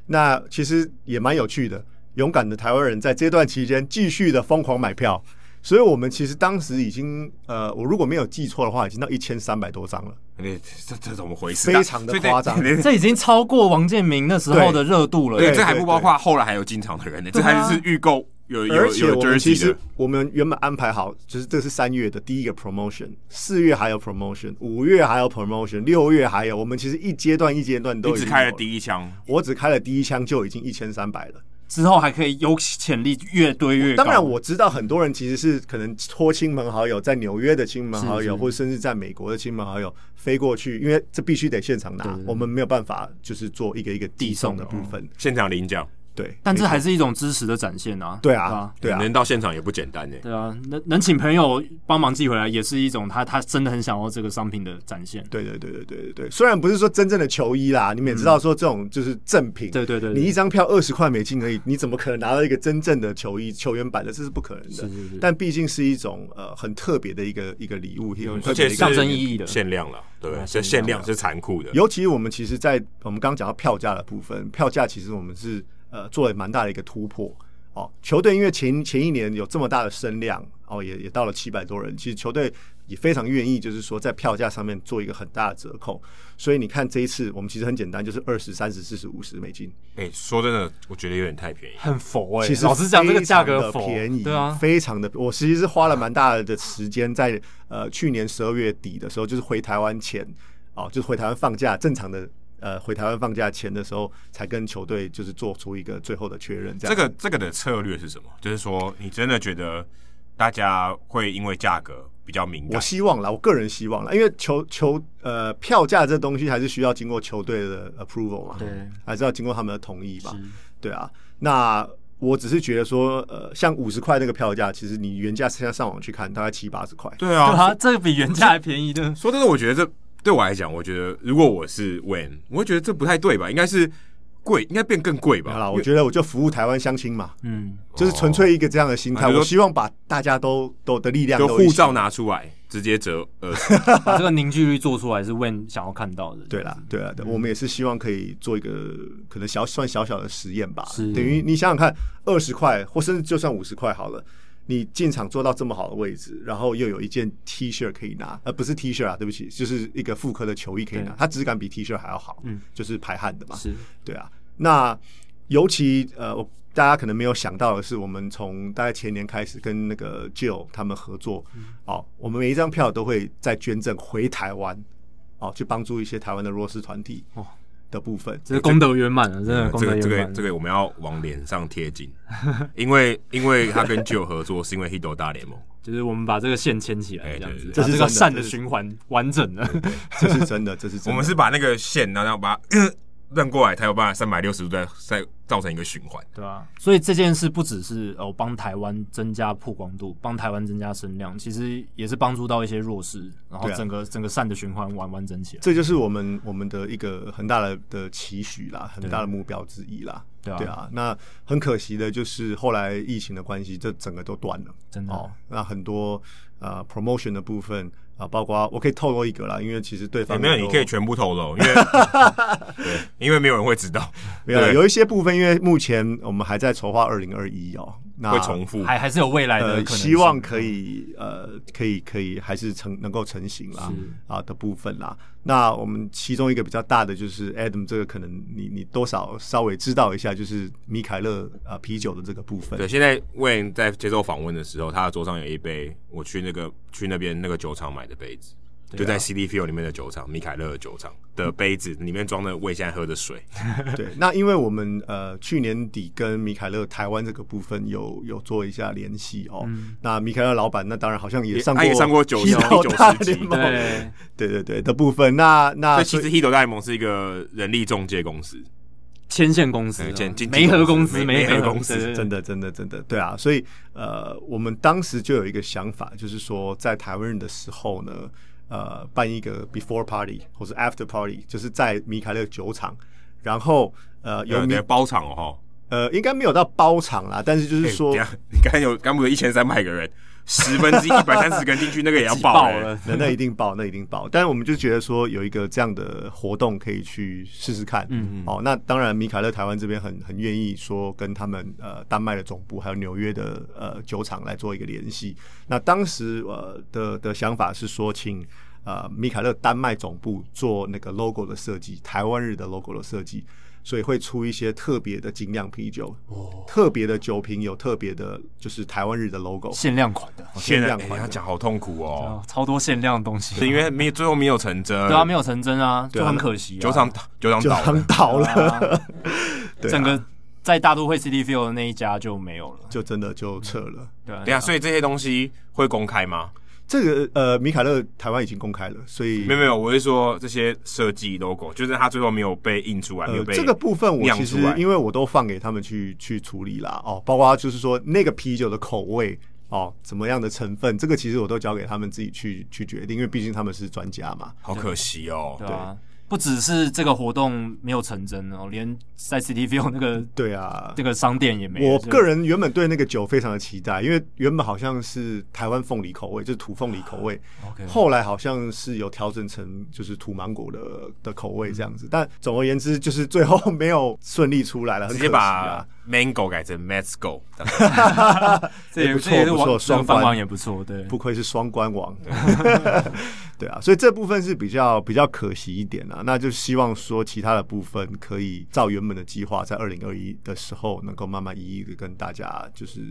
那其实也蛮有趣的。勇敢的台湾人在这段期间继续的疯狂买票，所以我们其实当时已经呃，我如果没有记错的话，已经到一千三百多张了。你哎这这怎么回事？非常的所以这夸张对对对这已经超过王建民那时候的热度了。对，对这还不包括后来还有进场的人呢，这对啊还是预购有有而且有我们 jersey 其的实，我们原本安排好，就是这是三月的第一个 promotion，四月还有 promotion，五月还有 promotion，六月还有，我们其实一阶段一阶段都你已只经开了有第一枪，我只开了第一枪就已经一千三百了。之后还可以有潜力越堆越高。当然，我知道很多人其实是可能托亲朋好友，在纽约的亲朋好友，是或者甚至在美国的亲朋好友飞过去，因为这必须得现场对拿对，对我们没有办法就是做一个一个递送的部分。现场领奖，对，但这没错还是一种支持的展现啊。对啊，对啊，能到现场也不简单呢。对啊，能能请朋友帮忙寄回来，也是一种他他真的很想要这个商品的展现。对对对对对对对。虽然不是说真正的球衣啦，你们也知道说这种就是正品，对对对对你一张票二十块美金而已，你怎么可能拿到一个真正的球衣球员版的？这是不可能的是是是。但毕竟是一种呃很特别的一个一个礼物，很特而别且的是一个象征意义的限量了，对不对，啊这限限量量是残酷的。尤其我们其实在，我们刚刚讲到票价的部分，票价其实我们是呃做了蛮大的一个突破哦。球队因为前前一年有这么大的声量哦，也也到了七百多人，其实球队也非常愿意，就是说在票价上面做一个很大的折扣。所以你看这一次，我们其实很简单，就是二十三十四十五十美金，哎，说真的，我觉得有点太便宜。很佛哎、其实老实讲，这个价格非佛常的便宜，对啊，非常的。我其实是花了蛮大的时间在呃去年十二月底的时候，就是回台湾前哦，就是回台湾放假正常的。呃，回台湾放假前的时候，才跟球队就是做出一个最后的确认。这这样，个这个的策略是什么？就是说，你真的觉得大家会因为价格比较敏我感？希望啦，我个人希望啦，因为球球呃票价这东西还是需要经过球队的 approval 嘛，对，还是要经过他们的同意吧。对啊，那我只是觉得说，呃，像五十块那个票价，其实你原价现在上网去看，大概七八十块。对对啊，啊，这个比原价还便宜的。说真的，我觉得这对我来讲，我觉得如果我是 When，我会觉得这不太对吧？应该是贵，应该变更贵吧？好啦，因我为哦觉得我就服务台湾乡亲嘛，嗯，就是纯粹一个这样的心啊态。就说我希望把大家都都的力量就都一护起照。拿出来，直接折 呃， 把这个凝聚力做出来是 Win 想要看到的。对啦，嗯对啦，对，我们也是希望可以做一个可能小算小小的实验吧是。等于你想想看，二十块或甚至就算五十块好了，你进场坐到这么好的位置，然后又有一件 T 恤可以拿，呃，不是 T 恤啊，对不起，就是一个复刻的球衣可以拿对，它质感比 T 恤还要好，嗯就是排汗的嘛。是对啊，那尤其呃，我大家可能没有想到的是，我们从大概前年开始跟那个 Jill 他们合作，哦，我们每一张票都会再捐赠回台湾，哦，去帮助一些台湾的弱势团体哦的部分。 这是功德圆满了，真嗯的功这德个这圆个满。这个我们要往脸上贴 金，因为因为他跟 Joe 合作是因为 Hito 大联盟，就是我们把这个线牵起来，哎这样子，对对对把这这是真个的善的这是循环完整了。这是真的，这是真的。我们是把那个线，然后把它转过来，才有办法三百六十度再再造成一个循环。对啊，所以这件事不只是哦帮台湾增加曝光度，帮台湾增加声量，其实也是帮助到一些弱势，然后对啊整个、整个善的循环完完整起来。这就是我们我们的一个很大的的期许啦，很大的目标之一啦。对啊那很可惜的就是后来疫情的关系，这整个都断了，嗯真的哦。那很多呃 promotion 的部分，啊，包括我可以透露一个啦，因为其实对欸方没有，也你都可以全部透露，因为对，因为没有人会知道，没有啦对有一些部分，因为目前我们还在筹划二零二一哦，那会重复。还还是有未来的可呃能，性希望可以嗯呃，可以可以还是成能够成型啦啊的部分啦。那我们其中一个比较大的就是 Adam 这个，可能你你多少稍微知道一下，就是米凯勒啊、啤酒的这个部分。对，现在 Wayne 在接受访问的时候，他的桌上有一杯我去那个去那边那个酒厂买的杯子，啊就在 CD Field 里面的酒厂，米凯勒的酒厂的杯子里面装的 Wayne 现在喝的水。对，那因为我们呃去年底跟米凯勒台湾这个部分有有做一下联系哦。那米凯勒老板那当然好像嗯也也上过他也上过九十 Hito 九十大集联盟对，对对对的部分。那那所以其实 Hito 大联盟是一个人力中介公司，牵线公司啊嗯牵经、纪媒合公司、公媒司媒合合公司对对对真的，真的，真的，对啊，所以呃，我们当时就有一个想法，就是说在台湾人的时候呢，呃，办一个 before party 或是 after party，就是在米凯勒酒厂，然后呃，有有米那包场哦哈。呃，应该没有到包场啦，但是就是欸说等一，下你刚才有刚不是一千三百个人，十分之一百三十个人进去，那个也要挤爆爆欸了，那那一定爆，那一定爆。但是我们就觉得说有一个这样的活动可以去试试看。嗯嗯。哦，那当然，米凯勒台湾这边很很愿意说跟他们呃丹麦的总部还有纽约的呃酒厂来做一个联系。那当时呃的的想法是说，请呃米凯勒丹麦总部做那个 logo 的设计，台湾日的 logo 的设计。所以会出一些特别的精酿啤酒，哦特别的酒瓶有特别的，就是台湾日的 logo，哦限量款的，现在量哎款他的讲好痛苦哦，哦，超多限量的东西，是因为没最后没有成真，对啊，没有成真啊，对啊就很可惜啊。酒厂酒厂就倒了很，倒了。对啊，对啊整个在大都会 City Field 的那一家就没有了，就真的就撤了。对啊等一，下，所以这些东西会公开吗？这个呃，米凯勒台湾已经公开了，所以没有没有，我是说这些设计 logo，就是它最后没有被印出来，没呃有被这个部分我酿其实出来因为我都放给他们去去处理啦哦，包括就是说那个啤酒的口味哦，怎么样的成分，这个其实我都交给他们自己去去决定，因为毕竟他们是专家嘛。好可惜哦。对啊，不只是这个活动没有成真哦，连在 City Field 那 个对啊，这个商店也没有。我就个人原本对那个酒非常的期待，因为原本好像是台湾凤梨口味，就是土凤梨口味， OK，后来好像是有调整成就是土芒果的的口味这样子，但总而言之就是最后没有顺利出来了，很直可惜接把啊。 mango 改成 mets go，这也不这错也是不错网这个双饭关网也不错，对，不愧是双关王， 对啊，所以这部分是比较比较可惜一点啊。那就希望说其他的部分可以照原本的计划，在二零二一的时候能够慢慢一一的跟大家就是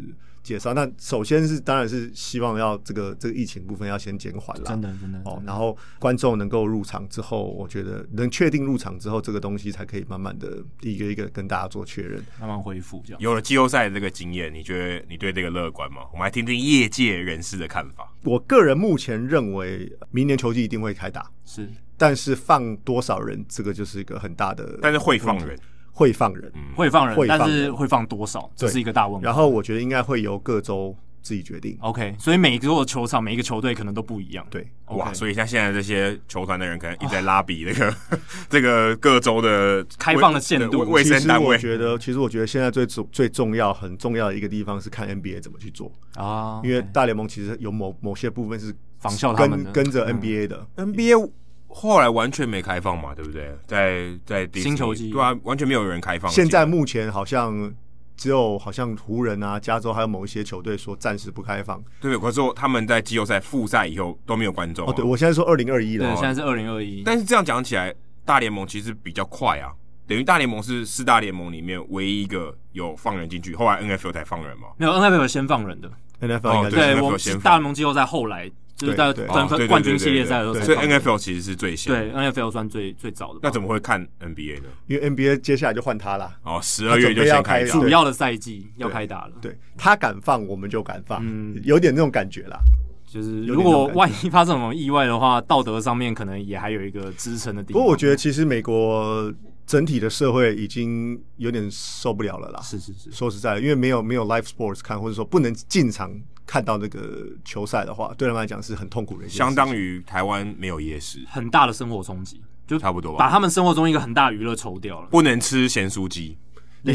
介绍。那首先是当然是希望要这个这个疫情部分要先减缓啦，真的真的哦，然后观众能够入场之后，我觉得能确定入场之后，这个东西才可以慢慢的一个一个跟大家做确认。慢慢恢复这样。有了季后赛的这个经验，你觉得你对这个乐观吗？我们来听听业界人士的看法。我个人目前认为，明年球季一定会开打，是但是放多少人，这个就是一个很大的，但是会放人，会放人。嗯会放人，会放但是会放多少，这对是一个大问题然。后我觉得应该会由各州自己决定。 OK，所以每一个球场、每一个球队可能都不一样。对， OK，哇！所以像现在这些球团的人，可能一直在拉比这个、 这个各州的开放的限度卫卫其生实单我位。觉得，其实我觉得现在最重最重要、很重要的一个地方是看 NBA 怎么去做，啊，因为大联盟其实有某某些部分是仿效他们跟的跟着 NBA 的，嗯 NBA 后来完全没开放嘛，对不对？在在 Disney，新球季对啊，完全没有人开放。现在目前好像只有好像湖人啊、加州还有某一些球队说暂时不开放。对，可是我他们在季后赛复赛以后都没有观众、啊哦，对，，我现在说二零二一对，了哦现，在是二零二一，但是这样讲起来，大联盟其实比较快啊，等于大联盟是四大联盟里面唯一一个有放人进去，后来 NFL 才放人嘛。没有 NFL 先放人的， NFL 哦应对该是对，我 NFL 们先是放大联盟季后赛后来就是对在对哦等对对对冠军系列赛的时候对才所放以人， NFL 其实是最先。，对 NFL 算最最早的吧，那怎么会看 NBA 呢？因为 NBA 接下来就换他啦。哦，十二月就先开啊他准备要开打了主要的赛季要开打了？啊对他敢放，我们就敢放，嗯有点那种感觉啦。就是有点如果那种万一发生什么意外的话，道德上面可能也还有一个支撑的地不方。过我觉得其实美国整体的社会已经有点受不了了啦。是是是，说实在的，因为没有没有 live sports 看，或者说不能进场看到那个球赛的话，对他们来讲是很痛苦的一件事情。相当于台湾没有夜市，很大的生活冲击，就差不多把吧。他们生活中一个很大的娱乐抽掉了。不能吃咸酥鸡，你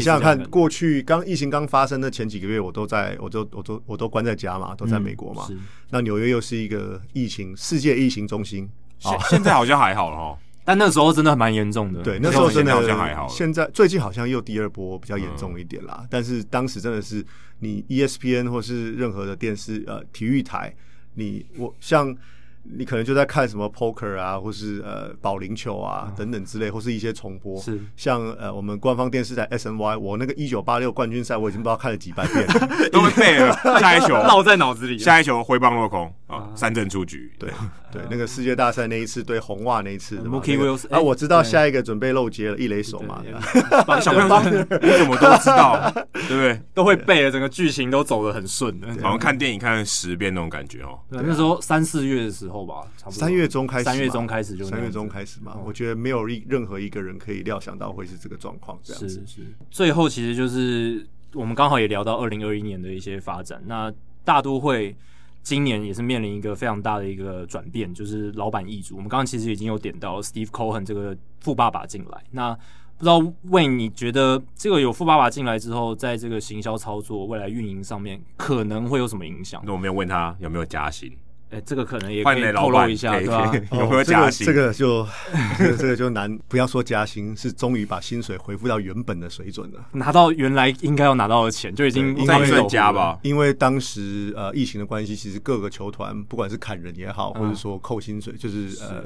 类想想看似这样的感，觉过去刚疫情刚发生的前几个月，我都在，我都我都我都关在家嘛，都在美国嘛。嗯是那纽约又是一个疫情世界疫情中心，哦现现在好像还好了哈。但那时候真的蛮严重的，对，那时候真现的在好像还好了现在最近好像又第二波比较严重一点啦，但是当时真的是你 E ESPN 或是任何的电视呃体育台，你我像你可能就在看什么 poker 啊，或是呃保龄球啊、等等之类，或是一些重播。是像呃我们官方电视台 SNY，我那个一九八六冠军赛我已经不知道看了几百遍了。都会背了。 下一 球，烙在脑子里。下一球挥棒落空啊，三振出局。对对，那个世界大赛那一次对红袜那一次的嘛 Mookie 那个 Wilson，啊，我知道对下一个准备漏接了，一垒手嘛，对吧 把小朋友说，你怎么都知 道，对不对？都会背了，整个剧情都走得很顺的。啊好像看电影看了十遍那种感觉哦。对那时候三四月的时候吧，差不多三月中开始嘛，三月中开始就那三样月子中开始嘛。我觉得没有一任何一个人可以料想到会是这个状况，这样是子。是，最后其实就是我们刚好也聊到二零二一年的一些发展，那大都会。今年也是面临一个非常大的一个转变，就是老板易主。我们刚刚其实已经有点到 Steve Cohen 这个富爸爸进来，那不知道为你觉得这个有富爸爸进来之后，在这个行销操作、未来运营上面可能会有什么影响？那我没有问他有没有加薪，哎、这个可能也换可你以的透老露板一下，可以对吧、可以哦有没有这个加薪这个就这个这个就 难，不要说加薪，是终于把薪水恢复到原本的水准了。 拿到原来应该要拿到的钱，就已经对在因为手算加了吧。因为当时呃疫情的关系，其实各个球团不管是砍人也好，或者说扣薪水，就是呃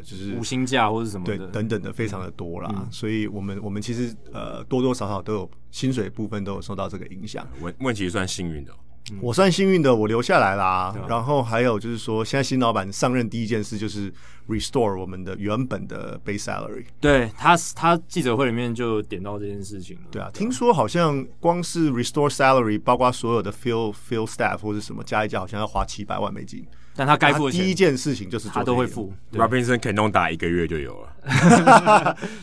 就是五星价或者什么对的，嗯等等的非常的多啦，所以我们我们其实呃多多少少都有薪水部分都有受到这个影响。问问其实算幸运的哦。我算幸运的，我留下来啦嗯对啊。然后还有就是说，现在新老板上任第一件事就是 restore 我们的原本的 base salary。对他，他记者会里面就有点到这件事情了。对啊，听说好像光是 restore salary，包括所有的 field field staff 或者什么加一加，好像要花七百万美金。但他该付他的第一钱件事情就是做他这都个会付。对 Robinson Cano 打一个月就有了，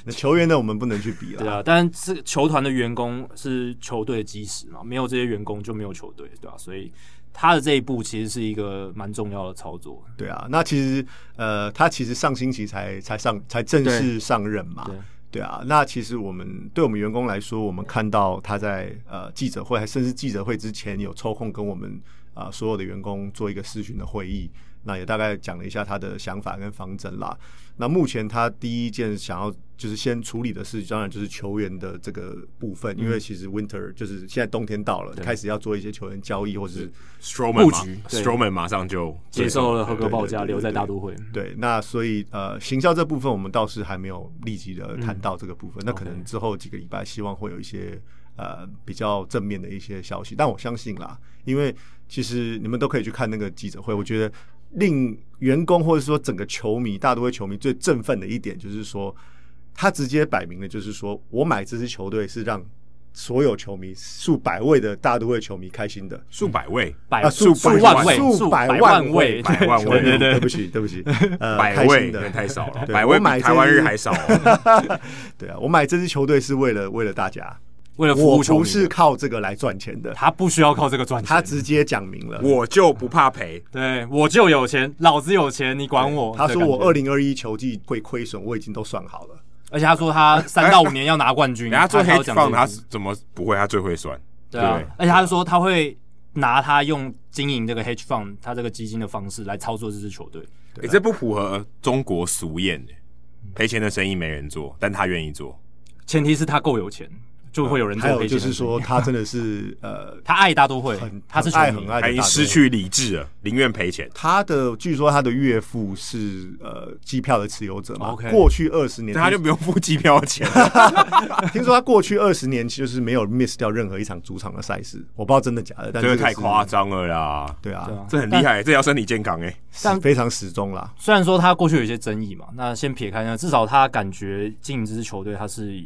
那球员呢，我们不能去比对了。啊，但是球团的员工是球队的基石嘛，没有这些员工就没有球队，对吧、啊所以他的这一步其实是一个蛮重要的操作。对啊，那其实呃，他其实上星期才才上才正式上任嘛。对对啊，那其实我们对我们员工来说，我们看到他在呃记者会，还甚至记者会之前有抽空跟我们啊、呃所有的员工做一个视讯的会议，那也大概讲了一下他的想法跟方针啦。那目前他第一件想要就是先处理的事，当然就是球员的这个部分，因为其实 winter 就是现在冬天到了，开始要做一些球员交易或是 Stroman 布局嘛对，Stroman 马上就接受了合格报价，对对对对留在大都会。对，那所以呃，行销这部分我们倒是还没有立即的谈到这个部分，那可能之后几个礼拜希望会有一些呃比较正面的一些消息，但我相信啦，因为其实你们都可以去看那个记者会，我觉得令员工或者说整个球迷、大都会球迷最振奋的一点就是说，他直接摆明了就是说我买这支球队是让。所有球迷数百位的大都会球迷开心的，数百位，百啊数数百万位，数数百万万位百万球迷位，对不起，对不起， 呃，百开位心那的太少了，对百位我买比这台湾日支还少哦。 对啊，我买这支球队是为了为了大家， 为了服我务球不迷是的，靠这个来赚钱的。他不需要靠这个赚钱，他直接讲明了，我就不怕赔，对我就有钱，老子有钱，你管我？他说我这感二觉，零二一球季会亏损，我已经都算好了。而且他说他三到五年要拿冠 军，人家做他还黑要讲这放个他怎么不会？他最会算，对啊对，而且他说他会拿他用经营这个 hedge fund 他这个基金的方式来操作这支球队。你欸这不符合中国俗谚欸，嗯赔钱的生意没人做，但他愿意做。前提是他够有钱，就会有人还做有黑就钱。是，说，他真的是呃，他爱大都会很， 他是很爱球迷很爱的他大都已会经失。去理智了，宁愿赔钱。他的据说他的岳父是呃机票的持有者嘛 OK 过去二十年那他就不用付机票钱 了。听说他过去二十年就是没有 miss 掉任何一场主场的赛事，我不知道真的假的，但这个是太夸，张了啦，对啊，对啊，这很厉害，这要身体健康哎、是非常始终啦。虽然说他过去有一些争议嘛，那先撇开呢，至少他感觉经营这支球队他是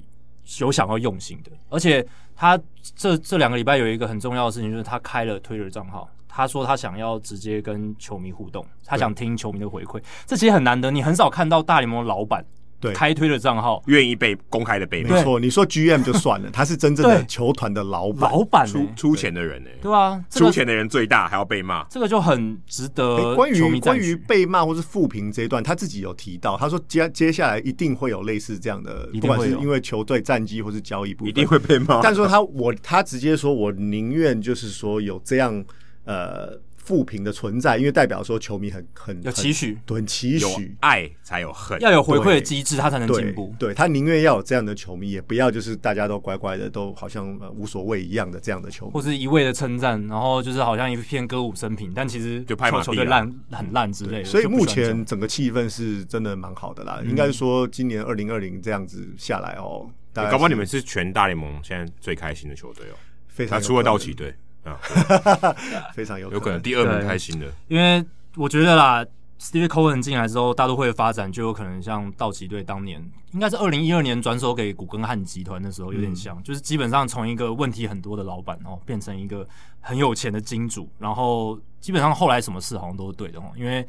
有想要用心的，而且他这这两个礼拜有一个很重要的事情，就是他开了 Twitter 账号。他说他想要直接跟球迷互动，他想听球迷的回馈，这其实很难得，你很少看到大联盟老板对开推的账号，愿意被公开的背叛，没错，你说 GM 就算了，他是真正的对球团的老板。老板、出欸，出钱的人呢、对啊，这出个钱的人最大，还要被骂。这个就很值诶得关呃球于迷关赞于许。被骂或是负评这一段，他自己有提到，他说接接下来一定会有类似这样的，一定不管会是有因为球队战绩或是交易部分，一定会被骂，但说他我他直接说，我宁愿就是说有这样呃负评的存在，因为代表说球迷很很有很期许，对很期有啊许。爱才有恨，要有回馈的机制，他才能进对步。对，他宁愿要有这样的球迷，也不要就是大家都乖乖的，都好像、呃无所谓一样的这样的球迷或。是一味的称赞，然后就是好像一片歌舞升平，但其实就拍球马屁球队啊烂很烂之类的。所以就不喜目欢这样前整个气氛是真的蛮好的嗯啦，应该说今年二零二零这样子下来哦，大概搞不好你是们是全大联盟现在最开心的球队哦。非常他有除了可能道奇，队啊， 非常有有可能能。第二名开心的，因为我觉得啦，Steve Cohen 进来之后，大都会的发展就有可能像道奇队当年，应该是二零一二年转手给古根汉集团的时候有点嗯像，就是基本上从一个问题很多的老板哦，变成一个很有钱的金主，然后基本上后来什么事好像都是对的哦，因为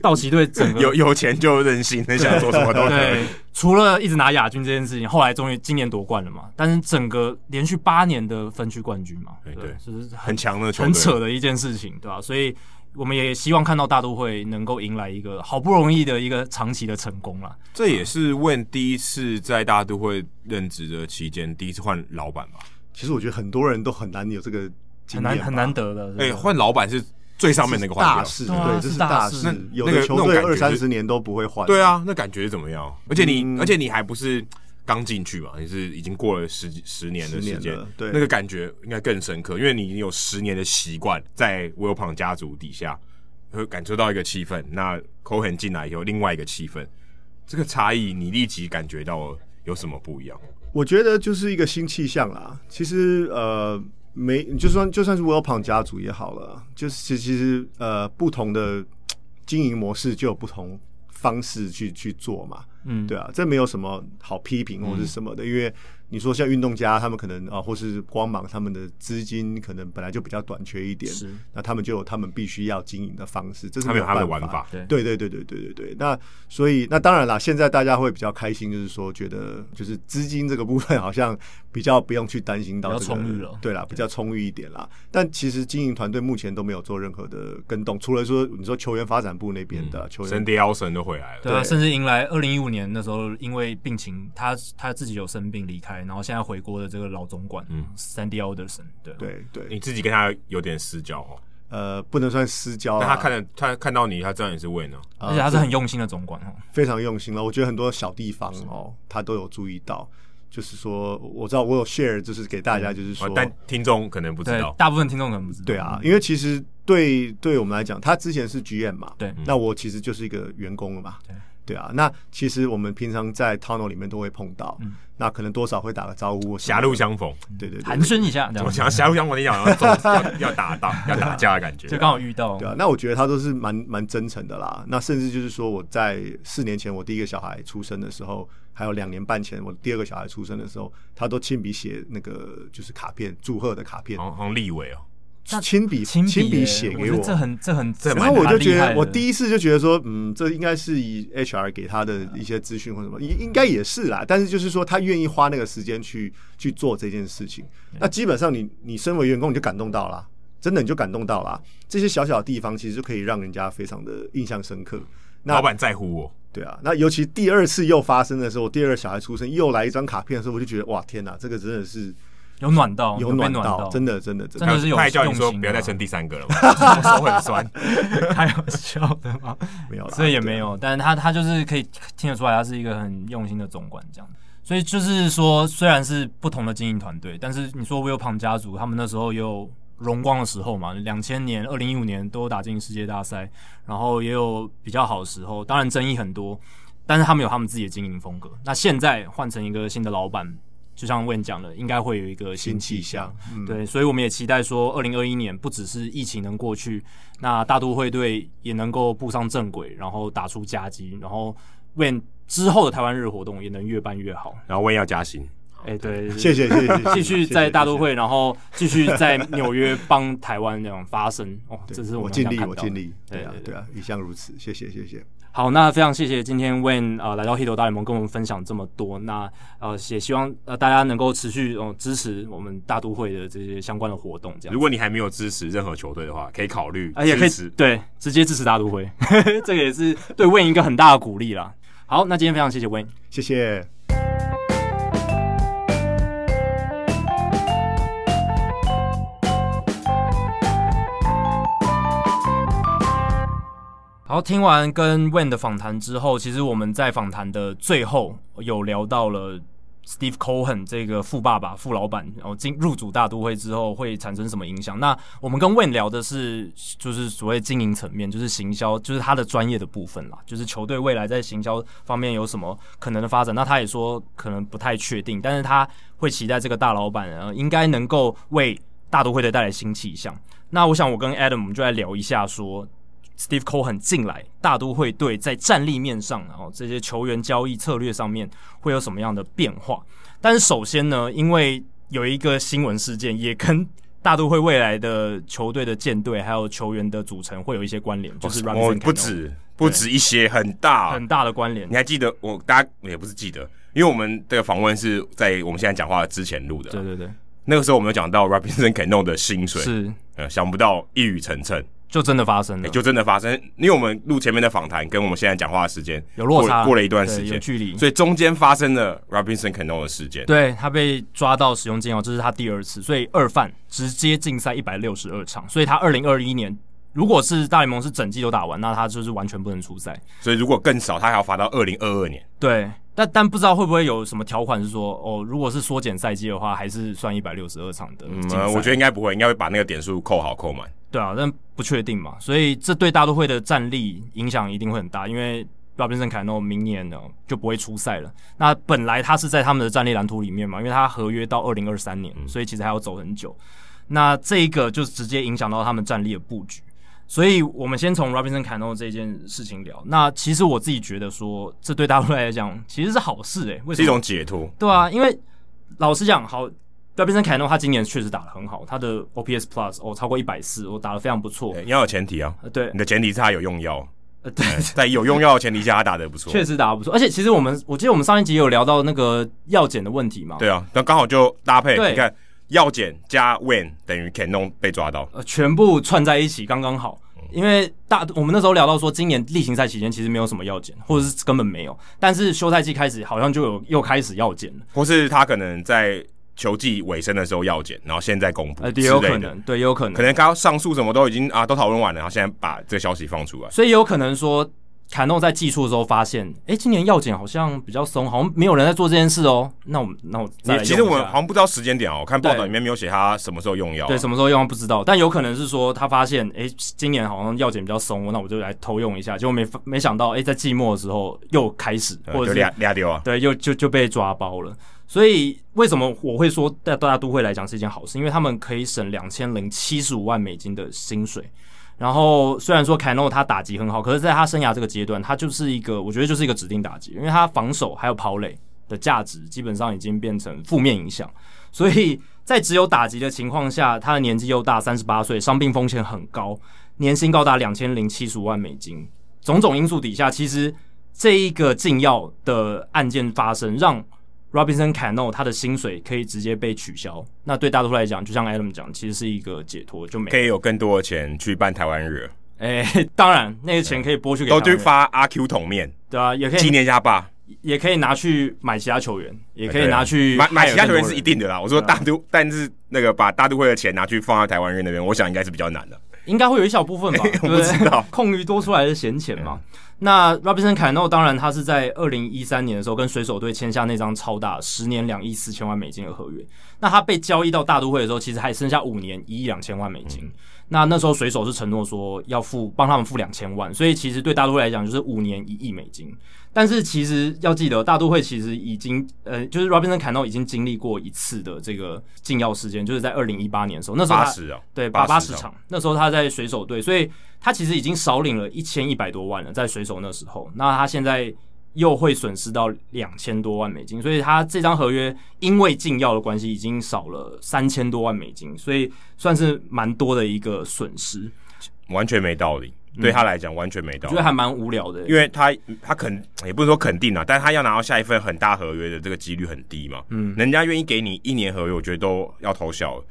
道奇队整个 有有钱就任性，能想做什么都可以。对，除了一直拿亚军这件事情，后来终于今年夺冠了嘛，但是整个连续八年的分区冠军嘛，哎对，就是很很强的球很扯队，的一件事情，对吧、所以我们也希望看到大都会能够迎来一个好不容易的一个长期的成功啦。这也是问第一次在大都会任职的期间，第一次换老板吧？其实我觉得很多人都很难有这个经很验难吧很难得的。哎，对吧换老板是最上面那个换大掉。事，对啊对，这是是大大事事。有那个的球那种队感觉二三是十年都不会换。对啊，那感觉怎么样？而且你，嗯而且你还不是刚进去嘛，你是已经过了十几十年的时十间年了，对那个感觉应该更深刻，因为你已经有十年的习惯在 Will p 家族底下，会感受到一个气氛。那 Cohen 进来以后，另外一个气氛，这个差异你立即感觉到有什么不一样？我觉得就是一个新气象啦。其实呃，没就算就算是 Will p 家族也好了，就是其实呃，不同的经营模式就有不同方式去去做嘛。嗯，对啊，这没有什么好批评或是什么的，因为你说像运动家他们可能啊、或是光芒他们的资金可能本来就比较短缺一点，是那他们就有他们必须要经营的方式，这是他们有他们的办玩法法，对对对对对对对对。那所以那当然啦，现在大家会比较开心，就是说觉得就是资金这个部分好像比较不用去担心到比这较个，充裕了对啦，比较充裕一点啦。但其实经营团队目前都没有做任何的跟动，除了说你说球员发展部那边的、球员神迪奥神都回来了，对啊，甚至迎来二零一五年那时候，因为病情，他他自己有生病离开，然后现在回国的这个老总管，嗯，Sandy Alderson，对，对对你自己跟他有点私交哦，呃不能算私交啦，啊但他看了他看到你，他知道你是 Win 哦，而且他是很用心的总管哦，非常用心了。我觉得很多小地方哦，他都有注意到。就是说，我知道我有 share，就是给大家，就是说，哦但嗯听众可能不知对道，，大部分听众可能不知道，对啊，因为其实对对我们来讲，他之前是 GM 嘛，对嗯那我其实就是一个员工了嘛，对对啊，那其实我们平常在 tunnel 里面都会碰到，那可能多少会打个招嗯呼，狭路，相逢。对对对寒，暄一下，这我样想要狭路相逢，你想要走要要打到要打架的感觉，就刚好遇到对，啊，那我觉得他都是蛮蛮真诚的啦。那甚至就是说，我在四年前我第一个小孩出生的时候，还有两年半前我第二个小孩出生的时候，他都亲笔写那个就是卡片祝贺的卡片好，像好像立伟哦，亲笔亲亲笔耶笔写我给觉得我，这很这很这然后我就觉得，我一第一次就觉得说，嗯，这应该是以 HR 给他的一些资讯或什嗯么，应应该也是啦。但是就是说，他愿意花那个时间去去做这件事情，嗯那基本上你你身为员工，你就感动到啦，真的你就感动到啦。这些小小的地方，其实就可以让人家非常的印象深刻。那老板在乎我，对啊，那尤其第二次又发生的时候，第二小孩出生又来一张卡片的时候，我就觉得哇，天哪，这个真的是有暖到，有哦被暖暖到，真的真的真真的是有他还叫你用说心不要的再啊生第三个了嘛，我 手很酸。 开玩笑的吗？没有啦，所以也对啊没有，但是他他就是可以听得出来，他是一个很用心的总管这样。所以就是说，虽然是不同的经营团队，但是你说 Will p a n 家族他们那时候也有荣光的时候嘛，两千年、二零一五年都有打进世界大赛，然后也有比较好的时候，当然争议很多，但是他们有他们自己的经营风格。那现在换成一个新的老板，就像 Win 讲的，应该会有一个新新气气象象。，嗯对，所以我们也期待说，二零二一年不只是疫情能过去，那大都会队也能够步上正轨，然后打出佳绩，然后为之后的台湾日活动也能越办越好。然后问要加薪，哎、对，谢谢谢谢，谢谢继续谢谢在大都谢谢会，然后继续在纽约帮台湾这样发声。哦，对这是我们尽想力，看我到的尽力。对啊对，对对啊，一向如此，谢谢，谢谢。好，那非常谢谢今天 When 呃来到 Hito 大联盟跟我们分享这么多，那呃也希望呃大家能够持续呃支持我们大都会的这些相关的活动，这样如。果你还没有支持任何球队的话，可以考虑啊，也可以支持对直接支持大都会， 这个也是对 Win 一个很大的鼓励啦。好，那今天非常谢谢 Win。谢谢。好，听完跟 Wayne 的访谈之后，其实我们在访谈的最后有聊到了 Steve Cohen 这个富爸爸、富老板，然后进入主大都会之后会产生什么影响？那我们跟 Wayne 聊的是，就是所谓经营层面，就是行销，就是他的专业的部分啦，就是球队未来在行销方面有什么可能的发展。那他也说可能不太确定，但是他会期待这个大老板呃应该能够为大都会队带来新气象。那我想我跟 Adam 我们就来聊一下说。Steve Cohen 进来，大都会队在战力面上，然后这些球员交易策略上面会有什么样的变化？但是首先呢，因为有一个新闻事件，也跟大都会未来的球队的舰队还有球员的组成会有一些关联，就是 r 哦，不止不止一些，很大很大的关联你。还记得我？大家也不是记得，因为我们这个访问是在我们现在讲话之前录对的。对对，那个时候我们有讲到 Robinson Cano 的薪水，是呃，想不到一语成谶，就真的发生了，也就真的发生。因为我们录前面的访谈跟我们现在讲话的时间有落差过过了一段时对有间，距离。所以中间发生了 Robinson Cano 的事件。对他被抓到使用禁药，这是他第二次，所以二犯直接禁赛一百六十二场，所以他二零二一年如果是大联盟是整季都打完，那他就是完全不能出赛。所以如果更少，他还要罚到二零二二年。对，但但不知道会不会有什么条款是说，哦，如果是缩减赛季的话，还是算一百六十二场的嗯禁，赛、呃我觉得应该不会，应该会把那个点数扣好扣满。对啊，但不确定嘛，所以这对大都会的战力影响一定会很大，因为 Robinson Cano 明年呢就不会出赛了。那本来他是在他们的战力蓝图里面嘛，因为他合约到二零二三年，所以其实还要走很久。那这一个就直接影响到他们战力的布局。所以我们先从 Robinson Cano 这件事情聊。那其实我自己觉得说，这对大都会来讲其实是好事诶、为什是一么？种解脱。对啊，因为老实讲，好，Robinson Cano 他今年确实打得很好，他的 OPS Plus 哦超过一百四，我打得非常不错。对你要有前提啊，呃对你，的前提是他有用药，呃对， 在有用药的前提下，他打得不错。确实打得不错。而且其实我们，我记得我们上一集有聊到那个药检的问题嘛，对啊，那刚好就搭配，对你看药检加 When 等于 Canon 被抓到，呃，全部串在一起刚刚好。嗯因为大我们那时候聊到说，今年例行赛期间其实没有什么药检，或者是根本没有，但是休赛季开始好像就有又开始药检了，或是他可能在球季尾声的时候药检，然后现在公布呃，之也有可类的。能，对，也有可能可。能刚刚上诉什么都已经啊都讨论完了，然后现在把这个消息放出来，所以也有可能说，卡诺在技术的时候发现，诶，今年药检好像比较松，好像没有人在做这件事哦。那我们那我再来你其实用一我下好像不知道时间点哦，我看报道对里面没有写他什么时候用药啊、对什么时候用不知道，但有可能是说他发现，诶，今年好像药检比较松，那我就来偷用一下，结果没没想到，诶，在季末的时候又开始，呃或者就是俩俩丢啊，对，又就就被抓包了。所以为什么我会说在大都会来讲是一件好事？因为他们可以省两千零七十五万美金的薪水。然后虽然说凯诺他打击很好，可是在他生涯这个阶段，他就是一个我觉得就是一个指定打击，因为他防守还有跑垒的价值基本上已经变成负面影响。所以在只有打击的情况下，他的年纪又大，三十八岁，伤病风险很高，年薪高达两千零七十五万美金。种种因素底下，其实这一个禁药的案件发生，让 Robinson Cano 他的薪水可以直接被取消。那对大多数来讲，就像 Adam 讲，其实是一个解脱，就没可。以有更多的钱去办台湾日，哎、 当然那些钱可以拨去给都台湾去人发阿 Q 桶面对啊，也可纪以念一下吧。也可以拿去买其他球员，也可以对啊拿去买买其他球员害是更一多人定的啦。我说啊大都，但是那个把大都会的钱拿去放在台湾人那边，我想应该是比较难的。应该会有一小部 分吧，对不我不知对道？嗯空余多出来的闲钱嘛。那 Robinson Cano 当然他是在二零一三年的时候跟水手队签下那张超大十年两亿四千万美金的合约。那他被交易到大都会的时候，其实还剩下五年一亿两千万美金。嗯那那时候水手是承诺说要付帮他们付两千万，所以其实对大都会来讲就是五年一亿美金。但是其实要记得，大都会其实已经呃，就是 Robinson Cano 已经经历过一次的这个禁药事件，就是在二零一八年的时候，那时候八他十啊，对，八八八十十场，那时候他在水手队，所以他其实已经少领了一千一百多万了，在水手那时候，那他现在又会损失到两千多万美金，所以他这张合约因为禁药的关系，已经少了三千多万美金，所以算是蛮多的一个损失。完全没道理。对他来讲完全没我道觉理得。还蛮无聊的。欸因为他他肯也不是说肯定啊，但是他要拿到下一份很大合约的这个几率很低嘛。嗯，人家愿意给你一年合约，我觉得都要偷笑了。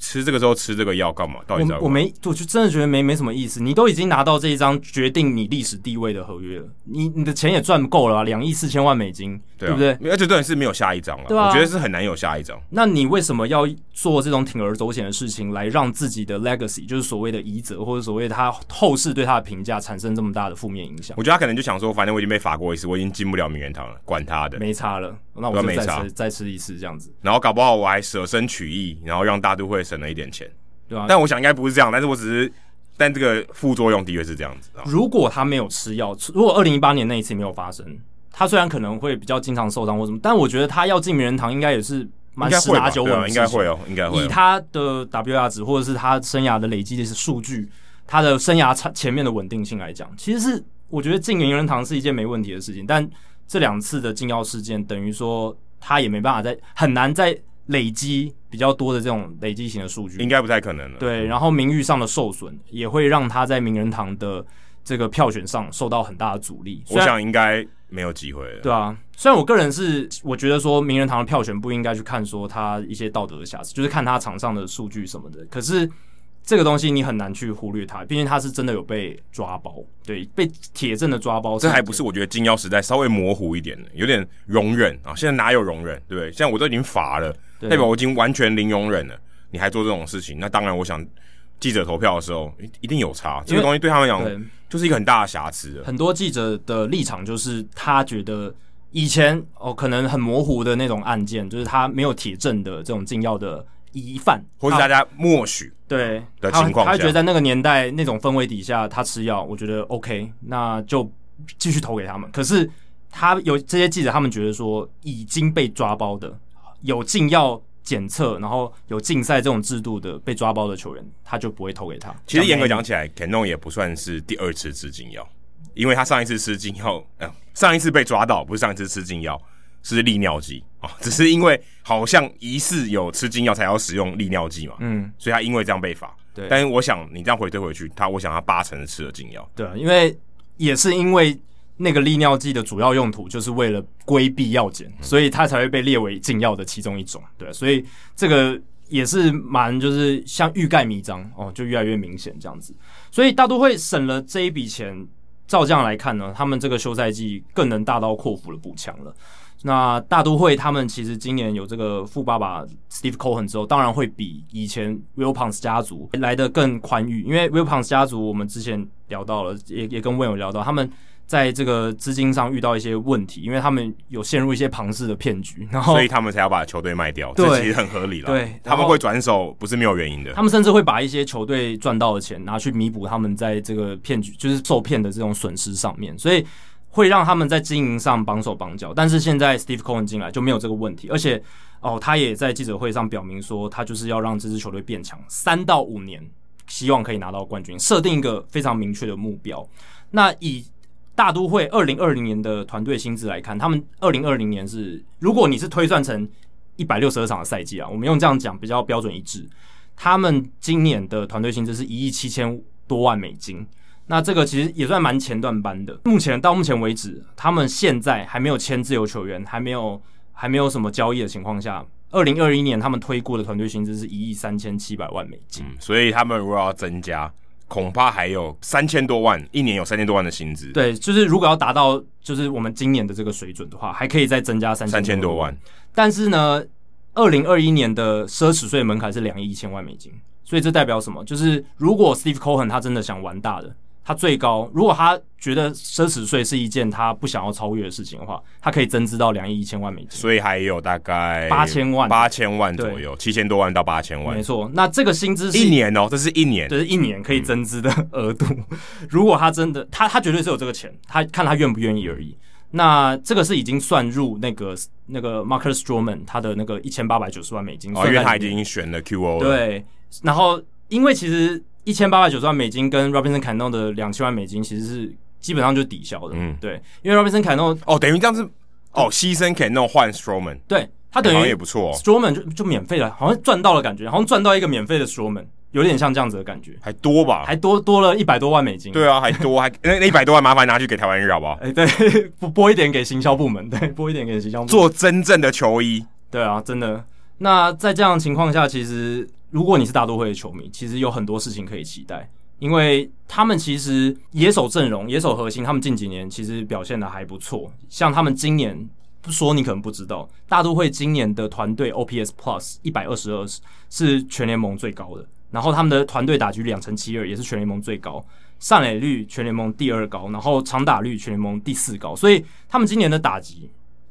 吃这个时候吃这个药干嘛？到底在我我没，我就真的觉得没没什么意思。你都已经拿到这一张决定你历史地位的合约了，你你的钱也赚够了啊，两亿四千万美金，对,、对啊不对？？而且重点是没有下一张了，对啊我觉得是很难有下一张。那你为什么要做这种铤而走险的事情，来让自己的 legacy，就是所谓的遗泽，或者所谓他后世对他的评价产生这么大的负面影响？我觉得他可能就想说，反正我已经被罚过一次，我已经进不了名人堂了，管他的。没差了，那我对啊就没再差吃再吃一次这样子，然后搞不好我还舍身取义，然后让大都会省了一点钱。对吧、但我想应该不是这样，但是我只是，但这个副作用的确是这样子啊。如果他没有吃药，如果二零一八年那一次没有发生，他虽然可能会比较经常受伤或什么，但我觉得他要进名人堂应该也是应蛮该十会吧拿九稳对啊的事应情该会哦，应该以会哦。他的 WR 值或者是他生涯的累积的数据，他的生涯前前面的稳定性来讲，其实是我觉得进名人堂是一件没问题的事情，但这两次的禁药事件，等于说他也没办法再很难再累积比较多的这种累积型的数据，应该不太可能了。嗯对，然后名誉上的受损也会让他在名人堂的这个票选上受到很大的阻力。虽我然想应该没有机会了。对啊，虽然我个人是我觉得说名人堂的票选不应该去看说他一些道德的瑕疵，就是看他场上的数据什么的。可是这个东西你很难去忽略它，毕竟他是真的有被抓包，对，被铁证的抓包。这还不是我觉得禁药时代稍微模糊一点的，有点容忍啊。现在哪有容忍，对不对？现在我都已经罚了，对代表我已经完全零容忍了，你还做这种事情，那当然，我想记者投票的时候一一定有差，这因为个东西对他们来对讲就是一个很大的瑕疵了。很多记者的立场就是他觉得。以前哦，可能很模糊的那种案件，就是他没有铁证的这种禁药的疑犯，或是他大家默许，对的他情况他下觉得在那个年代那种氛围底下，他吃药，我觉得 OK，那就继续投给他们。可是他有这些记者，他们觉得说已经被抓包的，有禁药检测，然后有竞赛这种制度的被抓包的球员，他就不会投给他。其实严格这样讲起来 c a n o 也不算是第二次吃禁药，因为他上一次吃禁药， 呃，上一次被抓到不是上一次吃禁药，是利尿剂啊、哦， 只是因为好像疑似有吃禁药才要使用利尿剂嘛，嗯，所以他因为这样被罚。对但是我想你这样回推回去，他我想他八成是吃了禁药，对啊，因为也是因为那个利尿剂的主要用途就是为了规避药检，所以它才会被列为禁药的其中一种。对啊、所以这个也是蛮就是像欲盖弥彰哦，就越来越明显这样子。所以大都会省了这一笔钱，照这样来看呢，他们这个休赛季更能大刀阔斧的补强了。那大都会他们其实今年有这个富爸爸 Steve Cohen 之后，当然会比以前 Will Pons 家族来的更宽裕，因为 Will Pons 家族我们之前聊到了，也也跟 Will 有聊到，他们在这个资金上遇到一些问题，因为他们有陷入一些庞氏的骗局，然后所以他们才要把球队卖掉，哦对这其实很合理了。对然后他们会转手不是没有原因的他。们甚至会把一些球队赚到的钱拿去弥补他们在这个骗局，就是受骗的这种损失上面，所以会让他们在经营上绑手绑脚。但是现在 Steve Cohen 进来就没有这个问题，而且哦，他也在记者会上表明说，他就是要让这支球队变强，三到五年，希望可以拿到冠军，设定一个非常明确的目标。那以大都会二零二零年的团队薪资来看，他们二零二零年是，如果你是推算成一百六十二场的赛季啊，我们用这样讲比较标准一致。他们今年的团队薪资是一亿七千多万美金，那这个其实也算蛮前段班的。目前到目前为止，他们现在还没有签自由球员，还没有还没有什么交易的情况下，二零二一年他们推估的团队薪资是一亿三千七百万美金。嗯所以他们如果要增加，恐怕还有三千多万，一年有三千多万的薪资，，对，就是如果要达到就是我们今年的这个水准的话，还可以再增加三三千多万。。但是呢，二零二一年的奢侈税门槛是两亿一千万美金，所以这代表什么？就是如果 Steve Cohen 他真的想玩大的，他最高，如果他觉得奢侈税是一件他不想要超越的事情的话，他可以增资到两亿一千万美金。所以还有大概8000万八千万左右，七千多万到八千万没，错，那这个薪资是一年哦，这是一年。就是一年可以增资的额度。如果他真的，他他绝对是有这个钱，他看他愿不愿意而已。那这个是已经算入那个那个 Marcus Stroman 他的那个一千八百九十万美金，哦，算因为在他已里面经选了 QO 了，对，然后因为其实一千八百九十万美金跟 Robinson Cano 的两千万美金其实是基本上就抵消的，嗯对，因为 Robinson Cano 哦，等于这样子，哦，牺牲 c a n o 换 Stroman，对他好啊等像于也不错哦， Stroman 就就免费了，好像赚到了感觉，好像赚到一个免费的 Stroman，有点像这样子的感觉，还多吧？还多多了一百多万美金。对啊，还多，还 那那一百多万，麻烦拿去给台湾人好不好？哎，对， 拨拨一点给行销部门，对，拨一点给行销部门。做真正的球衣，对啊，真的。那在这样的情况下，其实如果你是大都会的球迷，其实有很多事情可以期待，因为他们其实野手阵容、野手核心，他们近几年其实表现的还不错。像他们今年不说你可能不知道，大都会今年的团队 OPS Plus 一百二十二是全联盟最高的，然后他们的团队打局两成七二也是全联盟最高。上垒率全联盟第二高，然后长打率全联盟第四高，所以他们今年的打击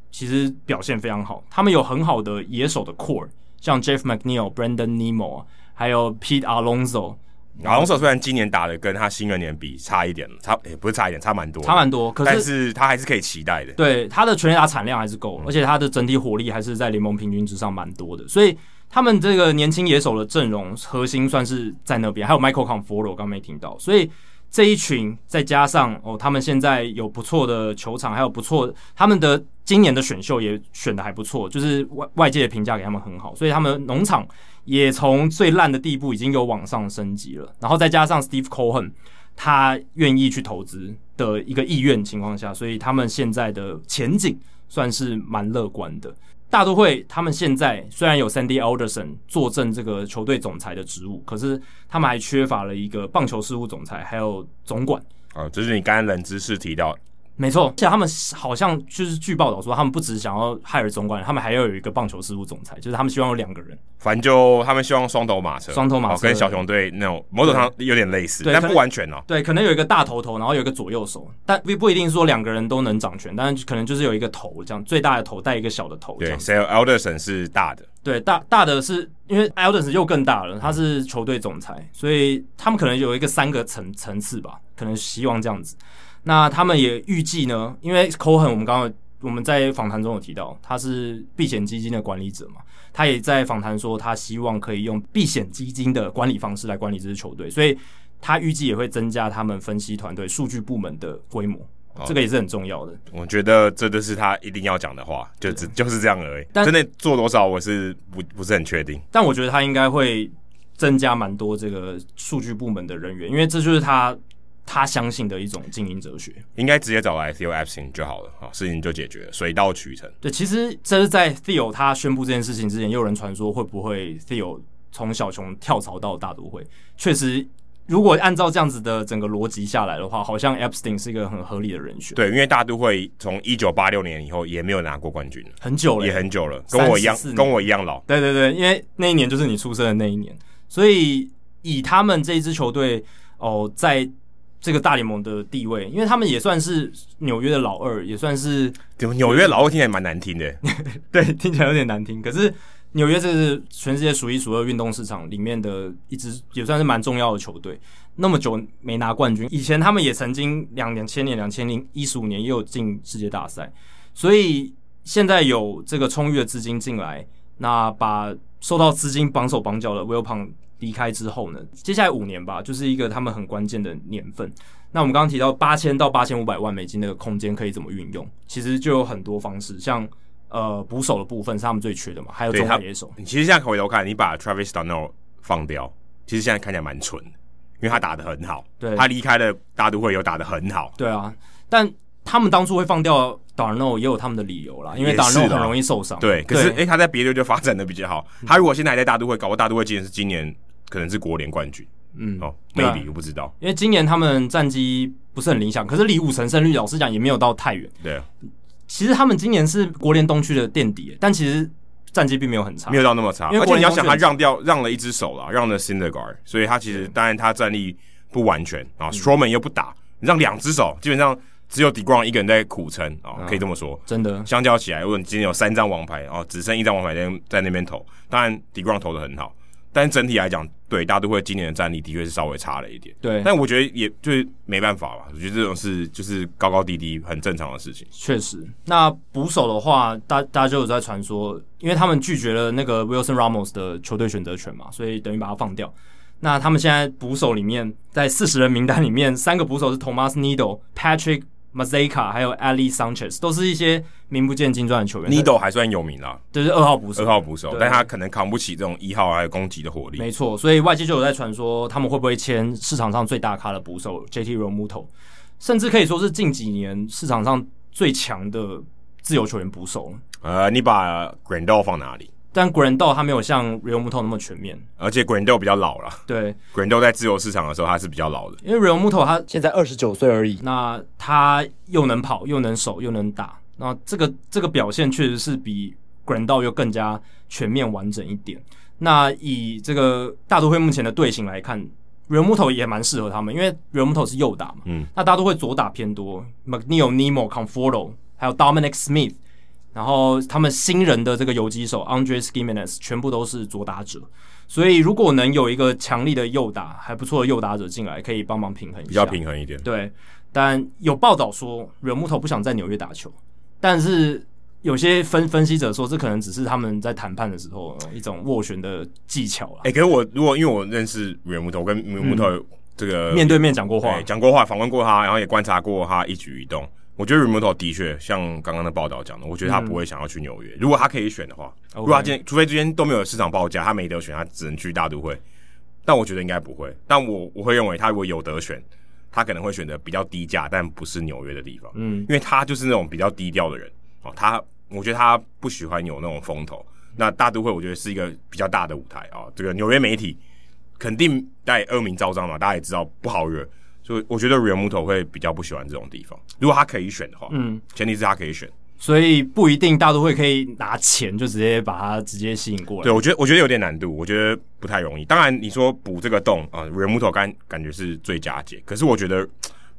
其实表现非常好，他们有很好的野手的 core，像 Jeff McNeil、Brandon Nemo，还有 Pete Alonso，阿隆索虽然今年打的跟他新人年比差一点，差也、不是差一点，差蛮多，差蛮多。可但是是他还是可以期待的。对他的全垒打产量还是够，而且他的整体火力还是在联盟平均之上蛮多的，所以他们这个年轻野手的阵容核心算是在那边，还有 Michael Conforto 刚没听到，所以这一群再加上哦，他们现在有不错的球场，还有不错他们的今年的选秀也选的还不错，就是外外界的评价给他们很好，所以他们农场也从最烂的地步已经有往上升级了，然后再加上 Steve Cohen。他愿意去投资的一个意愿情况下，所以他们现在的前景算是蛮乐观的。大都会他们现在虽然有 Sandy Alderson 坐镇这个球队总裁的职务，可是他们还缺乏了一个棒球事务总裁还有总管。啊，这是你刚才冷知识提到，没错，而且他们好像就是据报道说，他们不只想要海尔总管，他们还要有一个棒球事务总裁，就是他们希望有两个人。反正就他们希望双头马车，双头马车哦跟小熊队那种某种上有点类似，对但可不能完全哦。对，可能有一个大头头，然后有一个左右手，但不不一定说两个人都能掌权，但是可能就是有一个头这样，最大的头带一个小的头这对样。 ，Sale Alderson 是大的，对，大大的是因为 Elders 又更大了，他是球队总裁，所以他们可能有一个三个层层次吧，可能希望这样子。那他们也预计呢，因为 Cohen 我们刚刚有我们在访谈中有提到，他是避险基金的管理者嘛，他也在访谈说他希望可以用避险基金的管理方式来管理这支球队，所以他预计也会增加他们分析团队数据部门的规模，这个也是很重要的。我觉得这就是他一定要讲的话，就只就是这样而已。啊但真的做多少，我是不不是很确定。但我觉得他应该会增加蛮多这个数据部门的人员，因为这就是他他相信的一种经营哲学。应该直接找来 Theo Epstein 就好了啊，事情就解决了，水到渠成。对，其实这是在 Theo 他宣布这件事情之前，也有人传说会不会 Theo 从小熊跳槽到大都会。确实，如果按照这样子的整个逻辑下来的话，好像 Epstein 是一个很合理的人选。，对，因为大都会从一九八六年以后也没有拿过冠军，很久了，也很久了，跟我一样34年，跟我一样老。对对对，因为那一年就是你出生的那一年，所以以他们这一支球队哦，在这个大联盟的地位，因为他们也算是纽约的老二，也算是怎么纽约老二听起来蛮难听的， 对听起来有点难听，可是纽约这是全世界数一数二运动市场里面的一支，也算是蛮重要的球队。那么久没拿冠军，以前他们也曾经两两千年、两千零一十五年也有进世界大赛，所以现在有这个充裕的资金进来，那把受到资金绑手绑脚的 Will Pang 离开之后呢，接下来五年吧，就是一个他们很关键的年份。那我们刚刚提到八千到八千五百万美金那个空间可以怎么运用，其实就有很多方式，像呃捕手的部分是他们最缺的嘛，还有对中他外野手，你其实现在回头看，你把 Travis d o n a l 放掉，其实现在看起来蛮蠢的，因为他打的很好，对他离开了大都会有打的很好，对啊，但他们当初会放掉 Darno 也有他们的理由啦，因为也是 Darno 啦很容易受伤，对。可是诶，他在别队就发展的比较好，嗯他如果现在还在大都会搞，大都会今年是今年可能是国联冠军嗯，哦对啊，maybe 我不知道，因为今年他们战绩不是很理想，可是离五成胜率老实讲也没有到太远。对，其实他们今年是国联东区的垫底，但其实战绩并没有很差没。有到那么差。因为而国联且你要想，东他卷让掉让了一只手啦，让了 Syndergaard，所以他其实当然他战力不完全嗯啊，Stroman 又不打，你让两只手，基本上只有 d e g r o n 一个人在苦撑啊，可以这么说。真的，相较起来，如果你今天有三张王牌哦，只剩一张王牌在在那边投，当然 d e g r o n 投的很好，但是整体来讲，对大都会今年的战力的确是稍微差了一点。对，但我觉得也就是没办法吧，我觉得这种事就是高高低低很正常的事情。确实。那捕手的话，大大家就有在传说，因为他们拒绝了那个 Wilson Ramos 的球队选择权嘛，所以等于把他放掉。那他们现在捕手里面，在四十人名单里面，三个捕手是 Thomas Needle、Patrick Mazeka 还有 Ali Sanchez 都是一些名不见经传的球员。 Nido 还算有名啦，就是二号捕手二，号捕手，对但他可能扛不起这种一号还有攻击的火力。没错。所以外界就有在传说他们会不会签市场上最大咖的捕手 JT Romuto，甚至可以说是近几年市场上最强的自由球员捕手。呃，你把 Grando 放哪里？但 g r a n d o 他没有像 Romuto 那么全面，而且 Grando 比较老了对， ，Grando 在自由市场的时候他是比较老的。因为 Romuto 他现在二十九岁而已，那他又能跑，又能守，又能打，那这个这个表现确实是比 g r a n d o 又更加全面完整一点。那以这个大都会目前的队形来看 r e m u t o 也蛮适合他们，因为 r e m u t o 是右打嘛，嗯，那大都会左打偏多，McNeil、Nemo、Conforo 还有 Dominic Smith，然后他们新人的这个游击手 Andre s k i m i n e s 全部都是左打者。所以，如果能有一个强力的右打，还不错的右打者进来，可以帮忙平衡一下。比较平衡一点。对，但有报道说软木头不想在纽约打球，但是有些分分析者说，这可能只是他们在谈判的时候呃一种斡旋的技巧啦。哎、可是我如果因为我认识袁木头，跟袁木头这个嗯面对面讲过话，呃哎讲过话，访问过他，然后也观察过他一举一动。我觉得 Remoto 的确像刚刚的报道讲的，我觉得嗯他不会想要去纽约。如果他可以选的话，如果他今天除非之间都没有市场报价，他没得选，他只能去大都会。但我觉得应该不会。但我我会认为他如果有得选，他可能会选择比较低价，但不是纽约的地方。嗯因为他就是那种比较低调的人哦。他我觉得他不喜欢有那种风头。那大都会我觉得是一个比较大的舞台啊、哦这个纽约媒体肯定带恶名昭彰嘛，大家也知道不好惹，所以我觉得 Real Muto 会比较不喜欢这种地方。如果他可以选的话，嗯，前提是他可以选。所以不一定大都会可以拿钱就直接把他直接吸引过来。对，我觉得我觉得有点难度，我觉得不太容易。当然，你说补这个洞啊、呃、，Real Muto 感感觉是最佳解，可是我觉得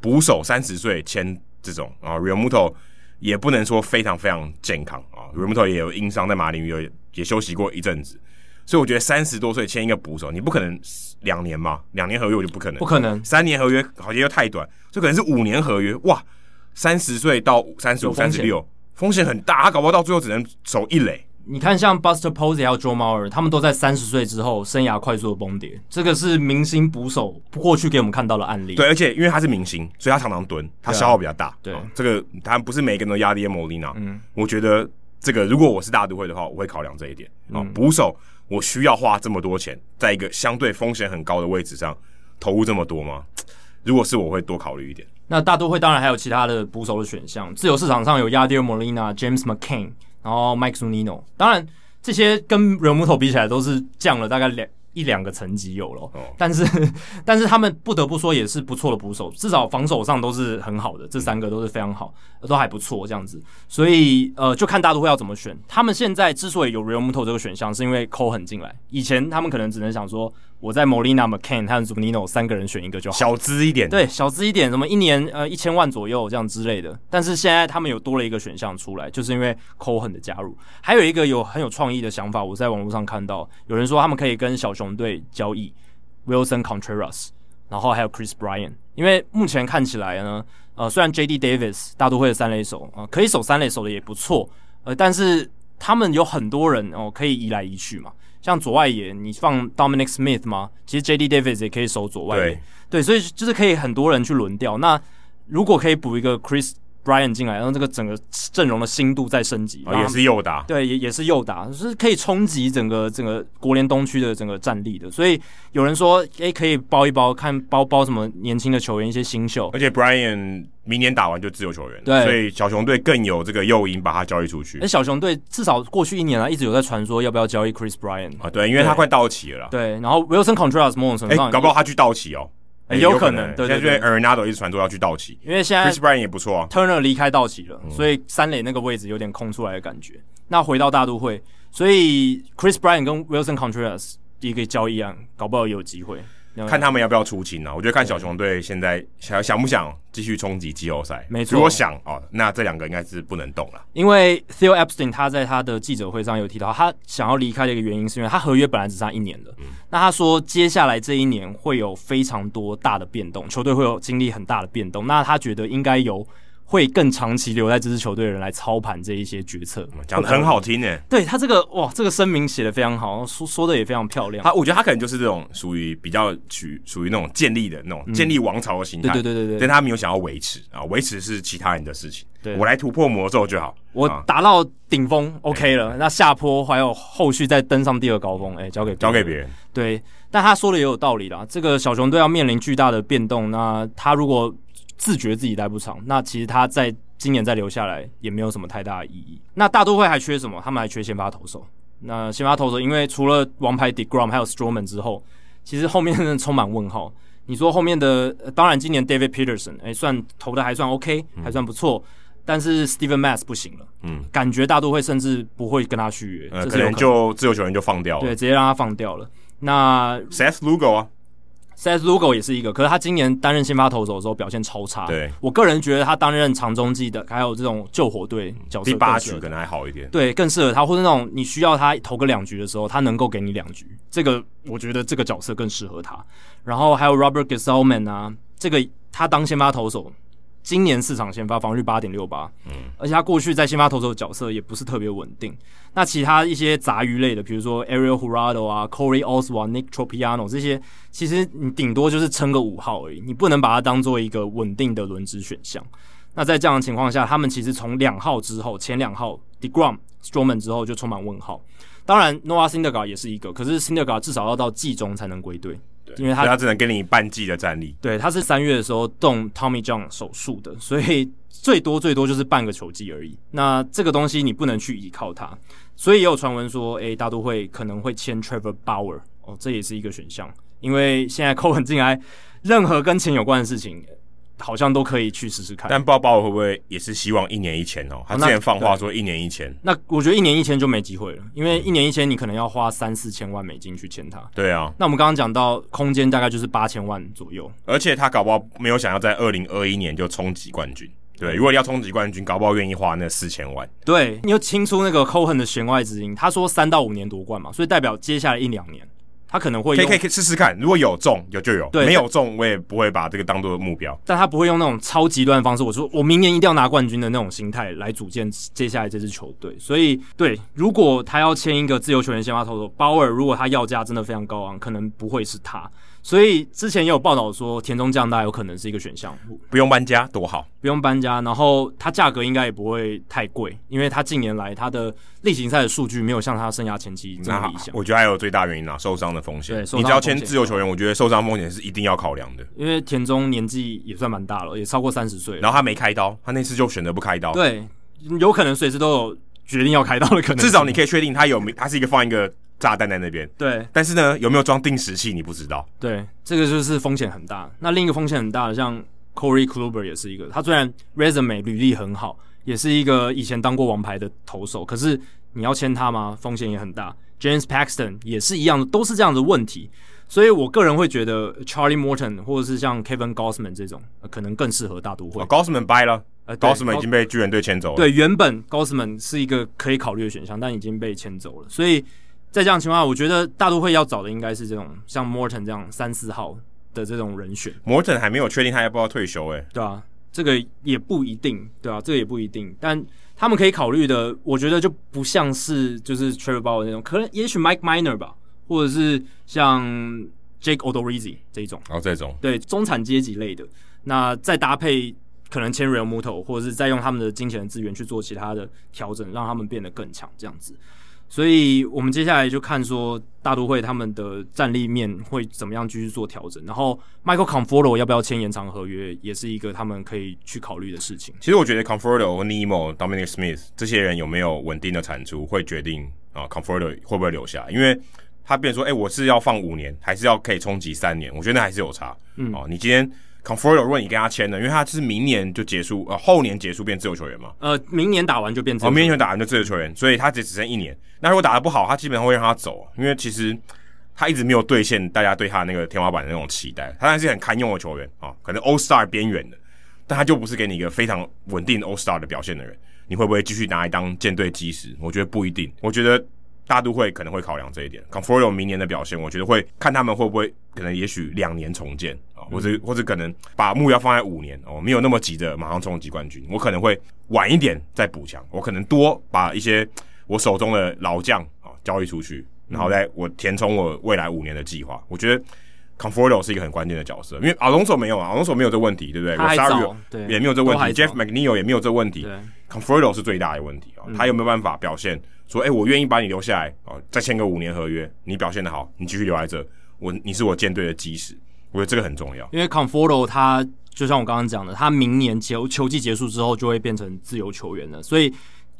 捕手三十岁签这种啊、r e a l Muto 也不能说非常非常健康啊、r e a l Muto 也有硬伤，在马林鱼有也休息过一阵子，所以我觉得三十多岁签一个捕手，你不可能两年嘛，两年合约我就不可能，不可能，三年合约好像又太短，这可能是五年合约。哇，三十岁到三十有五、风三险十六，风险很大，他搞不好到最后只能守一垒。你看像 Buster Posey 还有 Joe Mauer，他们都在三十岁之后生涯快速的崩跌，这个是明星捕手过去给我们看到的案例。对，而且因为他是明星，所以他常常蹲，他消耗比较大。对哦这个他不是每个人都压力莫利娜。嗯嗯，我觉得这个如果我是大都会的话，我会考量这一点。哦，嗯捕手我需要花这么多钱，在一个相对风险很高的位置上投入这么多吗？如果是我会多考虑一点。那大都会当然还有其他的捕手的选项，自由市场上有 Yadier Molina、James McCain，然后 Mike Zunino。当然，这些跟 r e m u t o 比起来都是降了大概两一两个层级有了哦、哦但是 但是他们不得不说也是不错的捕手，至少防守上都是很好的，这三个都是非常好，都还不错这样子。所以呃，就看大都会要怎么选。他们现在之所以有 r e m u t o 这个选项，是因为 Cole 很进来，以前他们可能只能想说，我在 Molina、McCain 和 Zunino 三个人选一个就好了。小资一点，对，小资一点，什么一年呃一千万左右这样之类的。但是现在他们有多了一个选项出来，就是因为 Cohen 的加入，还有一个有很有创意的想法，我在网络上看到有人说他们可以跟小熊队交易 Wilson Contreras，然后还有 Chris Bryan，因为目前看起来呢，呃，虽然 J.D. Davis 大都会的三垒手啊、呃可以守三垒手的也不错，呃，但是他们有很多人哦、可以移来移去嘛。像左外野，你放 Dominic Smith 吗？其实 J.D. Davis 也可以守左外野对，对，所以就是可以很多人去轮调。那如果可以补一个 Chris Bryan 进来，然后这个整个阵容的新度再升级，哦让也他们是右打。对，也也是右打，就是可以冲击整个整个国联东区的整个战力的。所以有人说，诶，可以包一包，看包包什么年轻的球员，一些新秀。而且 Brian 明年打完就自由球员了，对所以小熊队更有这个诱因把他交易出去诶，小熊队至少过去一年啊来一直有在传说要不要交易 Chris Bryan，、啊。对，因为他快到期了啦。对，然后 Wilson Contreras 某种程度哎、上，搞不好他去道奇哦，哎哎有可能对对哎现对在因为 Ernado 一直传说要去道奇因为现在，Chris Brian 也不错啊。 Turner 离开道奇了，所以三垒那个位置有点空出来的感觉。那回到大都会，所以 Chris Bryan 跟 Wilson Contreras 一个交易案，搞不好有机会。看他们要不要出勤啊！我觉得看小熊队现在想想不想继续冲击季后赛。没错如果想哦，那这两个应该是不能动了。因为 Theo Epstein 他在他的记者会上有提到，他想要离开的一个原因是因为他合约本来只剩下一年了。那他说，接下来这一年会有非常多大的变动，球队会有经历很大的变动。那他觉得应该由会更长期留在这支球队的人来操盘这一些决策。讲的很好听欸呢、对他这个哇，这个声明写的非常好，说说的也非常漂亮。他我觉得他可能就是这种属于比较属属于那种建立的那种建立王朝的心态、嗯对对对对对但他没有想要维持啊，维持是其他人的事情。对我来突破魔咒就好。我啊、达到顶峰、OK 了，那下坡还有后续再登上第二高峰，哎、交给交给别人，对，但他说的也有道理啦。这个小熊队要面临巨大的变动，那他如果自觉自己待不长，那其实他在今年再留下来也没有什么太大的意义。那大都会还缺什么？他们还缺先发投手。那先发投手，因为除了王牌 Degrom 还有 Stroman 之后，其实后面真的充满问号。你说后面的，呃当然今年 David Peterson 哎、算投的还算 OK，还算不错，但是 Steven Mass 不行了，嗯，感觉大都会甚至不会跟他续约，呃，嗯这可是有能就自由球员就放掉对了。直接让他放掉了。那 Seth Lugo 啊， Seth Lugo 也是一个，可是他今年担任先发投手的时候表现超差。对，我个人觉得他担任长中继的，还有这种救火队角色第八更适合局可能还好一点。对更适合他，或者那种你需要他投个两局的时候，他能够给你两局。这个我觉得这个角色更适合他。然后还有 Robert Gesellman 啊，这个他当先发投手，今年四场先发防御八点六八，嗯，而且他过去在先发投手的角色也不是特别稳定。那其他一些杂鱼类的，比如说 Ariel Hurado 啊、Corey Oswald、Nick Tropiano 这些，其实你顶多就是撑个五号而已，你不能把它当做一个稳定的轮值选项。那在这样的情况下，他们其实从两号之后，前两号 Degrom、Stroman 之后就充满问号。当然，Noah Syndergaard 也是一个，可是 Syndergaard 至少要到季中才能归队，因为所他以他只能给你半季的战力。对，他是三月的时候动 Tommy John 手术的，所以最多最多就是半个球季而已。那这个东西你不能去依靠它，所以也有传闻说，诶、大都会可能会签 Trevor Bauer，哦，这也是一个选项，因为现在扣 o 进来，任何跟钱有关的事情，好像都可以去试试看。但鲍鲍会不会也是希望一年一签哦？他之前哎那放话说一年一签，那我觉得一年一签就没机会了，因为一年一签你可能要花三四千万美金去签它。对啊，那我们刚刚讲到空间大概就是八千万左右，而且他搞不好没有想要在二零二一年就冲击冠军。嗯对，如果你要冲击冠军，搞不好愿意花那四千万。对，你又清出那个 Cohen 的弦外之音，他说三到五年夺冠嘛，所以代表接下来一两年他可能会可以用，可以可以试试看，如果有中有就有，对没有中我也不会把这个当做目标。但他不会用那种超极端的方式，我说我明年一定要拿冠军的那种心态来组建接下来这支球队。所以对，如果他要签一个自由球员先发投手，鲍尔如果他要价真的非常高昂，可能不会是他。所以之前也有报道说田中将大有可能是一个选项，不用搬家多好，不用搬家，然后它价格应该也不会太贵，因为他近年来他的例行赛的数据没有像他生涯前期这么那理想。我觉得还有最大原因啊，受伤的风险。对受伤你只要风险签自由球员，我觉得受伤风险是一定要考量的。因为田中年纪也算蛮大了，也超过三十岁了。然后他没开刀，他那次就选择不开刀。，对，有可能随时都有决定要开刀的可能性。至少你可以确定他有没，他是一个放一个炸弹在那边，对但是呢，有没有装定时器你不知道。对，这个就是风险很大。那另一个风险很大的，像 Corey Kluber 也是一个，他虽然 resume 履历很好，也是一个以前当过王牌的投手，可是你要签他吗？风险也很大。James Paxton 也是一样的，都是这样的问题。所以我个人会觉得 Charlie Morton 或者是像 Kevin Gossman 这种，呃可能更适合大都会哦。Gossman 掰了呃对，Gossman 已经被巨人队签走了。，对，原本 Gossman 是一个可以考虑的选项，但已经被签走了。所以在这样的情况下，我觉得大都会要找的应该是这种像 Morton 这样三四号的这种人选，摩登还没有确定他要不要退休、欸，哎，对啊，这个也不一定，对啊，这个也不一定。但他们可以考虑的，我觉得就不像是就是 Trevor Bauer 那种，可能也许 Mike Miner 吧，或者是像 Jake Odorizzi 这一种。然后这种对中产阶级类的，那再搭配可能签 Real Muto，或者是再用他们的金钱的资源去做其他的调整，让他们变得更强，这样子。所以我们接下来就看说大都会他们的战力面会怎么样继续做调整，然后 Michael Conforto 要不要签延长合约，也是一个他们可以去考虑的事情。其实我觉得 Conforto、Nemo、Dominic Smith 这些人有没有稳定的产出，会决定啊 Conforto 会不会留下，因为他变成说，哎、我是要放五年，还是要可以冲击三年？我觉得那还是有差。嗯，哦，你今天 Conforto 如果你跟他签了，因为他是明年就结束，呃，后年结束变自由球员嘛，呃，明年打完就变自哦，由明球年员，球打完就自由球员，所以他只只剩一年。那如果打得不好，他基本上会让他走，因为其实他一直没有兑现大家对他那个天花板的那种期待。他还是很堪用的球员啊、哦可能 All Star 边缘的，但他就不是给你一个非常稳定 All Star 的表现的人。你会不会继续拿来当舰队基石？我觉得不一定。我觉得大都会可能会考量这一点。Conforto 明年的表现，我觉得会看他们会不会可能也许两年重建啊，或者或者可能把目标放在五年哦，没有那么急着马上冲击冠军，我可能会晚一点再补强，我可能多把一些我手中的老将啊交易出去，然后再我填充我未来五年的计划。我觉得 Conforto 是一个很关键的角色，因为阿隆索没有啊，阿隆索没有这问题，对不对？他还 Rosario 早对也没有这问都还题早，Jeff McNeil 也没有这问题。对嗯 Conforto 是最大的问题啊、他有没有办法表现说，哎、我愿意把你留下来哦，再签个五年合约，你表现的好，你继续留在这，我你是我舰队的基石，我觉得这个很重要。因为 Conforto 他就像我刚刚讲的，他明年球球季结束之后就会变成自由球员了，所以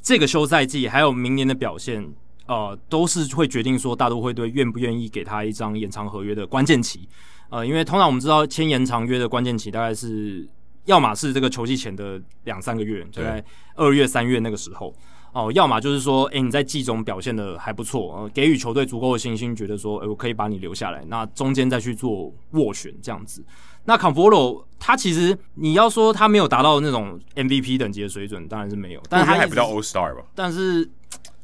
这个休赛季还有明年的表现，呃，都是会决定说大都会队愿不愿意给他一张延长合约的关键期。呃，因为通常我们知道签延长约的关键期大概是，要么是这个球季前的两三个月，就在二月、三月那个时候。哦，要么就是说，诶、你在季中表现的还不错，呃，给予球队足够的信心，觉得说，诶、我可以把你留下来，那中间再去做斡旋这样子。那 Conforto 他其实你要说他没有达到那种 MVP 等级的水准，当然是没有，但我是觉他得还一不直到 All Star 吧，但是嘖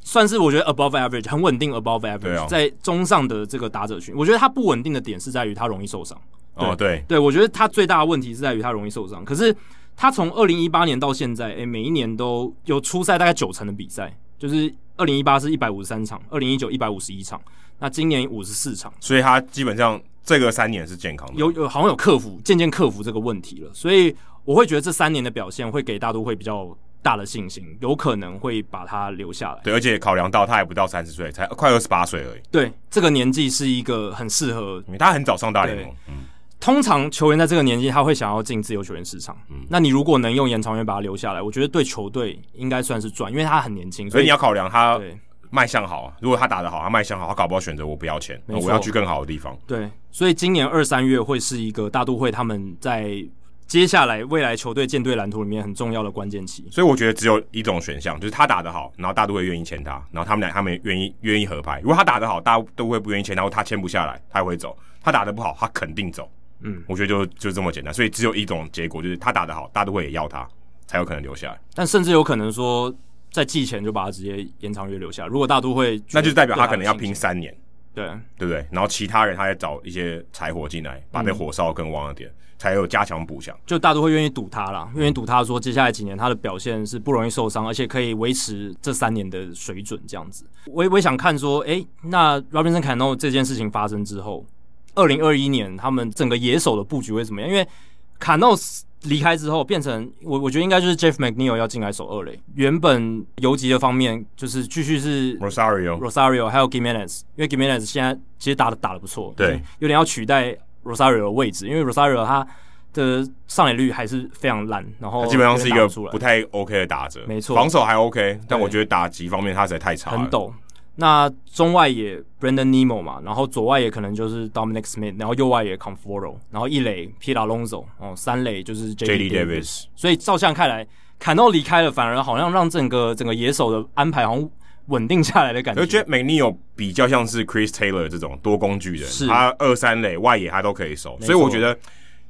算是我觉得 above average 很稳定 above average，、对啊在中上的这个打者群，我觉得他不稳定的点是在于他容易受伤。哦，对，对我觉得他最大的问题是在于他容易受伤，可是他从二零一八年到现在，诶，每一年都有出赛大概九成的比赛，就是二零一八是一百五十三场，二零一九一百五十一场，那今年五十四场。所以他基本上这个三年是健康的，有有好像有克服，渐渐克服这个问题了，所以我会觉得这三年的表现会给大都会比较大的信心，有可能会把他留下来。对，而且考量到他还不到三十岁，才快二十八岁而已，对，这个年纪是一个很适合。因为他很早上大联盟对，嗯，通常球员在这个年纪，他会想要进自由球员市场。嗯那你如果能用延长约把他留下来，我觉得对球队应该算是赚，因为他很年轻，所所以以你要考量他对卖相好啊，如果他打得好，他卖相好，他搞不好选择我不要钱，没错我要去更好的地方。对，所以今年二三月会是一个大都会他们在接下来未来球队舰队蓝图里面很重要的关键期。所以我觉得只有一种选项，就是他打得好，然后大都会愿意签他，然后他们俩他们愿意愿意合拍。如果他打得好，大都会不愿意签他，或他签不下来，他也会走；他打得不好，他肯定走。嗯，我觉得就就这么简单。所以只有一种结果，就是他打得好，大都会也要他，才有可能留下来。但甚至有可能说，在季前就把他直接延长约留下。如果大都会，啊那就代表他可能要拼。三年，对，对不对？然后其他人他再找一些柴火进来，把这火烧得更旺一点，才有加强补强。就大都会愿意赌他啦，愿意赌他说接下来几年他的表现是不容易受伤，而且可以维持这三年的水准这样子。我也我也想看说，诶、那 Robinson Cano 这件事情发生之后，二零二一年他们整个野手的布局会怎么样？因为 Cano 离开之后，变成我我觉得应该就是 Jeff McNeil 要进来守二垒，原本游击的方面就是继续是 Rosario， Rosario 还有 Gimenez，因为 Gimenez 现在其实打的打的不错，对，有点要取代 Rosario 的位置，因为 Rosario 他的上垒率还是非常烂，然后他基本上是一有个点打出来不太 OK 的打者，没错防守还 OK，但对我觉得打击方面他实在太差了，很陡。那中外野 Brandon Nemo 嘛，然后左外野可能就是 Dominic Smith，然后右外野 Conforto，然后一垒 p i t a Alonso，哦，三垒就是 JD JD Davis。 Davis。所以照相看来，坎诺离开了，反而好像让整个整个野手的安排好像稳定下来的感我觉觉得。McNeil 比较像是 Chris Taylor 这种多工具人，是他二三垒外野他都可以守，错所以我觉得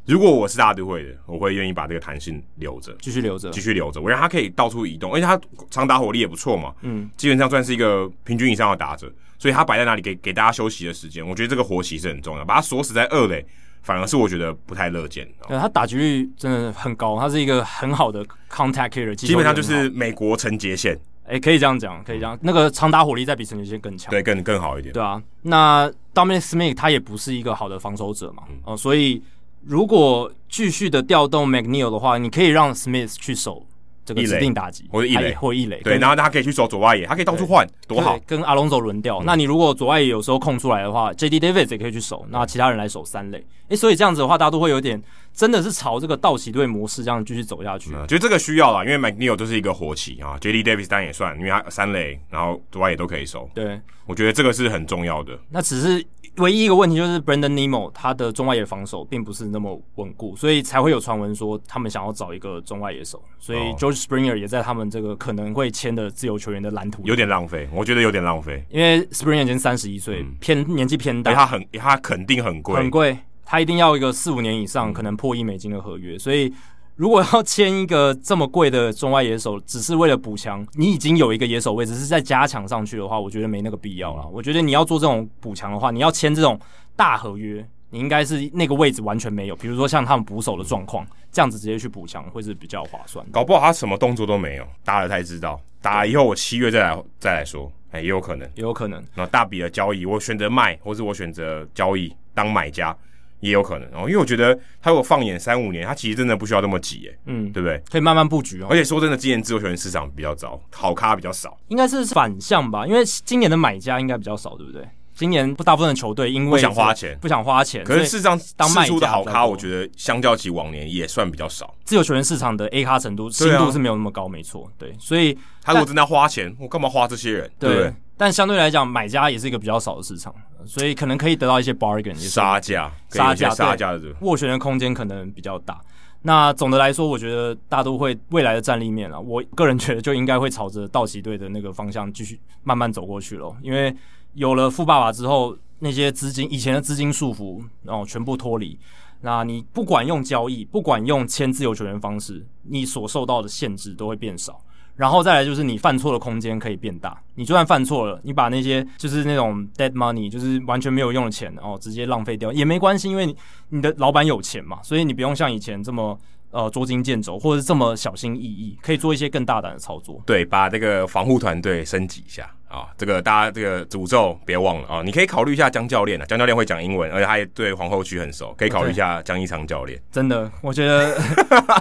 如果我是大都会的，我会愿意把这个弹性留着，继续留着继，续留着，我让他可以到处移动，而且他长打火力也不错嘛，嗯，基本上算是一个平均以上的打者，所以他摆在哪里给给大家休息的时间，我觉得这个活棋是很重要，把他锁死在二垒，反而是我觉得不太乐见。哦对他打击率真的很高，他是一个很好的 contact hitter，基本上就击球率很是美国陈杰宪，好，哎、可以这样讲，可以这样，那个长打火力再比陈杰宪更强，对，更更好一点。对啊。那 Dominic Smith 他也不是一个好的防守者嘛，嗯哦、所以如果继续的调动 McNeil 的话，你可以让 Smith 去守这个一垒指定打击，或者一垒还或一垒，对，跟然后他可以去守左外野，他可以到处换，多好！嗯对跟阿隆索轮调。那你如果左外野有时候空出来的话，J.D. Davis 也可以去守，那其他人来守三垒。诶、所以这样子的话，大家都会有点真的是朝这个道奇队模式这样继续走下去。嗯，就这个需要啦，因为 McNeil 就是一个活棋啊，JD Davis 当然也算，因为他三垒，然后左外野都可以守，对，我觉得这个是很重要的。那只是唯一一个问题就是 Brandon Nemo 他的中外野防守并不是那么稳固，所以才会有传闻说他们想要找一个中外野手，所以哦 George Springer 也在他们这个可能会签的自由球员的蓝图里有点浪费，我觉得有点浪费，因为 Springer 已经三十一岁，偏年纪偏因为大，嗯他很他肯定很贵，嗯很贵，他一定要一个四五年以上，可能破亿美金的合约，所以。如果要签一个这么贵的中外野手，只是为了补强，你已经有一个野手位置，是在加强上去的话，我觉得没那个必嗯要了。我觉得你要做这种补强的话，你要签这种大合约，你应该是那个位置完全没有，比如说像他们捕手的状嗯况，这样子直接去补强会是比较划算的。搞不好他什么动作都没有，打了才知道。打了以后我七月再来再来说，哎、也有可能。也有可能，然后大笔的交易，我选择卖，或是我选择交易当买家，也有可能。哦，因为我觉得他如果放眼三五年，他其实真的不需要这么急，哎，嗯，对不对？可以慢慢布局哦而。且说真的，今年自由球员市场比较糟，好咖比较少。应该是反向吧，因为今年的买家应该比较少，对不对？今年不大部分的球队因为不想花钱不想花钱，可是所事以实上，当卖试出的家好比较咖，多我觉得相较起往年也算比较少。自由球员市场的 A 咖程度、对深啊度是没有那么高，没错，对，所以他如果真的要花钱，我干嘛花这些人？对不对？但相对来讲，买家也是一个比较少的市场，所以可能可以得到一些 bargain，也是杀价，可以有一些杀价杀对价的这种。斡旋的空间可能比较大。那总的来说，我觉得大都会未来的战力面啊，我个人觉得就应该会朝着道奇队的那个方向继续慢慢走过去咯。因为有了富爸爸之后，那些资金以前的资金束缚，然后全部脱离。那你不管用交易，不管用签自由球员方式，你所受到的限制都会变少。然后再来就是你犯错的空间可以变大。你就算犯错了，你把那些就是那种 dead money，就是完全没有用的钱哦，直接浪费掉也没关系，因为你你的老板有钱嘛，所以你不用像以前这么呃捉襟见肘，或者是这么小心翼翼，可以做一些更大胆的操作。对，把这个防护团队升级一下啊！这个大家这个诅咒别忘了啊！你可以考虑一下江教练啊，江教练会讲英文，而且他也对皇后区很熟，可以考虑一下江一昌教练。真的，我觉 得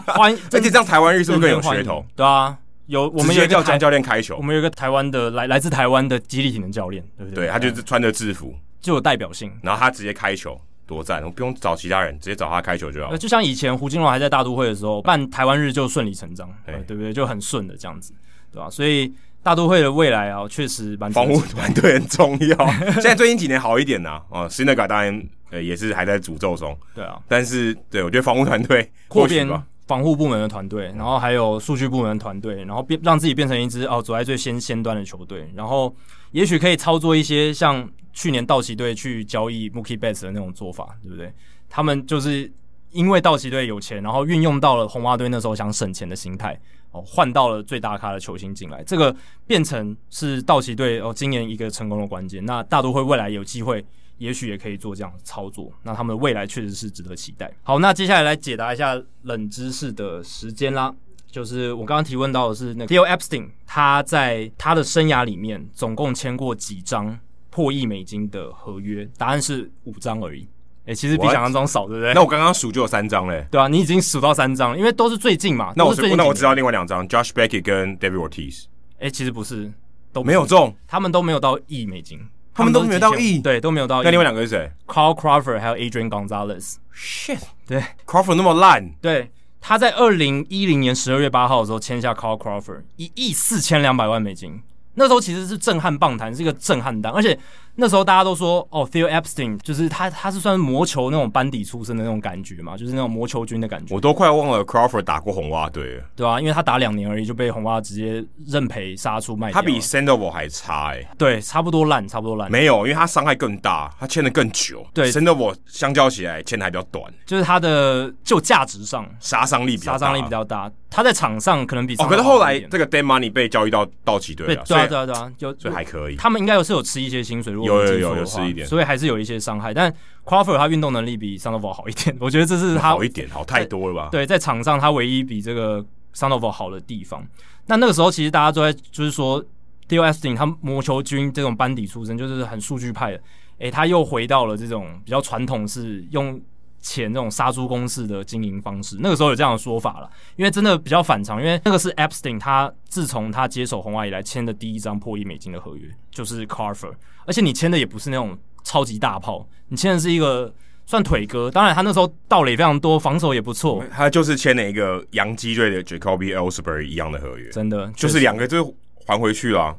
欢迎，而且这样台湾日是不是更有欢噱迎头？？对啊，有我我们们有也一个叫江台，教练开球我，们有一个台湾的来来自台湾的激励体能教练，对不对？对他就是穿着制服，就有代表性。然后他直接开球，多赞！我不用找其他人，直接找他开球就好呃，了。就像以前胡金龙还在大都会的时候，办台湾日就顺理成章，对呃对不对？就很顺的这样子，对吧、所以大都会的未来啊，确实蛮值防得护期待团队很重要。现在最近几年好一点呐、啊，哦 s i n a g a 当然呃也是还在诅咒中，对啊，但是对我觉得防护团队扩或许编吧，防护部门的团队，然后还有数据部门的团队，然后变让自己变成一支哦走在最先先端的球队，然后也许可以操作一些像去年道奇队去交易 Mookie Betts 的那种做法，对不对？他们就是因为道奇队有钱，然后运用到了红袜队那时候想省钱的心态。哦，换到了最大咖的球星进来，这个变成是道奇队哦今年一个成功的关键。那大都会未来有机会，也许也可以做这样的操作。那他们的未来确实是值得期待。好，那接下来来解答一下冷知识的时间啦。就是我刚刚提问到的是那个 Theo Epstein，他在他的生涯里面总共签过几张破亿美金的合约？答案是五张而已。诶、其实比 What？想象中少，对不对？那我刚刚数就有三张嘞。对啊，你已经数到三张了，因为都是最近嘛。那我都是最近那我几知道另外两张，Josh Beckett 跟 David Ortiz 哎、其实不是，都不是没有，中，他们都没有到亿美金，他们都没有到是几千亿对，都没有到亿。那另外两个是谁 Carl Crawford 还有 Adrian Gonzalez， ？Shit，对，Crawford 那么烂，对，他在二零一零年十二月八号的时候签下 Carl Crawford 一亿四千两百万美金，那时候其实是震撼棒坛，是一个震撼单，而且那时候大家都说哦，Phil Epstein 就是他，他是算是魔球那种班底出身的那种感觉嘛，就是那种魔球军的感觉我，都快忘了 Crawford 打过红袜队了，对啊，因为他打两年而已就被红袜直接认赔杀出卖掉他了，比 Sandoval 还差哎、对差不多烂，差不多烂，没有，因为他伤害更大，他签的更久。对，Sandoval 相较起来签的还比较短，就是他的就价值上杀伤力比杀较大伤力比较大，他在场上可能比哦，上可是后来一点这个 Dan Money 被交易到道奇队对了，对所啊以对啊对啊，有所以还可以。他们应该有是有吃一些薪水，如果我没有有记有错的有话吃一点所以还是有一些伤害。但 Crawford 他运动能力比 Sandoval 好一点，我觉得这是他好一点，好太多了吧？对在场上他唯一比这个 Sandoval 好的地方。那那个时候其实大家都在就是说 d o s t i n 他魔球军这种班底出身，就是很数据派的，诶、他又回到了这种比较传统式用。钱这种杀猪公式的经营方式，那个时候有这样的说法了，因为真的比较反常，因为那个是 Epstein 他自从他接手红袜以来签的第一张破亿美金的合约，就是 Carver，而且你签的也不是那种超级大炮，你签的是一个算腿哥，当然他那时候盗垒非常多，防守也不错，他就是签了一个洋基队的 Jacoby Ellsbury 一样的合约，真的就是两个就还回去了。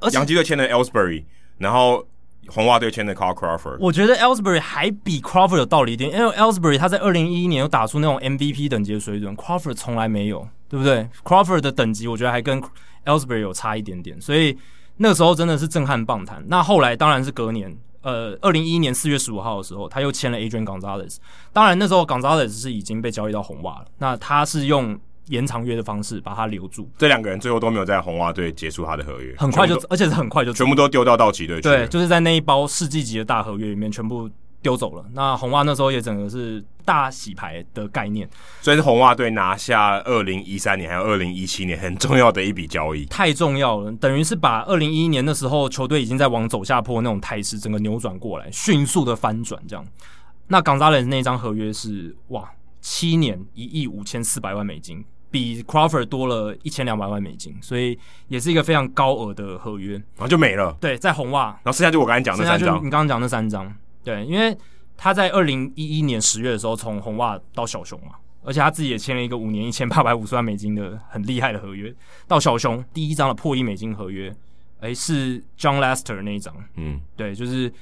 而且洋基队签的 Ellsbury，然后红袜队签的 Carl Crawford。我觉得 Ellsbury 还比 Crawford 有道理一点，因为 Ellsbury 他在二零一一年有打出那种 MVP 等级的水准，Crawford 从来没有，对不对？Crawford 的等级我觉得还跟 Ellsbury 有差一点点，所以那个时候真的是震撼棒坛。那后来当然是隔年呃，二零一一年四月十五号的时候，他又签了 Adrian Gonzalez。当然那时候 Gonzalez 是已经被交易到红袜了，那他是用延长约的方式把他留住，这两个人最后都没有在红袜队结束他的合约，很快就全部，都而且是很快就走全部都丢到道奇队去了。对，就是在那一包世纪级的大合约里面全部丢走了。那红袜那时候也整个是大洗牌的概念，所以是红袜队拿下二零一三年还有二零一七年很重要的一笔交易。太重要了，等于是把二零一一年的时候球队已经在往走下坡那种态势，整个扭转过来，迅速的翻转这样。那冈扎雷斯那张合约是哇，七年一亿五千四百万美金，比 Crawford 多了一千两百万美金，所以也是一个非常高额的合约。然后就没了。对，在红袜然后剩下就我刚才讲那剩下三就嗯张你，刚刚讲那三张，对，因为他在二零一一年十月的时候从红袜到小熊嘛，而且他自己也签了一个五年一千八百五十万美金的很厉害的合约，到小熊第一张的破亿美金合约，诶，是 John Lester 那一张，嗯，对，就是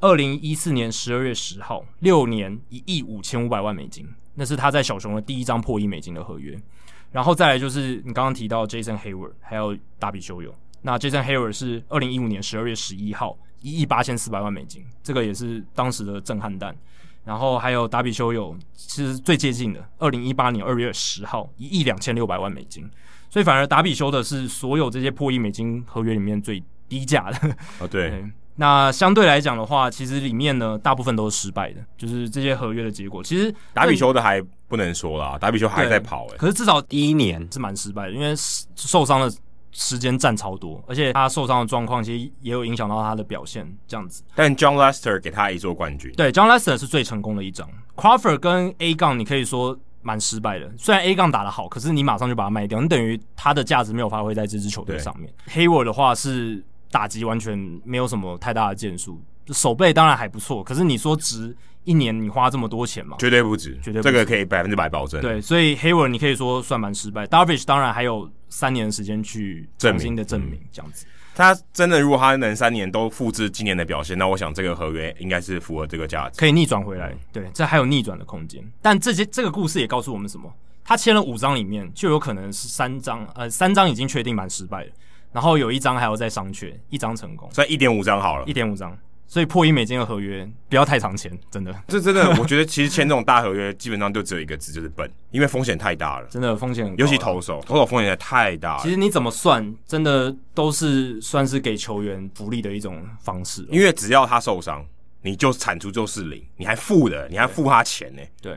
二零一四年十二月十号，六年一亿五千五百万美金，那是他在小熊的第一张破亿美金的合约。然后再来就是你刚刚提到 Jason Hayward 还有达比修友，那 Jason Hayward 是二零一五年十二月十一号一亿八千四百万美金，这个也是当时的震撼弹。然后还有达比修友，其实最接近的，二零一八年二月十号一亿两千六百万美金，所以反而达比修的是所有这些破亿美金合约里面最低价的，哦对，对，那相对来讲的话，其实里面呢，大部分都是失败的，就是这些合约的结果。其实打比球的还不能说啦，打比球还在跑哎、可是至少第一年是蛮失败的，因为受伤的时间占超多，而且他受伤的状况其实也有影响到他的表现。这样子，但 John Lester 给他一座冠军，对，John Lester 是最成功的一张，Crawford 跟 A 杠你可以说蛮失败的。虽然 A 杠打得好，可是你马上就把它卖掉，你等于他的价值没有发挥在这支球队对上面。Hayward 的话是打击完全没有什么太大的建树，手背当然还不错，可是你说值一年你花这么多钱嘛？绝对不止，绝对不这止个可以百分之百保证。，对，所以 Hayward 你可以说算蛮失败，Darvish 当然还有三年的时间去重新的证证明明这样子。他真的如果他能三年都复制今年的表现，那我想这个合约应该是符合这个价值。可以逆转回来。嗯对，这还有逆转的空间。但这些这个故事也告诉我们什么？他签了五张，里面就有可能是三张，呃，三张已经确定蛮失败的，然后有一张还要再商榷，一张成功，算一点五张好了一，点五张。所以破亿美金的合约不要太常签，真的，这真的，我觉得其实签这种大合约基本上就只有一个字，就是笨，因为风险太大了，真的风险很高啊尤其投。手，投手风险也太大了其。实你怎么算，真的都是算是给球员福利的一种方式哦。因为只要他受伤，你就产出就是零，你还付的，你还付他钱呢、对，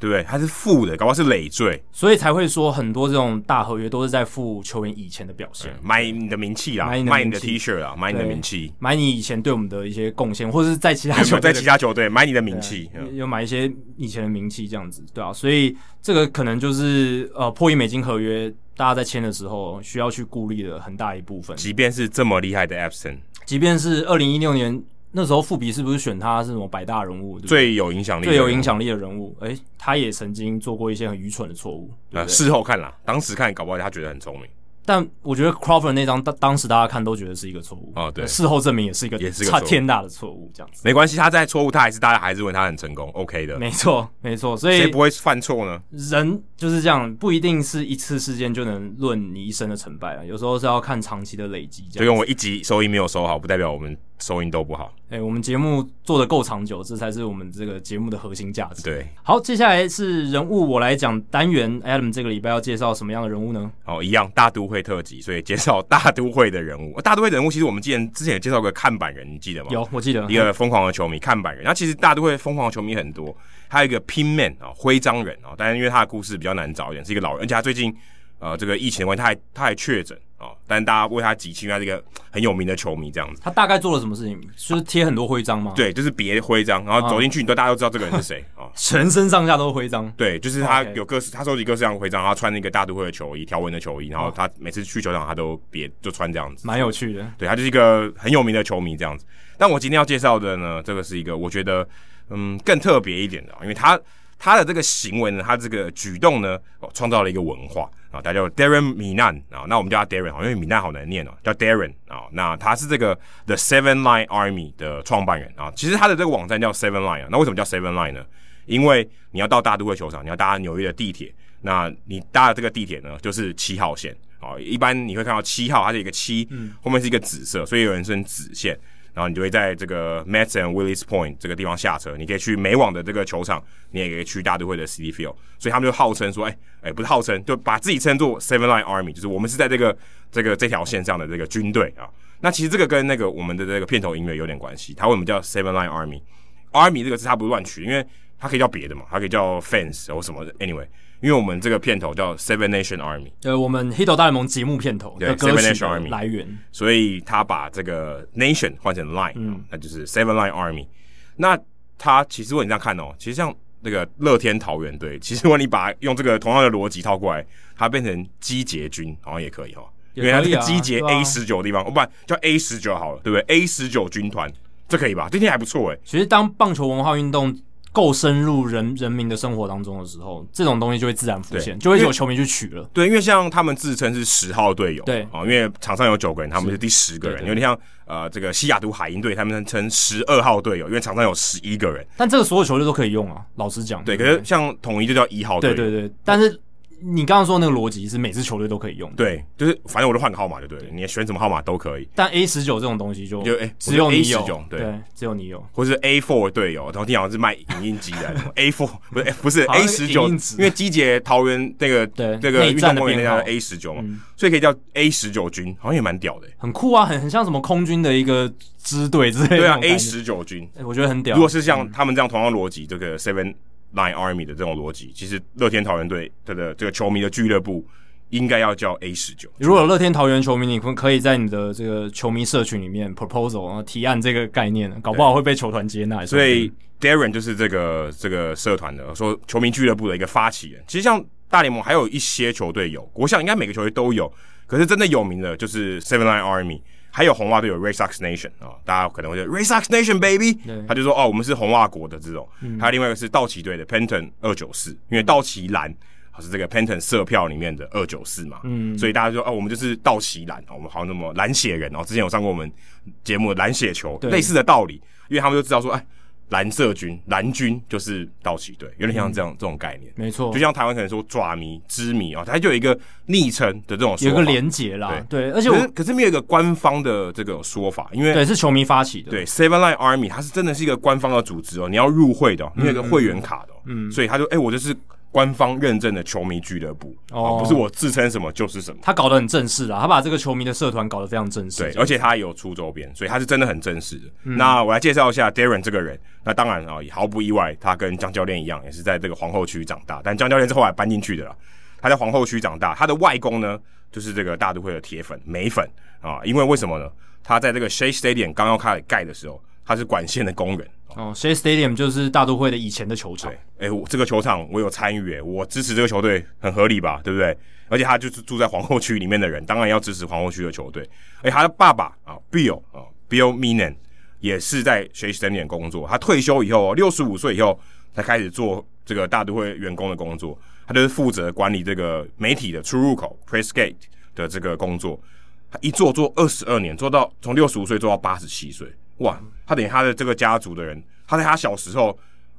对不对？他是付的，搞不好是累赘，所以才会说很多这种大合约都是在付球员以前的表现。买你的名气啦，买你的卖你的名 T 恤啦，买你的对名气，买你以前对我们的一些贡献，或者是在 其他有没球有在队的其他球队买你的名气？有嗯有买一些以前的名气这样子，对啊，所以这个可能就是呃破亿美金合约，大家在签的时候需要去顾虑的很大一部分。即便是这么厉害的 Epson，即便是二零一六年那时候，富比是不是选他是什么百大人物，对不对最有影响力的最人物，啊有影响力的人物？诶、他也曾经做过一些很愚蠢的错误，对呃，不对？事后看啦，当时看搞不好他觉得很聪明，但我觉得 Crawford 那张当当时大家看都觉得是一个错误哦对事后证明也是一个也是一个差错误天大的错误，这样子。没关系，他在错误，他还是大家还是认为他很成功，OK 的，没错，没错，所以谁不会犯错呢？人就是这样，不一定是一次事件就能论你一生的成败啊，有时候是要看长期的累积。这就样，跟我一集收音没有收好，不代表我们收音都不好，哎、我们节目做的够长久，这才是我们这个节目的核心价值。，对。好，接下来是人物我来讲单元，Adam 这个礼拜要介绍什么样的人物呢？哦，一样大都会特辑，所以介绍大都会的人物。大都会人物其实我们之前之前也介绍过看板人，你记得吗？有，我记得一个疯狂的球迷，看板人。然后其实大都会疯狂的球迷很多，还有一个 Pin Man 啊、徽章人啊、但是因为他的故事比较难找一点，是一个老人，而且他最近呃这个疫情的关系，他还他还确诊啊，哦但大家为他集气，因为他是一个很有名的球迷这样子。他大概做了什么事情，就是贴很多徽章吗？，对，就是别徽章，然后走进去，你都大家都知道这个人是谁啊。哦全身上下都是徽章。对，就是他 OK 有各式，他收集各式各样的徽章，然后他穿那个大都会的球衣、条纹的球衣，然后他每次去球场他都别就穿这样子，蛮有趣的，对他就是一个很有名的球迷这样子。但我今天要介绍的呢，这个是一个我觉得嗯更特别一点的啊，因为他他的这个行为呢，他这个举动呢，哦创造了一个文化啊，大家叫 Darren Minan 啊，那我们叫他 Darren 好，因为 Minan 好难念哦，叫 Darren 啊。那他是这个 The Seven Line Army 的创办人啊，其实他的这个网站叫 Seven Line 啊，那为什么叫 Seven Line 呢？因为你要到大都会球场，你要搭纽约的地铁，那你搭的这个地铁呢，就是七号线啊、哦。一般你会看到七号，它是一个七、后面是一个紫色，所以有人称紫线。然后你就会在这个 Mets and Willis Point 这个地方下车，你可以去美网的这个球场，你也可以去大都会的 City Field，所以他们就号称说，哎、哎、不是号称，就把自己称作 Seven Line Army，就是我们是在这个这个这条线上的这个军队啊。那其实这个跟那个我们的这个片头音乐有点关系，它为什么叫 Seven Line Army？Army 这个字它不是乱取，因为它可以叫别的嘛，它可以叫 fans 或什么的。Anyway，因为我们这个片头叫 Seven Nation Army，呃，我们《黑头大联盟》节目片头的对歌曲 Seven Nation 的 Army 来源，所以他把这个 nation 换成 line，、那嗯就是 Seven Line Army。那他其实如果你这样看哦，其实像那个乐天桃园队，其实如果你把它用这个同样的逻辑套过来，它变成机捷军好像也可以哦，也可因以为啊它这个机捷对啊 A 十九地方，我把叫 A 十九好了，对不对？A 十九军团，这可以吧？这听起来还不错诶。其实当棒球文化运动够深入人人民的生活当中的时候，这种东西就会自然浮现，对就会有球迷去取了。对，因为像他们自称是十号队友，对哦，因为场上有九个人，他们是第十个人，对对有点像呃这个西雅图海鹰队，他们称十二号队友，因为场上有十一个人，但这个所有球队都可以用啊，老实讲。对，可是像统一就叫一号队对友，对对，但是你刚刚说那个逻辑是每支球队都可以用的，对就是反正我就换个号码就对了，你选什么号码都可以，但 A 十九这种东西就就哎只有你我就 A19 有，对对，只有你有。或是 A four 队友，然后听好像是卖影印机的 A four 不是、哎不是好像 A 是十影九，印纸因为机姐桃园那个对那个内运战动的公园那编家号 A 十九嘛，嗯所以可以叫 A 十九军，好像也蛮屌的、欸很酷啊，很很像什么空军的一个支队之类的对那啊种感觉。 ，A 十九军，哎，我觉得很屌。如果是像他们这样同样逻辑，这个 Seven Line Army 的这种逻辑，其实乐天桃园队它的这个球迷的俱乐部应该要叫 A 十九。如果有乐天桃园球迷，你可可以在你的这个球迷社群里面 proposal 然后提案这个概念，搞不好会被球团接纳。所以 Darren 就是这个这个社团的说球迷俱乐部的一个发起人。其实像大联盟还有一些球队有，我想应该每个球队都有，可是真的有名的就是 Seven Line Army。还有红袜队有 Red Sox Nation 啊、大家可能会觉得 Red Sox Nation baby，对嗯他就说哦，我们是红袜国的这种。还有另外一个是道奇队的 Penton 二九四，因为道奇蓝哦是这个 Penton 色票里面的二九四嘛，嗯，所以大家就说哦，我们就是道奇蓝，哦我们好像那么蓝血人哦，之前有上过我们节目的蓝血球，对类似的道理，因为他们就知道说，哎，蓝色军蓝军就是道奇队，有点嗯像这样、这种概念，没错就，像台湾可能说爪迷、知迷啊、哦，它就有一个昵称的这种说有法，个连结啦，对，而且可是我可是没有一个官方的这个说法，因为对是球迷发起的，对 Seven Line Army，它是真的是一个官方的组织哦，你要入会的、哦，你有一个嗯会员卡的、哦，嗯，所以他就哎、我就是官方认证的球迷俱乐部哦哦，不是我自称什么就是什么。他搞得很正式啦，啊他把这个球迷的社团搞得非常正式。对，而且他也有出周边，所以他是真的很正式的。那我来介绍一下 Darren 这个人。那当然啊、也毫不意外，他跟江教练一样，也是在这个皇后区长大。但江教练是后来搬进去的啦。他在皇后区长大，他的外公呢，就是这个大都会的铁粉、美粉啊。因为为什么呢？他在这个 Shea Stadium 刚要开始盖的时候，他是管线的工人。哦，Shea Stadium 就是大都会的以前的球场对，，哎、我这个球场我有参与，哎，我支持这个球队很合理吧，对不对？而且他就是住在皇后区里面的人，当然要支持皇后区的球队。哎、他的爸爸啊，Bill 啊，Bill Minan 也是在 s h a s t a n i o n 工作。他退休以后，六十五岁以后才开始做这个大都会员工的工作，他就是负责管理这个媒体的出入口 Press Gate 的这个工作。他一做做二十二年，做到从六十五岁做到八十七岁，哇！他等于他的这个家族的人，他在他小时候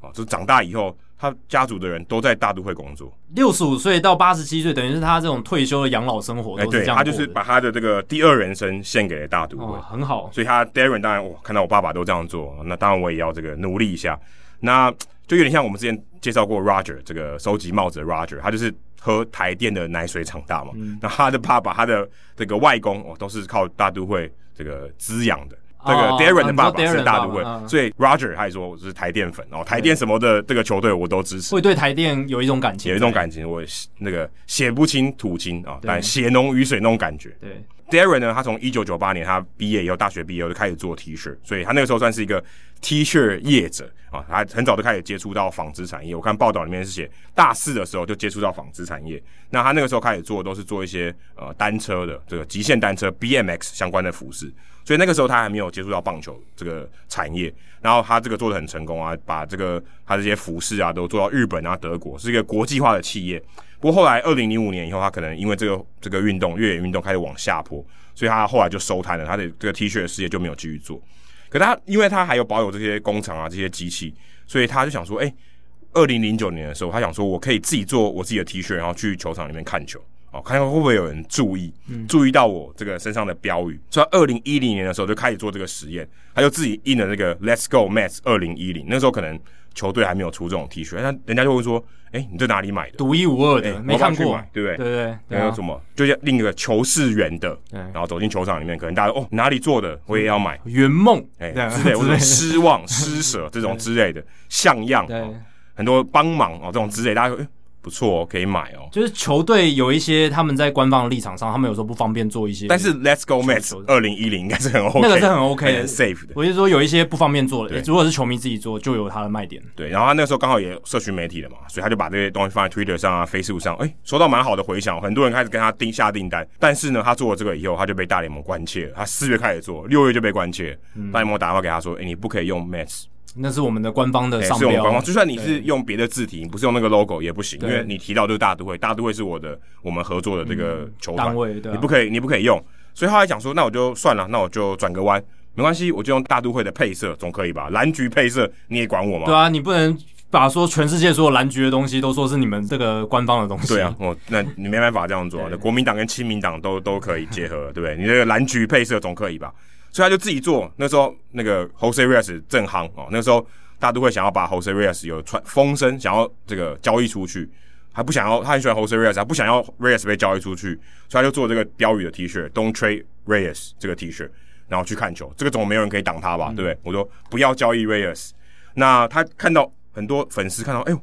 啊，就是长大以后，他家族的人都在大都会工作。六十五岁到八十七岁，等于是他这种退休的养老生活哎、哦都是对这样他过的。就是把他的这个第二人生献给了大都会。哦，很好，所以他 Darren 当然我看到我爸爸都这样做，那当然我也要这个努力一下。那就有点像我们之前介绍过 Roger 这个收集帽子的 Roger，他就是喝台电的奶水长大嘛。嗯那他的爸爸、他的这个外公哦，都是靠大都会这个滋养的。这个哦 Darren 哦的你爸说爸 Darren 是的大爸都爸会，嗯所以 Roger 他也说我是台电粉哦，台电什么的这个球队我都支持。会对台电有一种感情，有一种感情，我那个血不清土清啊，对但血浓于水那种感觉。对， Darren 呢，他从一九九八年他毕业以后，大学毕业以后就开始做 T 恤，所以他那个时候算是一个 T 恤业者啊。他很早就开始接触到纺织产业。我看报道里面是写大四的时候就接触到纺织产业。那他那个时候开始做的都是做一些呃单车的这个极限单车 BMX 相关的服饰，所以那个时候他还没有接触到棒球这个产业。然后他这个做的很成功啊，把这个他这些服饰啊都做到日本啊、德国，是一个国际化的企业。不过后来二零零五年以后，他可能因为这个这个运动越野运动开始往下坡，所以他后来就收摊了，他的这个 T 恤的事业就没有继续做。可他因为他还有保有这些工厂啊这些机器，所以他就想说，哎、2二零零九年的时候，他想说我可以自己做我自己的 T 恤，然后去球场里面看球。哦，看看会不会有人注意，注意到我这个身上的标语。所以，二零一零年的时候就开始做这个实验，他就自己印了那个 “Let's Go Mets 二零一零”。那时候可能球队还没有出这种 T 恤，但人家就会说：“哎、你这哪里买的？”独一无二的，哎没看我过爸去买，对不对对对对还有啊什，么？就是另一个球是圆的，对然后走进球场里面，可能大家哦哪里做的，我也要买，圆梦，哎、对啊之类，或之者类失望、施舍这种之类的像样，对哦很多帮忙哦这种之类，大家说、哎不错哦，可以买哦。就是球队有一些他们在官方的立场上，他们有时候不方便做一些，但是 Let's Go Mets 球二零一零应该是很 OK，那个是很 OK 的很 safe 的。我是说有一些不方便做的，对诶如果是球迷自己做，就有他的卖点。对，然后他那个时候刚好也有社群媒体了嘛，所以他就把这些东西放在 Twitter 上啊、Facebook 上，哎，收到蛮好的回响，很多人开始跟他订下订单。但是呢，他做了这个以后，他就被大联盟关切了。他四月开始做，六月就被关切了。嗯大联盟打电话给他说：“哎，你不可以用 Mets，那是我们的官方的哎，商是我们官标方，，就算你是用别的字体，你不是用那个 logo 也不行，因对为你提到就是大都会，大都会是我的我们合作的这个球团单，位对啊你不可以，你不可以用。所以后来讲说，那我就算了，那我就转个弯，没关系，我就用大都会的配色，总可以吧？蓝橘配色你也管我吗？对啊，你不能把说全世界所有蓝局的东西都说是你们这个官方的东西。对啊，，我那你没办法这样做啊，那国民党跟亲民党都都可以结合，对不对？你这个蓝橘配色总可以吧？所以他就自己做。那时候那个 Jose Reyes 正夯哦，那时候大都会想要把 Jose Reyes 有传风声，想要这个交易出去，还不想要，他很喜欢 Jose Reyes，他不想要 Reyes 被交易出去，所以他就做这个标语的 T 恤，Don't trade Reyes 这个 T 恤，然后去看球，这个总没有人可以挡他嗯吧，对不对？我说不要交易 Reyes，那他看到很多粉丝看到，哎呦，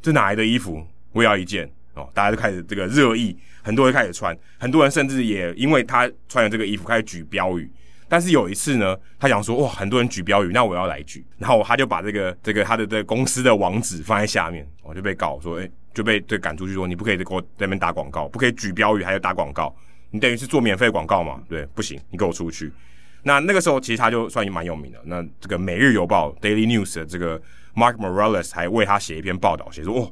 这哪来的衣服？我也要一件哦！大家就开始这个热议，很多人开始穿，很多人甚至也因为他穿了这个衣服开始举标语。但是有一次呢，他想说哇，很多人举标语，那我要来举。然后他就把这个这个他的这个公司的网址放在下面，我、就被告说，哎、就被对赶出去说你不可以给我在那边打广告，不可以举标语，还有打广告，你等于是做免费广告嘛？对，不行，你给我出去。那那个时候其实他就算蛮有名的。那这个《每日邮报》（Daily News） 的这个 Mark Morales 还为他写一篇报道，写说哦，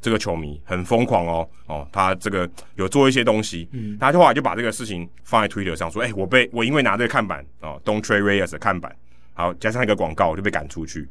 这个球迷很疯狂哦，哦，他这个有做一些东西。嗯，他后来就把这个事情放在 Twitter 上说，哎、我被我因为拿这个看板哦，Don't Trade Reyes 的看板，好加上一个广告，我就被赶出去。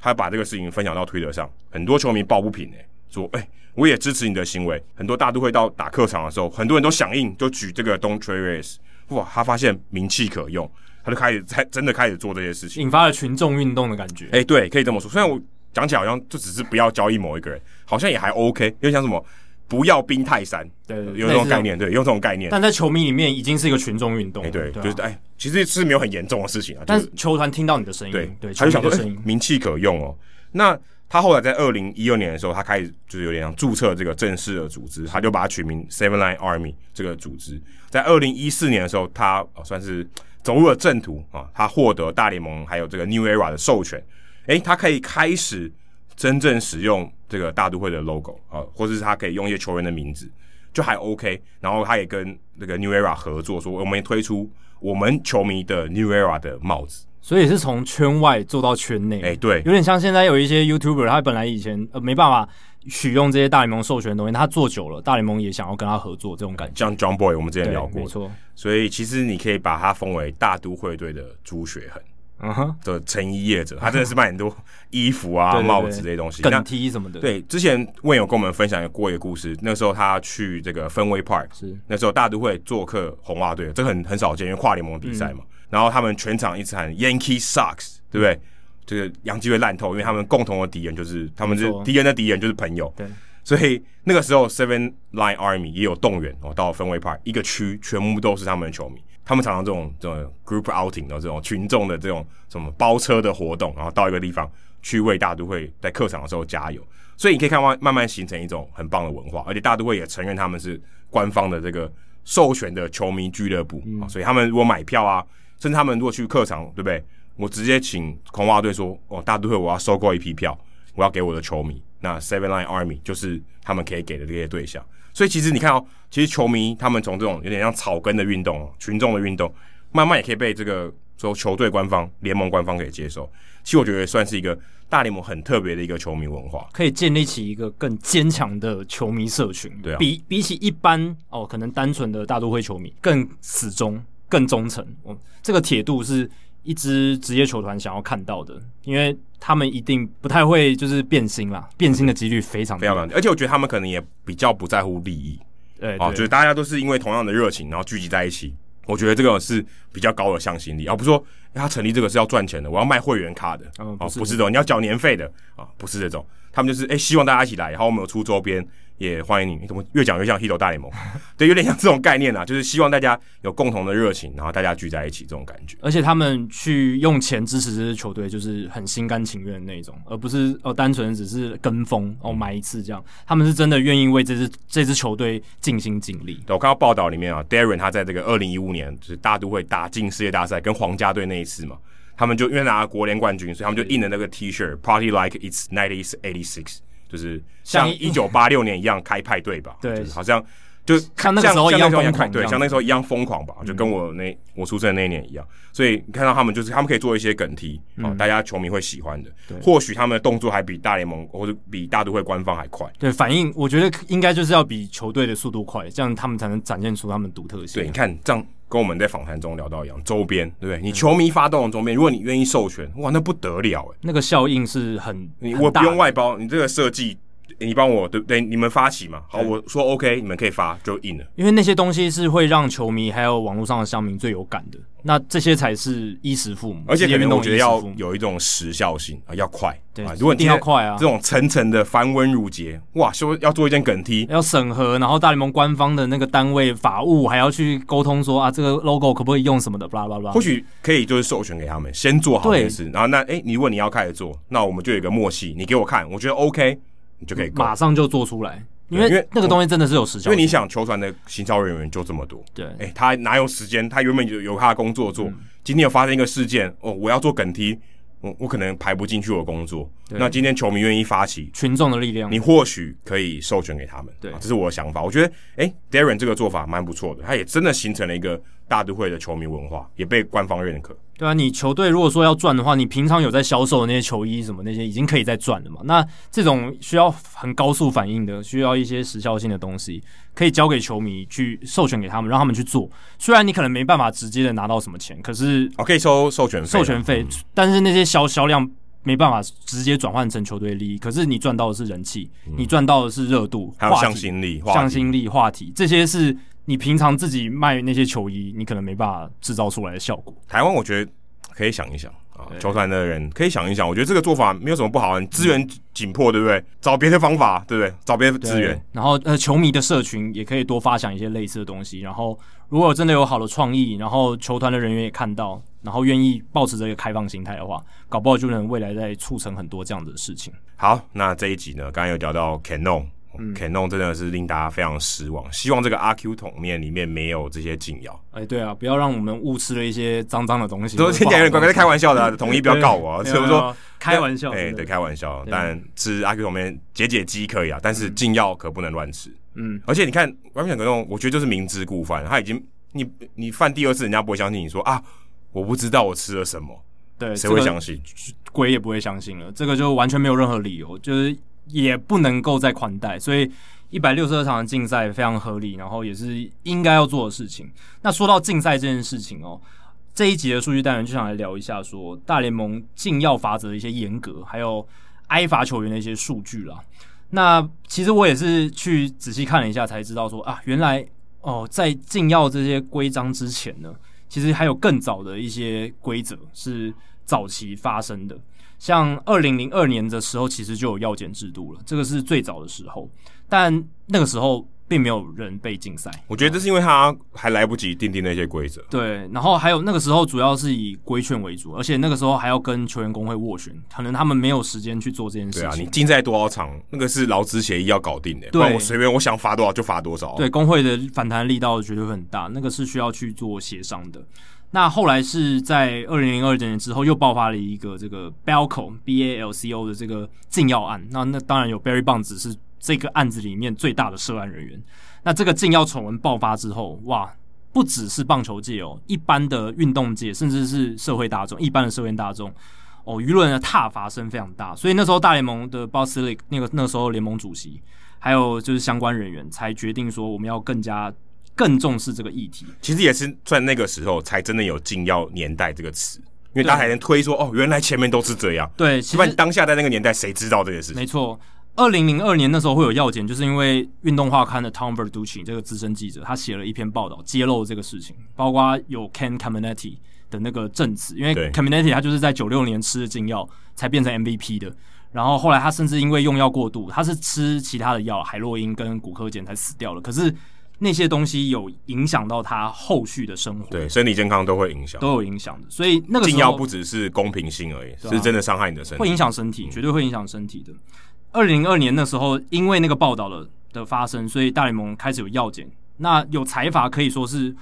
他把这个事情分享到推特上，很多球迷抱不平哎、说哎、我也支持你的行为。很多大都会到打客场的时候，很多人都响应，就举这个 Don't Trade Race。哇，他发现名气可用，他就开始才真的开始做这些事情。引发了群众运动的感觉。哎、对，可以这么说。虽然我讲起来好像就只是不要交易某一个人，好像也还 OK，因为像什么不要冰泰山，对对对有这种概念，对，有这种概念。但在球迷里面已经是一个群众运动哎、了，对，啊就是哎、其实是没有很严重的事情啊，就但是是球团听到你的声音，对对，，他就想球迷的说、哎声音，名气可用哦。那他后来在二零一二年的时候，他开始就是有点像注册这个正式的组织，他就把它取名 Seven Line Army 这个组织。在二零一四年的时候，他、呃算是走入了正途啊，他获得大联盟还有这个 New Era 的授权，诶，他可以开始真正使用这个大都会的 logo 啊，或者是他可以用一些球员的名字，就还 OK。然后他也跟那个 New Era 合作，说我们推出我们球迷的 New Era 的帽子。所以是从圈外做到圈内，诶，哎对，有点像现在有一些 YouTuber，他本来以前呃没办法取用这些大联盟授权的东西，他做久了，大联盟也想要跟他合作，这种感觉。像 John Boy，我们之前对聊，过没，错，所以其实你可以把它封为大都会队的朱雪恒嗯哼，的成衣业者，他真的是卖很多衣服啊、对对对帽子这些东西。梗那踢什么的，，对，之前魏有跟我们分享过一个故事，那时候他去这个芬威 Park，是那时候大都会做客红袜队，这个很很少见，因为跨联盟比赛嘛。嗯然后他们全场一直喊 Yankee Sucks，对不对？这个洋基会烂透，因为他们共同的敌人就是他们是没错敌人的敌人就是朋友，对，所以那个时候 Seven Line Army 也有动员哦，到分位派一个区全部都是他们的球迷，他们常常这种这种 group outing 的这种群众的这种什么包车的活动，然后到一个地方去为大都会在客场的时候加油，所以你可以看慢慢慢形成一种很棒的文化，而且大都会也承认他们是官方的这个授权的球迷俱乐部、啊，所以他们如果买票啊，甚至他们如果去客场，对不对？我直接请红袜队说，哦，大都会我要收购一批票，我要给我的球迷。那 Seven Line Army 就是他们可以给的这些对象。所以其实你看哦，其实球迷他们从这种有点像草根的运动哦、群众的运动，慢慢也可以被这个说球队官方、联盟官方给接受。其实我觉得算是一个大联盟很特别的一个球迷文化。可以建立起一个更坚强的球迷社群，对啊比比起一般哦，可能单纯的大都会球迷更死忠、更忠诚，哦，这个铁度是一支职业球团想要看到的，因为他们一定不太会就是变心啦，变心的几率非常低非常非常，而且我觉得他们可能也比较不在乎利益，对啊，对，就是大家都是因为同样的热情，然后聚集在一起。我觉得这个是比较高的向心力，而、不是说哎他成立这个是要赚钱的，我要卖会员卡的，嗯啊不是不是这种，你要缴年费的啊，不是这种。他们就是哎、希望大家一起来，然后我们有出周边，也欢迎你。怎么越讲越像《h 头大联盟》？ 对，有点像这种概念啊，就是希望大家有共同的热情，然后大家聚在一起这种感觉。而且他们去用钱支持这支球队，就是很心甘情愿的那一种，而不是哦单纯只是跟风哦买一次这样。他们是真的愿意为这支这支球队尽心尽力。对我看到报道里面啊，Darren 他在这个二零一五年就是大都会打进世界大赛，跟皇家队那一次嘛，他们就因为拿了国联冠军，所以他们就印了那个嗯 T 恤，Party like it's 1986，就是像像一一九八六年一样开派对吧？对就是好像就像那个时候像一样像那时候疯狂开对，这样嗯像那时候一样疯狂吧，就跟我那我出生的那一年一样。所以你看到他们就是他们可以做一些梗题，哦，嗯大家球迷会喜欢的。或许他们的动作还比大联盟或者比大都会官方还快。对，反应我觉得应该就是要比球队的速度快，这样他们才能展现出他们独特性。对，你看这样跟我们在访谈中聊到一样，周边对不嗯对？你球迷发动的周边，如果你愿意授权，哇，那不得了哎！那个效应是很，你很我大不的用外包，你这个设计，欸你帮我对不对？你们发起嘛，好，我说 OK，你们可以发就印了。因为那些东西是会让球迷还有网络上的乡民最有感的。那这些才是衣食父母，而且职业可运能动我的觉得衣食要父母有一种时效性啊，要快对啊。如果一你定要快啊这种层层的繁文缛节，哇，说要做一件梗踢，要审核，然后大联盟官方的那个单位法务还要去沟通说啊，这个 logo 可不可以用什么的，巴拉巴拉。或许可以就是授权给他们，先做好这件对事，然后那哎，你如果你要开始做，那我们就有一个默契，你给我看，我觉得 OK，你就可以购。马上就做出来，因对因为为嗯那个东西真的是有时效因为性。你想，球团的行销人员就这么多，对嗯哎、他哪有时间？他原本就有他的工作做。今天有发生一个事件，哦，我要做梗踢，我我可能排不进去我的工作。那今天球迷愿意发起，群众的力量，你或许可以授权给他们。对啊这是我的想法。我觉得，哎、d a r r e n 这个做法蛮不错的，他也真的形成了一个大都会的球迷文化，也被官方认可。对啊，你球队如果说要赚的话，你平常有在销售的那些球衣什么那些，已经可以在赚了嘛。那这种需要很高速反应的，需要一些时效性的东西，可以交给球迷去授权给他们，让他们去做。虽然你可能没办法直接的拿到什么钱，可是哦，可以收授权费啊，授权费，但是那些销销量没办法直接转换成球队利益。可是你赚到的是人气，你赚到的是热度，嗯还有话向题心力，话题向心力、话题，这些是你平常自己卖那些球衣，你可能没办法制造出来的效果。台湾我觉得可以想一想啊，球团的人可以想一想，我觉得这个做法没有什么不好啊，你资源紧迫，对不对？找别的方法，对不对？找别的资源对。，然后呃，球迷的社群也可以多发想一些类似的东西。然后，如果真的有好的创意，然后球团的人员也看到，然后愿意保持这个开放心态的话，搞不好就能未来再促成很多这样的事情。好，那这一集呢，刚刚有聊到 Canon。Canon 嗯真的是令大家非常失望，希望这个阿 Q 桶面里面没有这些禁药。哎，对啊，不要让我们误吃了一些脏脏的东西。都听起来有点怪怪，在开玩笑的啊，统一不要告我 啊。对啊所以我没有没说有开玩笑哎，真的对，开玩笑。但吃阿 Q 桶面解解饥可以啊，但是禁药可不能乱吃。嗯，而且你看外面 Canon，我觉得就是明知故犯，他已经你你犯第二次，人家不会相信你说啊，我不知道我吃了什么，对，谁会这个相信？鬼也不会相信了，这个就完全没有任何理由，就是也不能够再宽待，所以一百六十二场的竞赛非常合理，然后也是应该要做的事情。那说到竞赛这件事情哦，这一集的数据单元就想来聊一下说大联盟禁药法则的一些严格，还有挨罚球员的一些数据啦。那其实我也是去仔细看了一下，才知道说啊，原来哦，在禁药这些规章之前呢，其实还有更早的一些规则是早期发生的。像二零零二年的时候，其实就有药检制度了，这个是最早的时候，但那个时候并没有人被禁赛。我觉得这是因为他还来不及定定那些规则，对，然后还有那个时候主要是以规劝为主，而且那个时候还要跟球员工会斡旋，可能他们没有时间去做这件事对情。啊，你竞赛多少场，那个是劳资协议要搞定的，对不然我随便我想罚多少就罚多少。啊对，工会的反弹力道绝对会很大，那个是需要去做协商的。那后来是在二零零二年之后，又爆发了一个这个 Balco B A L C O 的这个禁药案。那那当然有 Barry Bonds 是这个案子里面最大的涉案人员。那这个禁药丑闻爆发之后，哇，不只是棒球界哦，一般的运动界，甚至是社会大众，一般的社会大众，哦，舆论的挞伐声非常大，所以那时候大联盟的 b o s l i c 那个那时候联盟主席，还有就是相关人员，才决定说我们要更加更重视这个议题。其实也是算那个时候才真的有禁药年代这个词，因为大家还能推说哦，原来前面都是这样。对，其不然实当下在那个年代谁知道这件事没情？错。二零零二年那时候会有要件，就是因为《运动画刊》的 Tom Verducci 这个资深记者，他写了一篇报道，揭露这个事情，包括有 Ken Caminiti 的那个证词，因为对 Caminiti 他就是在九六年吃了禁药才变成 MVP 的，然后后来他甚至因为用药过度，他是吃其他的药海洛因跟骨科碱才死掉了，可是那些东西有影响到他后续的生活，对，身体健康都会影响。都有影响的，所以那个时禁候药不只是公平性而已，对啊是真的伤害你的身体，会影响身嗯体，绝对会影响身体的。二零零二年那时候，因为那个报道了的发生，所以大联盟开始有药检，那有财阀可以说是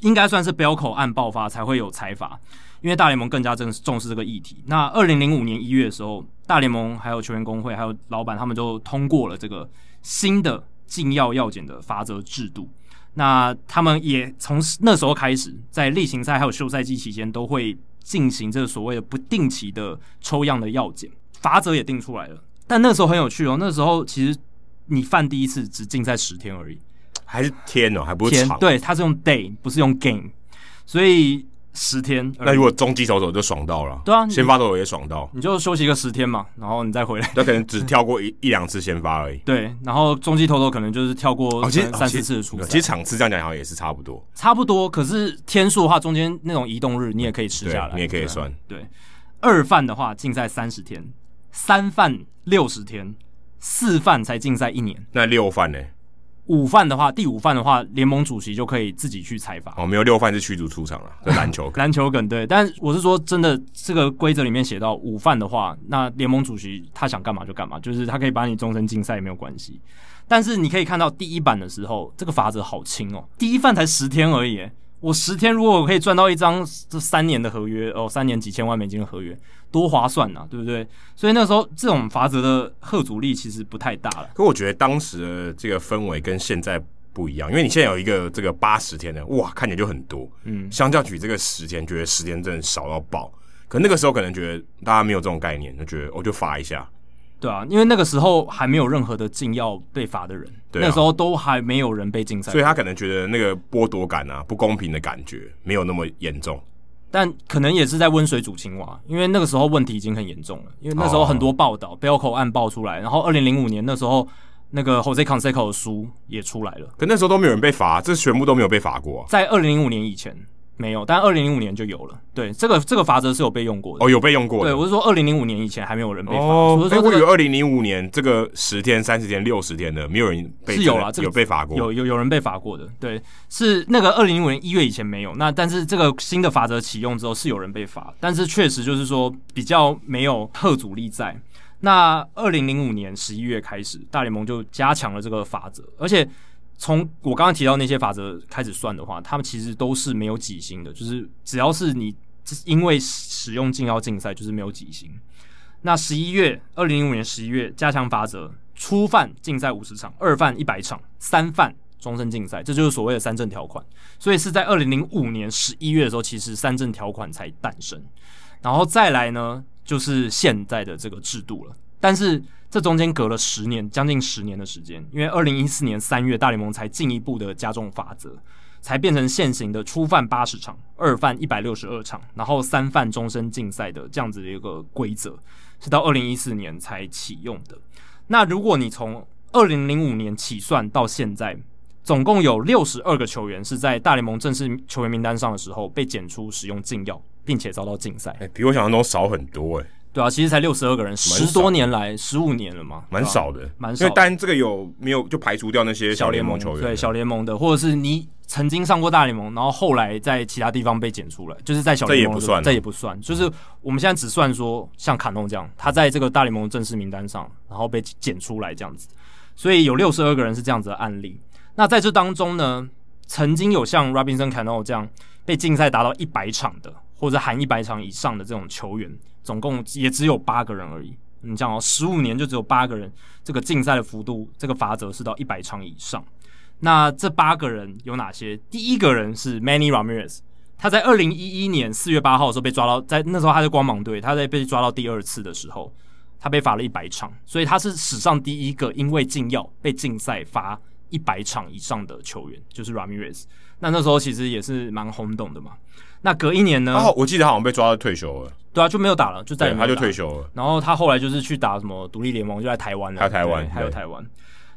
应该算是 b e l c o 案爆发才会有财阀，因为大联盟更加重重视这个议题。那二零零五年一月的时候，大联盟还有球员工会还有老板他们就通过了这个新的禁药药检的罚则制度。那他们也从那时候开始，在例行赛还有休赛季期间，都会进行这个所谓的不定期的抽样的药检，罚则也定出来了。但那时候很有趣哦，那时候其实你犯第一次只禁赛十天而已，还是天哦，还不是天长。，对，它是用 day 不是用 game，所以十天而已。那如果中继手手就爽到了，对啊你先发投手也爽到，你就休息个十天嘛，然后你再回来。 那可能只跳过一一两次先发而已。对，然后中继投手可能就是跳过哦，其实三哦四其实次的出赛，其实场次这样讲好像也是差不多，差不多。可是天数的话，中间那种移动日你也可以吃对下来，你也可以对啊算。对，二犯的话禁赛三十天，三犯六十天，四犯才禁赛一年，那六犯呢？五犯的话，第五犯的话，联盟主席就可以自己去裁罚。哦，没有六犯是驱逐出场了，这篮球篮球梗对，但我是说真的，这个规则里面写到午饭的话，那联盟主席他想干嘛就干嘛，就是他可以把你终身禁赛也没有关系。但是你可以看到第一版的时候，这个法则好轻哦，第一犯才十天而已耶。我十天如果我可以赚到一张这三年的合约哦，三年几千万美金的合约，多划算啊呐、对不对？所以那时候这种法则的贺阻力其实不太大了。可我觉得当时的这个氛围跟现在不一样，因为你现在有一个这个八十天的，哇，看起来就很多。嗯，相较起这个十天，觉得十天真的少到爆。可那个时候可能觉得大家没有这种概念，就觉得我、哦就罚一下，对啊，因为那个时候还没有任何的禁药被罚的人，对啊那时候都还没有人被禁赛所以。他可能觉得那个剥夺感啊、不公平的感觉没有那么严重。但可能也是在温水煮青蛙，因为那个时候问题已经很严重了，因为那时候很多报道、b e l c o 案爆出来，然后二零零五年那时候那个 Jose Canseco 的书也出来了，可那时候都没有人被罚，这全部都没有被罚过啊、在二零零五年以前没有，但二零零五年就有了。对，这个这个法则是有被用过的。哦，有被用过的对，。我是说二零零五年以前还没有人被罚，哦，所以说哎、我以这为个二零零五年这个十天、三十天、六十天的，没有人被是有啦这个有被罚过。有有有人被罚过的。对，是那个二零零五年一月以前没有，那但是这个新的法则启用之后是有人被罚，但是确实就是说比较没有特阻力在。那二零零五年十一月开始，大联盟就加强了这个法则，而且从我刚刚提到那些法则开始算的话，他们其实都是没有几星的，就是只要是你因为使用禁药禁赛，就是没有几星。那十一月，二零零五年十一月加强法则，初犯禁赛五十场，二犯一百场，三犯终身禁赛，这就是所谓的三证条款。所以是在二零零五年十一月的时候，其实三证条款才诞生。然后再来呢，就是现在的这个制度了。但是这中间隔了十年，将近十年的时间，因为二零一四年三月大联盟才进一步的加重法则，才变成现行的初犯八十场，二犯一百六十二场，然后三犯终身禁赛的这样子的一个规则，是到二零一四年才启用的。那如果你从二零零五年起算到现在，总共有六十二个球员是在大联盟正式球员名单上的时候被检出使用禁药，并且遭到禁赛。哎、比我想象中少很多、哎，对啊，其实才六十二个人，少的十多年来十五年了嘛，蛮对啊少的，蛮因少为单这个有没有就排除掉那些小小联联盟盟球员，对小联盟的，或者是你曾经上过大联盟，然后后来在其他地方被剪出来，就是在小联盟的这也不算啊这也不算，就是我们现在只算说像卡诺这样，他在这个大联盟正式名单上，然后被剪出来这样子，所以有六十二个人是这样子的案例。那在这当中呢，曾经有像 Robinson Cano 这样被竞赛达到一百场的，或者含一百场以上的这种球员，总共也只有八个人而已。你想哦，十五年就只有八个人，这个竞赛的幅度，这个罚则是到一百场以上。那这八个人有哪些？第一个人是 Manny Ramirez，他在二零一一年四月八号的时候被抓到，在那时候他在光芒队，他在被抓到第二次的时候，他被罚了一百场，所以他是史上第一个因为禁药被禁赛罚一百场以上的球员，就是 Ramirez。那那时候其实也是蛮轰动的嘛。那隔一年呢，哦，我记得好像被抓到退休了，对啊，就没有打了，就再也对，没有他就打退休了。然后他后来就是去打什么独立联盟，就来台湾了，还有台湾对对还有台湾。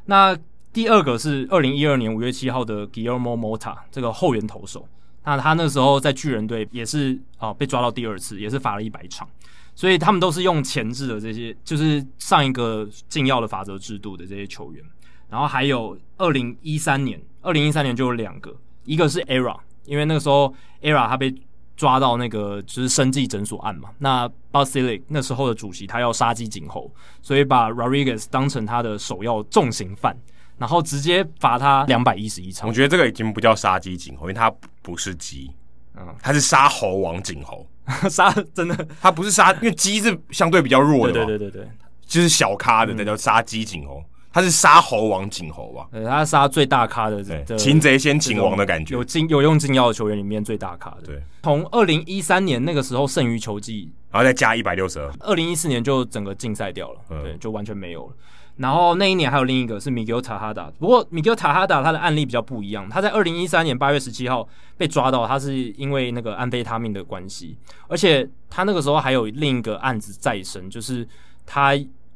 那第二个是二零一二年五月七号的 Guillermo Mota 这个后援投手，那他那时候在巨人队也是啊、被抓到第二次，也是罚了一百场，所以他们都是用前置的这些，就是上一个禁药的法则制度的这些球员。然后还有二零一三年，二零一三年就有两个，一个是 ERA，因为那个时候 ERA 他被抓到那个就是生计诊所案嘛，那 Basilic 那时候的主席他要杀鸡儆猴，所以把 Rodriguez 当成他的首要重刑犯，然后直接罚他两百一十一我场。 觉得这个已经不叫杀鸡儆猴，因为它不是鸡，嗯，它是杀猴王儆猴。杀真的，它不是杀，因为鸡是相对比较弱对的嘛，对嗯对对对，就是小咖的，那叫杀鸡儆猴。它是杀猴王儆猴吧？呃，他杀最大咖的对，这擒贼先擒王的感觉有。禁有用禁药的球员里面最大咖的。对，从二零一三年那个时候剩余球季然后再加一百六十二，二零一四年就整个禁赛掉了，嗯对，就完全没有了。然后那一年还有另一个是 Miguel Tejada，不过 Miguel Tejada 他的案例比较不一样，他在二零一三年八月十七号被抓到，他是因为那个安非他命的关系，而且他那个时候还有另一个案子在身，就是他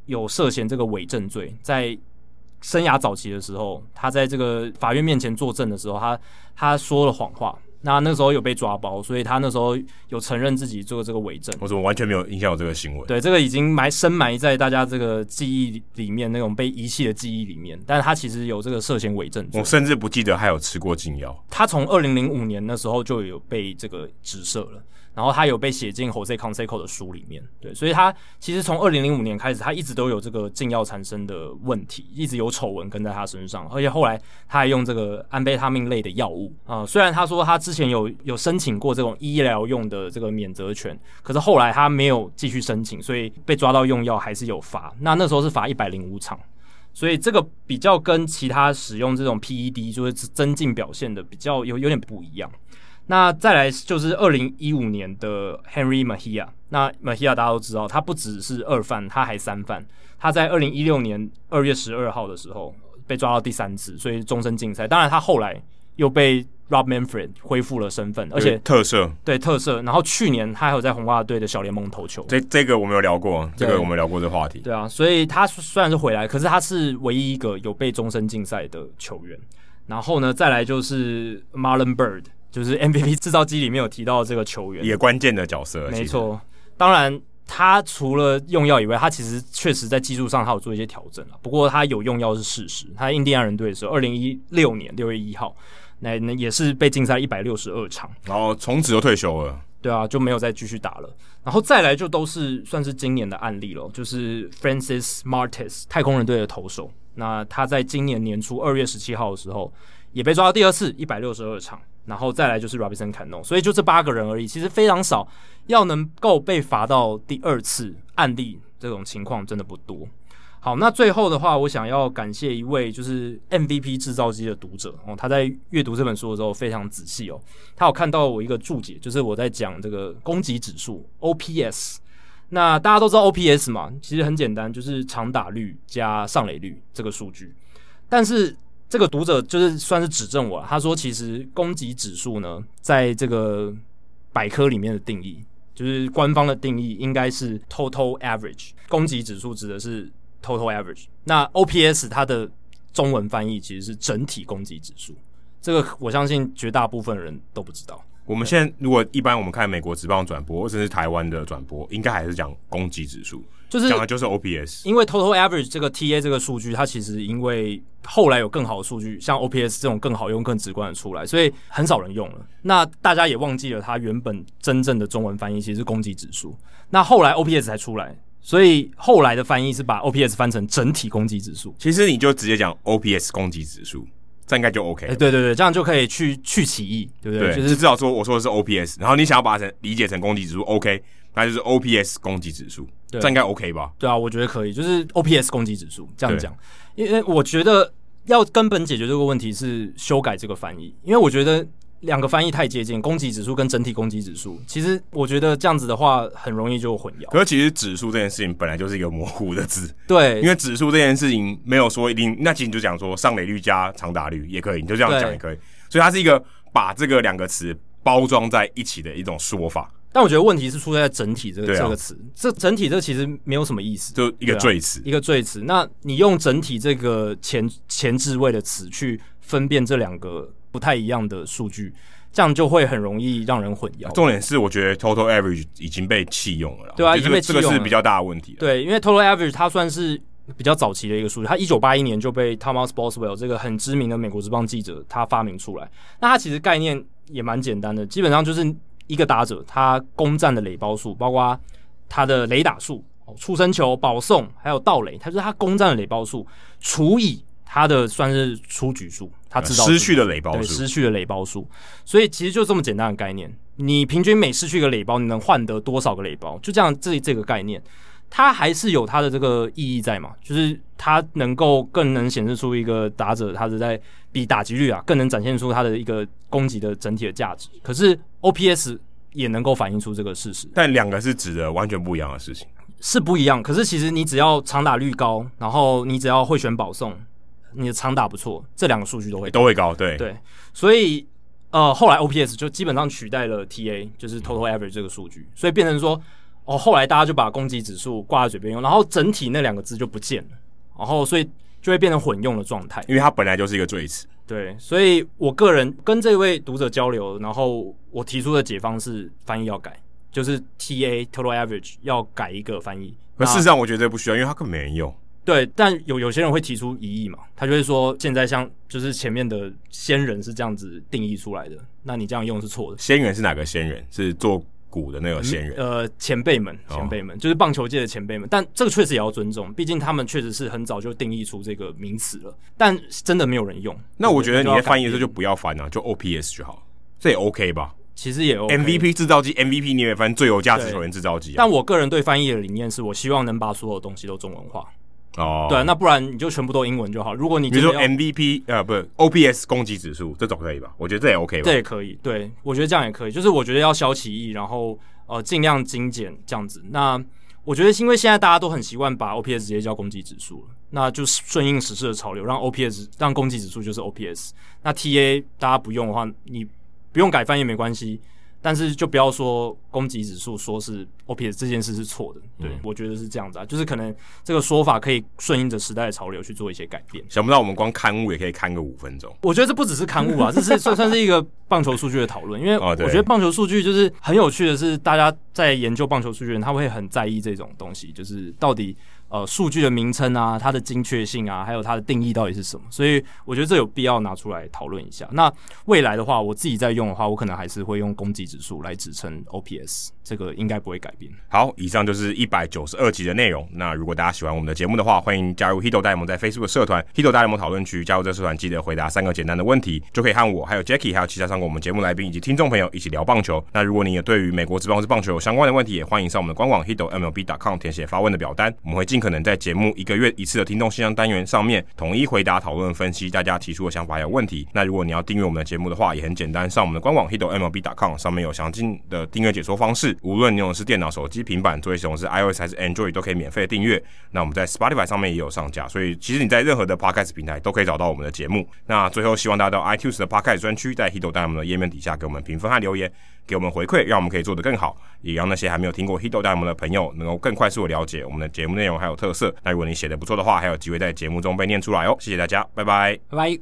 有涉嫌这个伪证罪，在生涯早期的时候，他在这个法院面前作证的时候，他他说了谎话，那那时候有被抓包，所以他那时候有承认自己做这个伪证。我怎么完全没有印象有这个新闻？对，这个已经埋深埋在大家这个记忆里面，那种被遗弃的记忆里面。但是他其实有这个涉嫌伪证罪我，甚至不记得还有吃过禁药。他从二零零五年那时候就有被这个指涉了，然后他有被写进 Jose Canseco 的书里面。对，所以他其实从二零零五年开始，他一直都有这个禁药产生的问题，一直有丑闻跟在他身上，而且后来他还用这个安非他命类的药物啊、呃虽然他说他之前有有申请过这种医疗用的这个免责权，可是后来他没有继续申请，所以被抓到用药还是有罚。那那时候是罚一百零五场。所以这个比较跟其他使用这种 PED 就是增进表现的比较有有点不一样。那再来就是二零一五年的 Henry Mejia，那 Mejia 大家都知道，他不只是二犯，他还三犯。他在二零一六年二月十二号的时候被抓到第三次，所以终身禁赛。当然，他后来又被 Rob Manfred 恢复了身份，而有且特色，对特色。然后去年他还有在红袜队的小联盟投球，这这个我没有聊过，这对个我们聊过这个话题。对啊，所以他虽然是回来，可是他是唯一一个有被终身禁赛的球员。然后呢，再来就是 Marlon Bird，就是 MVP 制造机里面有提到这个球员，也关键的角色，没其实，错。当然，他除了用药以外，他其实确实在技术上他有做一些调整啊了。不过他有用药是事实。他在印第安人队的时候，二零一六年六月一号，那那也是被禁赛一百六十二场。然后从此就退休了。对啊，就没有再继续打了。然后再来就都是算是今年的案例了，就是 Francis Martes 太空人队的投手，那他在今年年初二月十七号的时候也被抓到第二次，一百六十二场。然后再来就是 Robinson Cano，所以就这八个人而已，其实非常少，要能够被罚到第二次案例这种情况真的不多。好，那最后的话，我想要感谢一位就是 MVP 制造机的读者哦，他在阅读这本书的时候非常仔细哦，他有看到我一个注解，就是我在讲这个攻击指数 OPS。那大家都知道 OPS 嘛，其实很简单，就是长打率加上垒率这个数据。但是这个读者就是算是指正我了，他说其实攻击指数呢，在这个百科里面的定义，就是官方的定义应该是 total average，攻击指数指的是 total average。那 OPS 它的中文翻译其实是整体攻击指数，这个我相信绝大部分人都不知道。我们现在如果一般我们看美国职棒转播，甚至台湾的转播，应该还是讲攻击指数，就是讲的就是 OPS。因为 total average 这个 TA 这个数据，它其实因为后来有更好的数据，像 OPS 这种更好用、更直观的出来，所以很少人用了。那大家也忘记了它原本真正的中文翻译其实是攻击指数，那后来 OPS 才出来，所以后来的翻译是把 OPS 翻成整体攻击指数。其实你就直接讲 OPS 攻击指数，这样应该就 OK 哎、了。对对对，这样就可以去去歧义，对不对？就对，就是是至少说我说的是 OPS，然后你想要把它成理解成攻击指数，OK，那就是 OPS 攻击指数，对这样应该 OK 吧？对啊，我觉得可以，就是 OPS 攻击指数这样对讲，因为我觉得要根本解决这个问题是修改这个翻译，因为我觉得两个翻译太接近，攻击指数跟整体攻击指数，其实我觉得这样子的话很容易就混淆。可是其实指数这件事情本来就是一个模糊的字，对，因为指数这件事情没有说一定，那其实你就讲说上垒率加长打率也可以，你就这样讲也可以。所以它是一个把这个两个词包装在一起的一种说法，但我觉得问题是出在“整体”这个、对啊这个词，这整体这其实没有什么意思，就一对个啊赘词。一个最词。那你用整体这个前前置位的词去分辨这两个不太一样的数据，这样就会很容易让人混淆。重点是，我觉得 total average 已经被弃用了啦，对啊我觉得已经被这个弃这用个了是比较大的问题。，对，因为 total average 它算是比较早期的一个数据，它一九八一年就被 Thomas Boswell 这个很知名的美国职棒记者他发明出来。那它其实概念也蛮简单的，基本上就是一个打者他攻占的垒包数，包括他的垒打数、哦出生球、保送还有盗垒，它就是他攻占的垒包数除以他的算是出局数，他啊知道嗯失去的垒包对，数失，去了垒包数，所以其实就这么简单的概念。你平均每失去一个垒包，你能换得多少个垒包？就这样，这这个概念，它还是有它的这个意义在嘛？就是它能够更能显示出一个打者，他是在比打击率啊，更能展现出他的一个攻击的整体的价值。可是 OPS 也能够反映出这个事实，但两个是指的完全不一样的事情。是不一样。可是其实你只要长打率高，然后你只要会选保送，你的长打不错，这两个数据都会都会高，对，对，所以呃，后来 OPS 就基本上取代了 TA，就是 Total Average 这个数据，所以变成说，哦，后来大家就把攻击指数挂在嘴边用，然后整体那两个字就不见了，然后所以就会变成混用的状态。因为它本来就是一个赘词。对，所以我个人跟这位读者交流，然后我提出的解方是翻译要改，就是 TA Total Average 要改一个翻译。可事那实上，我觉得这不需要，因为它根本没人用。对，但有有些人会提出疑义嘛，他就会说，现在像就是前面的先人是这样子定义出来的，那你这样用是错的。仙人是哪个仙人？是做鼓的那个仙人。呃，前辈们，哦前辈们，就是棒球界的前辈们，但这个确实也要尊重，毕竟他们确实是很早就定义出这个名词了，但真的没有人用。那我觉得你在翻译的时候就就要改变不要翻啊，就 OPS 就好了，这也 OK 吧其实也 OK ？MVP 制造机，MVP 你也翻最有价值球员制造机啊。但我个人对翻译的理念是我希望能把所有东西都中文化，哦，对，啊那不然你就全部都英文就好。如果你比如真说的要 MVP 呃，不是 OPS 攻击指数这种可以吧？我觉得这也 OK 吧。这也可以，对我觉得这样也可以，就是我觉得要消歧义，然后呃尽量精简这样子。那我觉得因为现在大家都很习惯把 OPS 直接叫攻击指数了，那就是顺应时事的潮流，让 OPS 让攻击指数就是 OPS。那 TA 大家不用的话，你不用改翻也没关系，但是就不要说攻击指数说是 OPS 这件事是错的。对、嗯我觉得是这样子啊，就是可能这个说法可以顺应着时代的潮流去做一些改变。想不到我们光刊物也可以刊个五分钟。我觉得这不只是刊物 啊，这是算算是一个棒球数据的讨论，因为哦我对觉得棒球数据就是很有趣的是，大家在研究棒球数据的人，他会很在意这种东西，就是到底呃数据的名称啊、它的精确性啊，还有它的定义到底是什么。所以我觉得这有必要拿出来讨论一下。那未来的话，我自己在用的话，我可能还是会用攻击指数来支撑 OPS，这个应该不会改变。好，以上就是一百九十二集的内容。那如果大家喜欢我们的节目的话，欢迎加入 Hito 大联盟在 Facebook 社团 Hito 大联盟讨论区，加入这社团记得回答三个简单的问题，就可以和我、还有 Jackie、还有其他上过我们节目来宾以及听众朋友一起聊棒球。那如果你也对于美国职棒或是棒球有相关的问题，也欢迎上我们的官网 Hito MLB.com 填写发问的表单，我们会尽可能在节目一个月一次的听众信箱单元上面统一回答、讨论、分析大家提出的想法还有问题。那如果你要订阅我们的节目的话，也很简单，上我们的官网 Hito MLB.com 上面有详尽的订阅解说方式，无论你用的是电脑、手机、平板，作为使用是 iOS 还是 Android 都可以免费订阅。那我们在 Spotify 上面也有上架，所以其实你在任何的 Podcast 平台都可以找到我们的节目。那最后希望大家到 iTunes 的 Podcast 专区，在 Hito 大联盟的页面底下给我们评分和留言，给我们回馈，让我们可以做得更好，也让那些还没有听过 Hito 大联盟的朋友能够更快速的了解我们的节目内容还有特色。那如果你写的不错的话，还有机会在节目中被念出来哦。谢谢大家，拜拜。拜拜。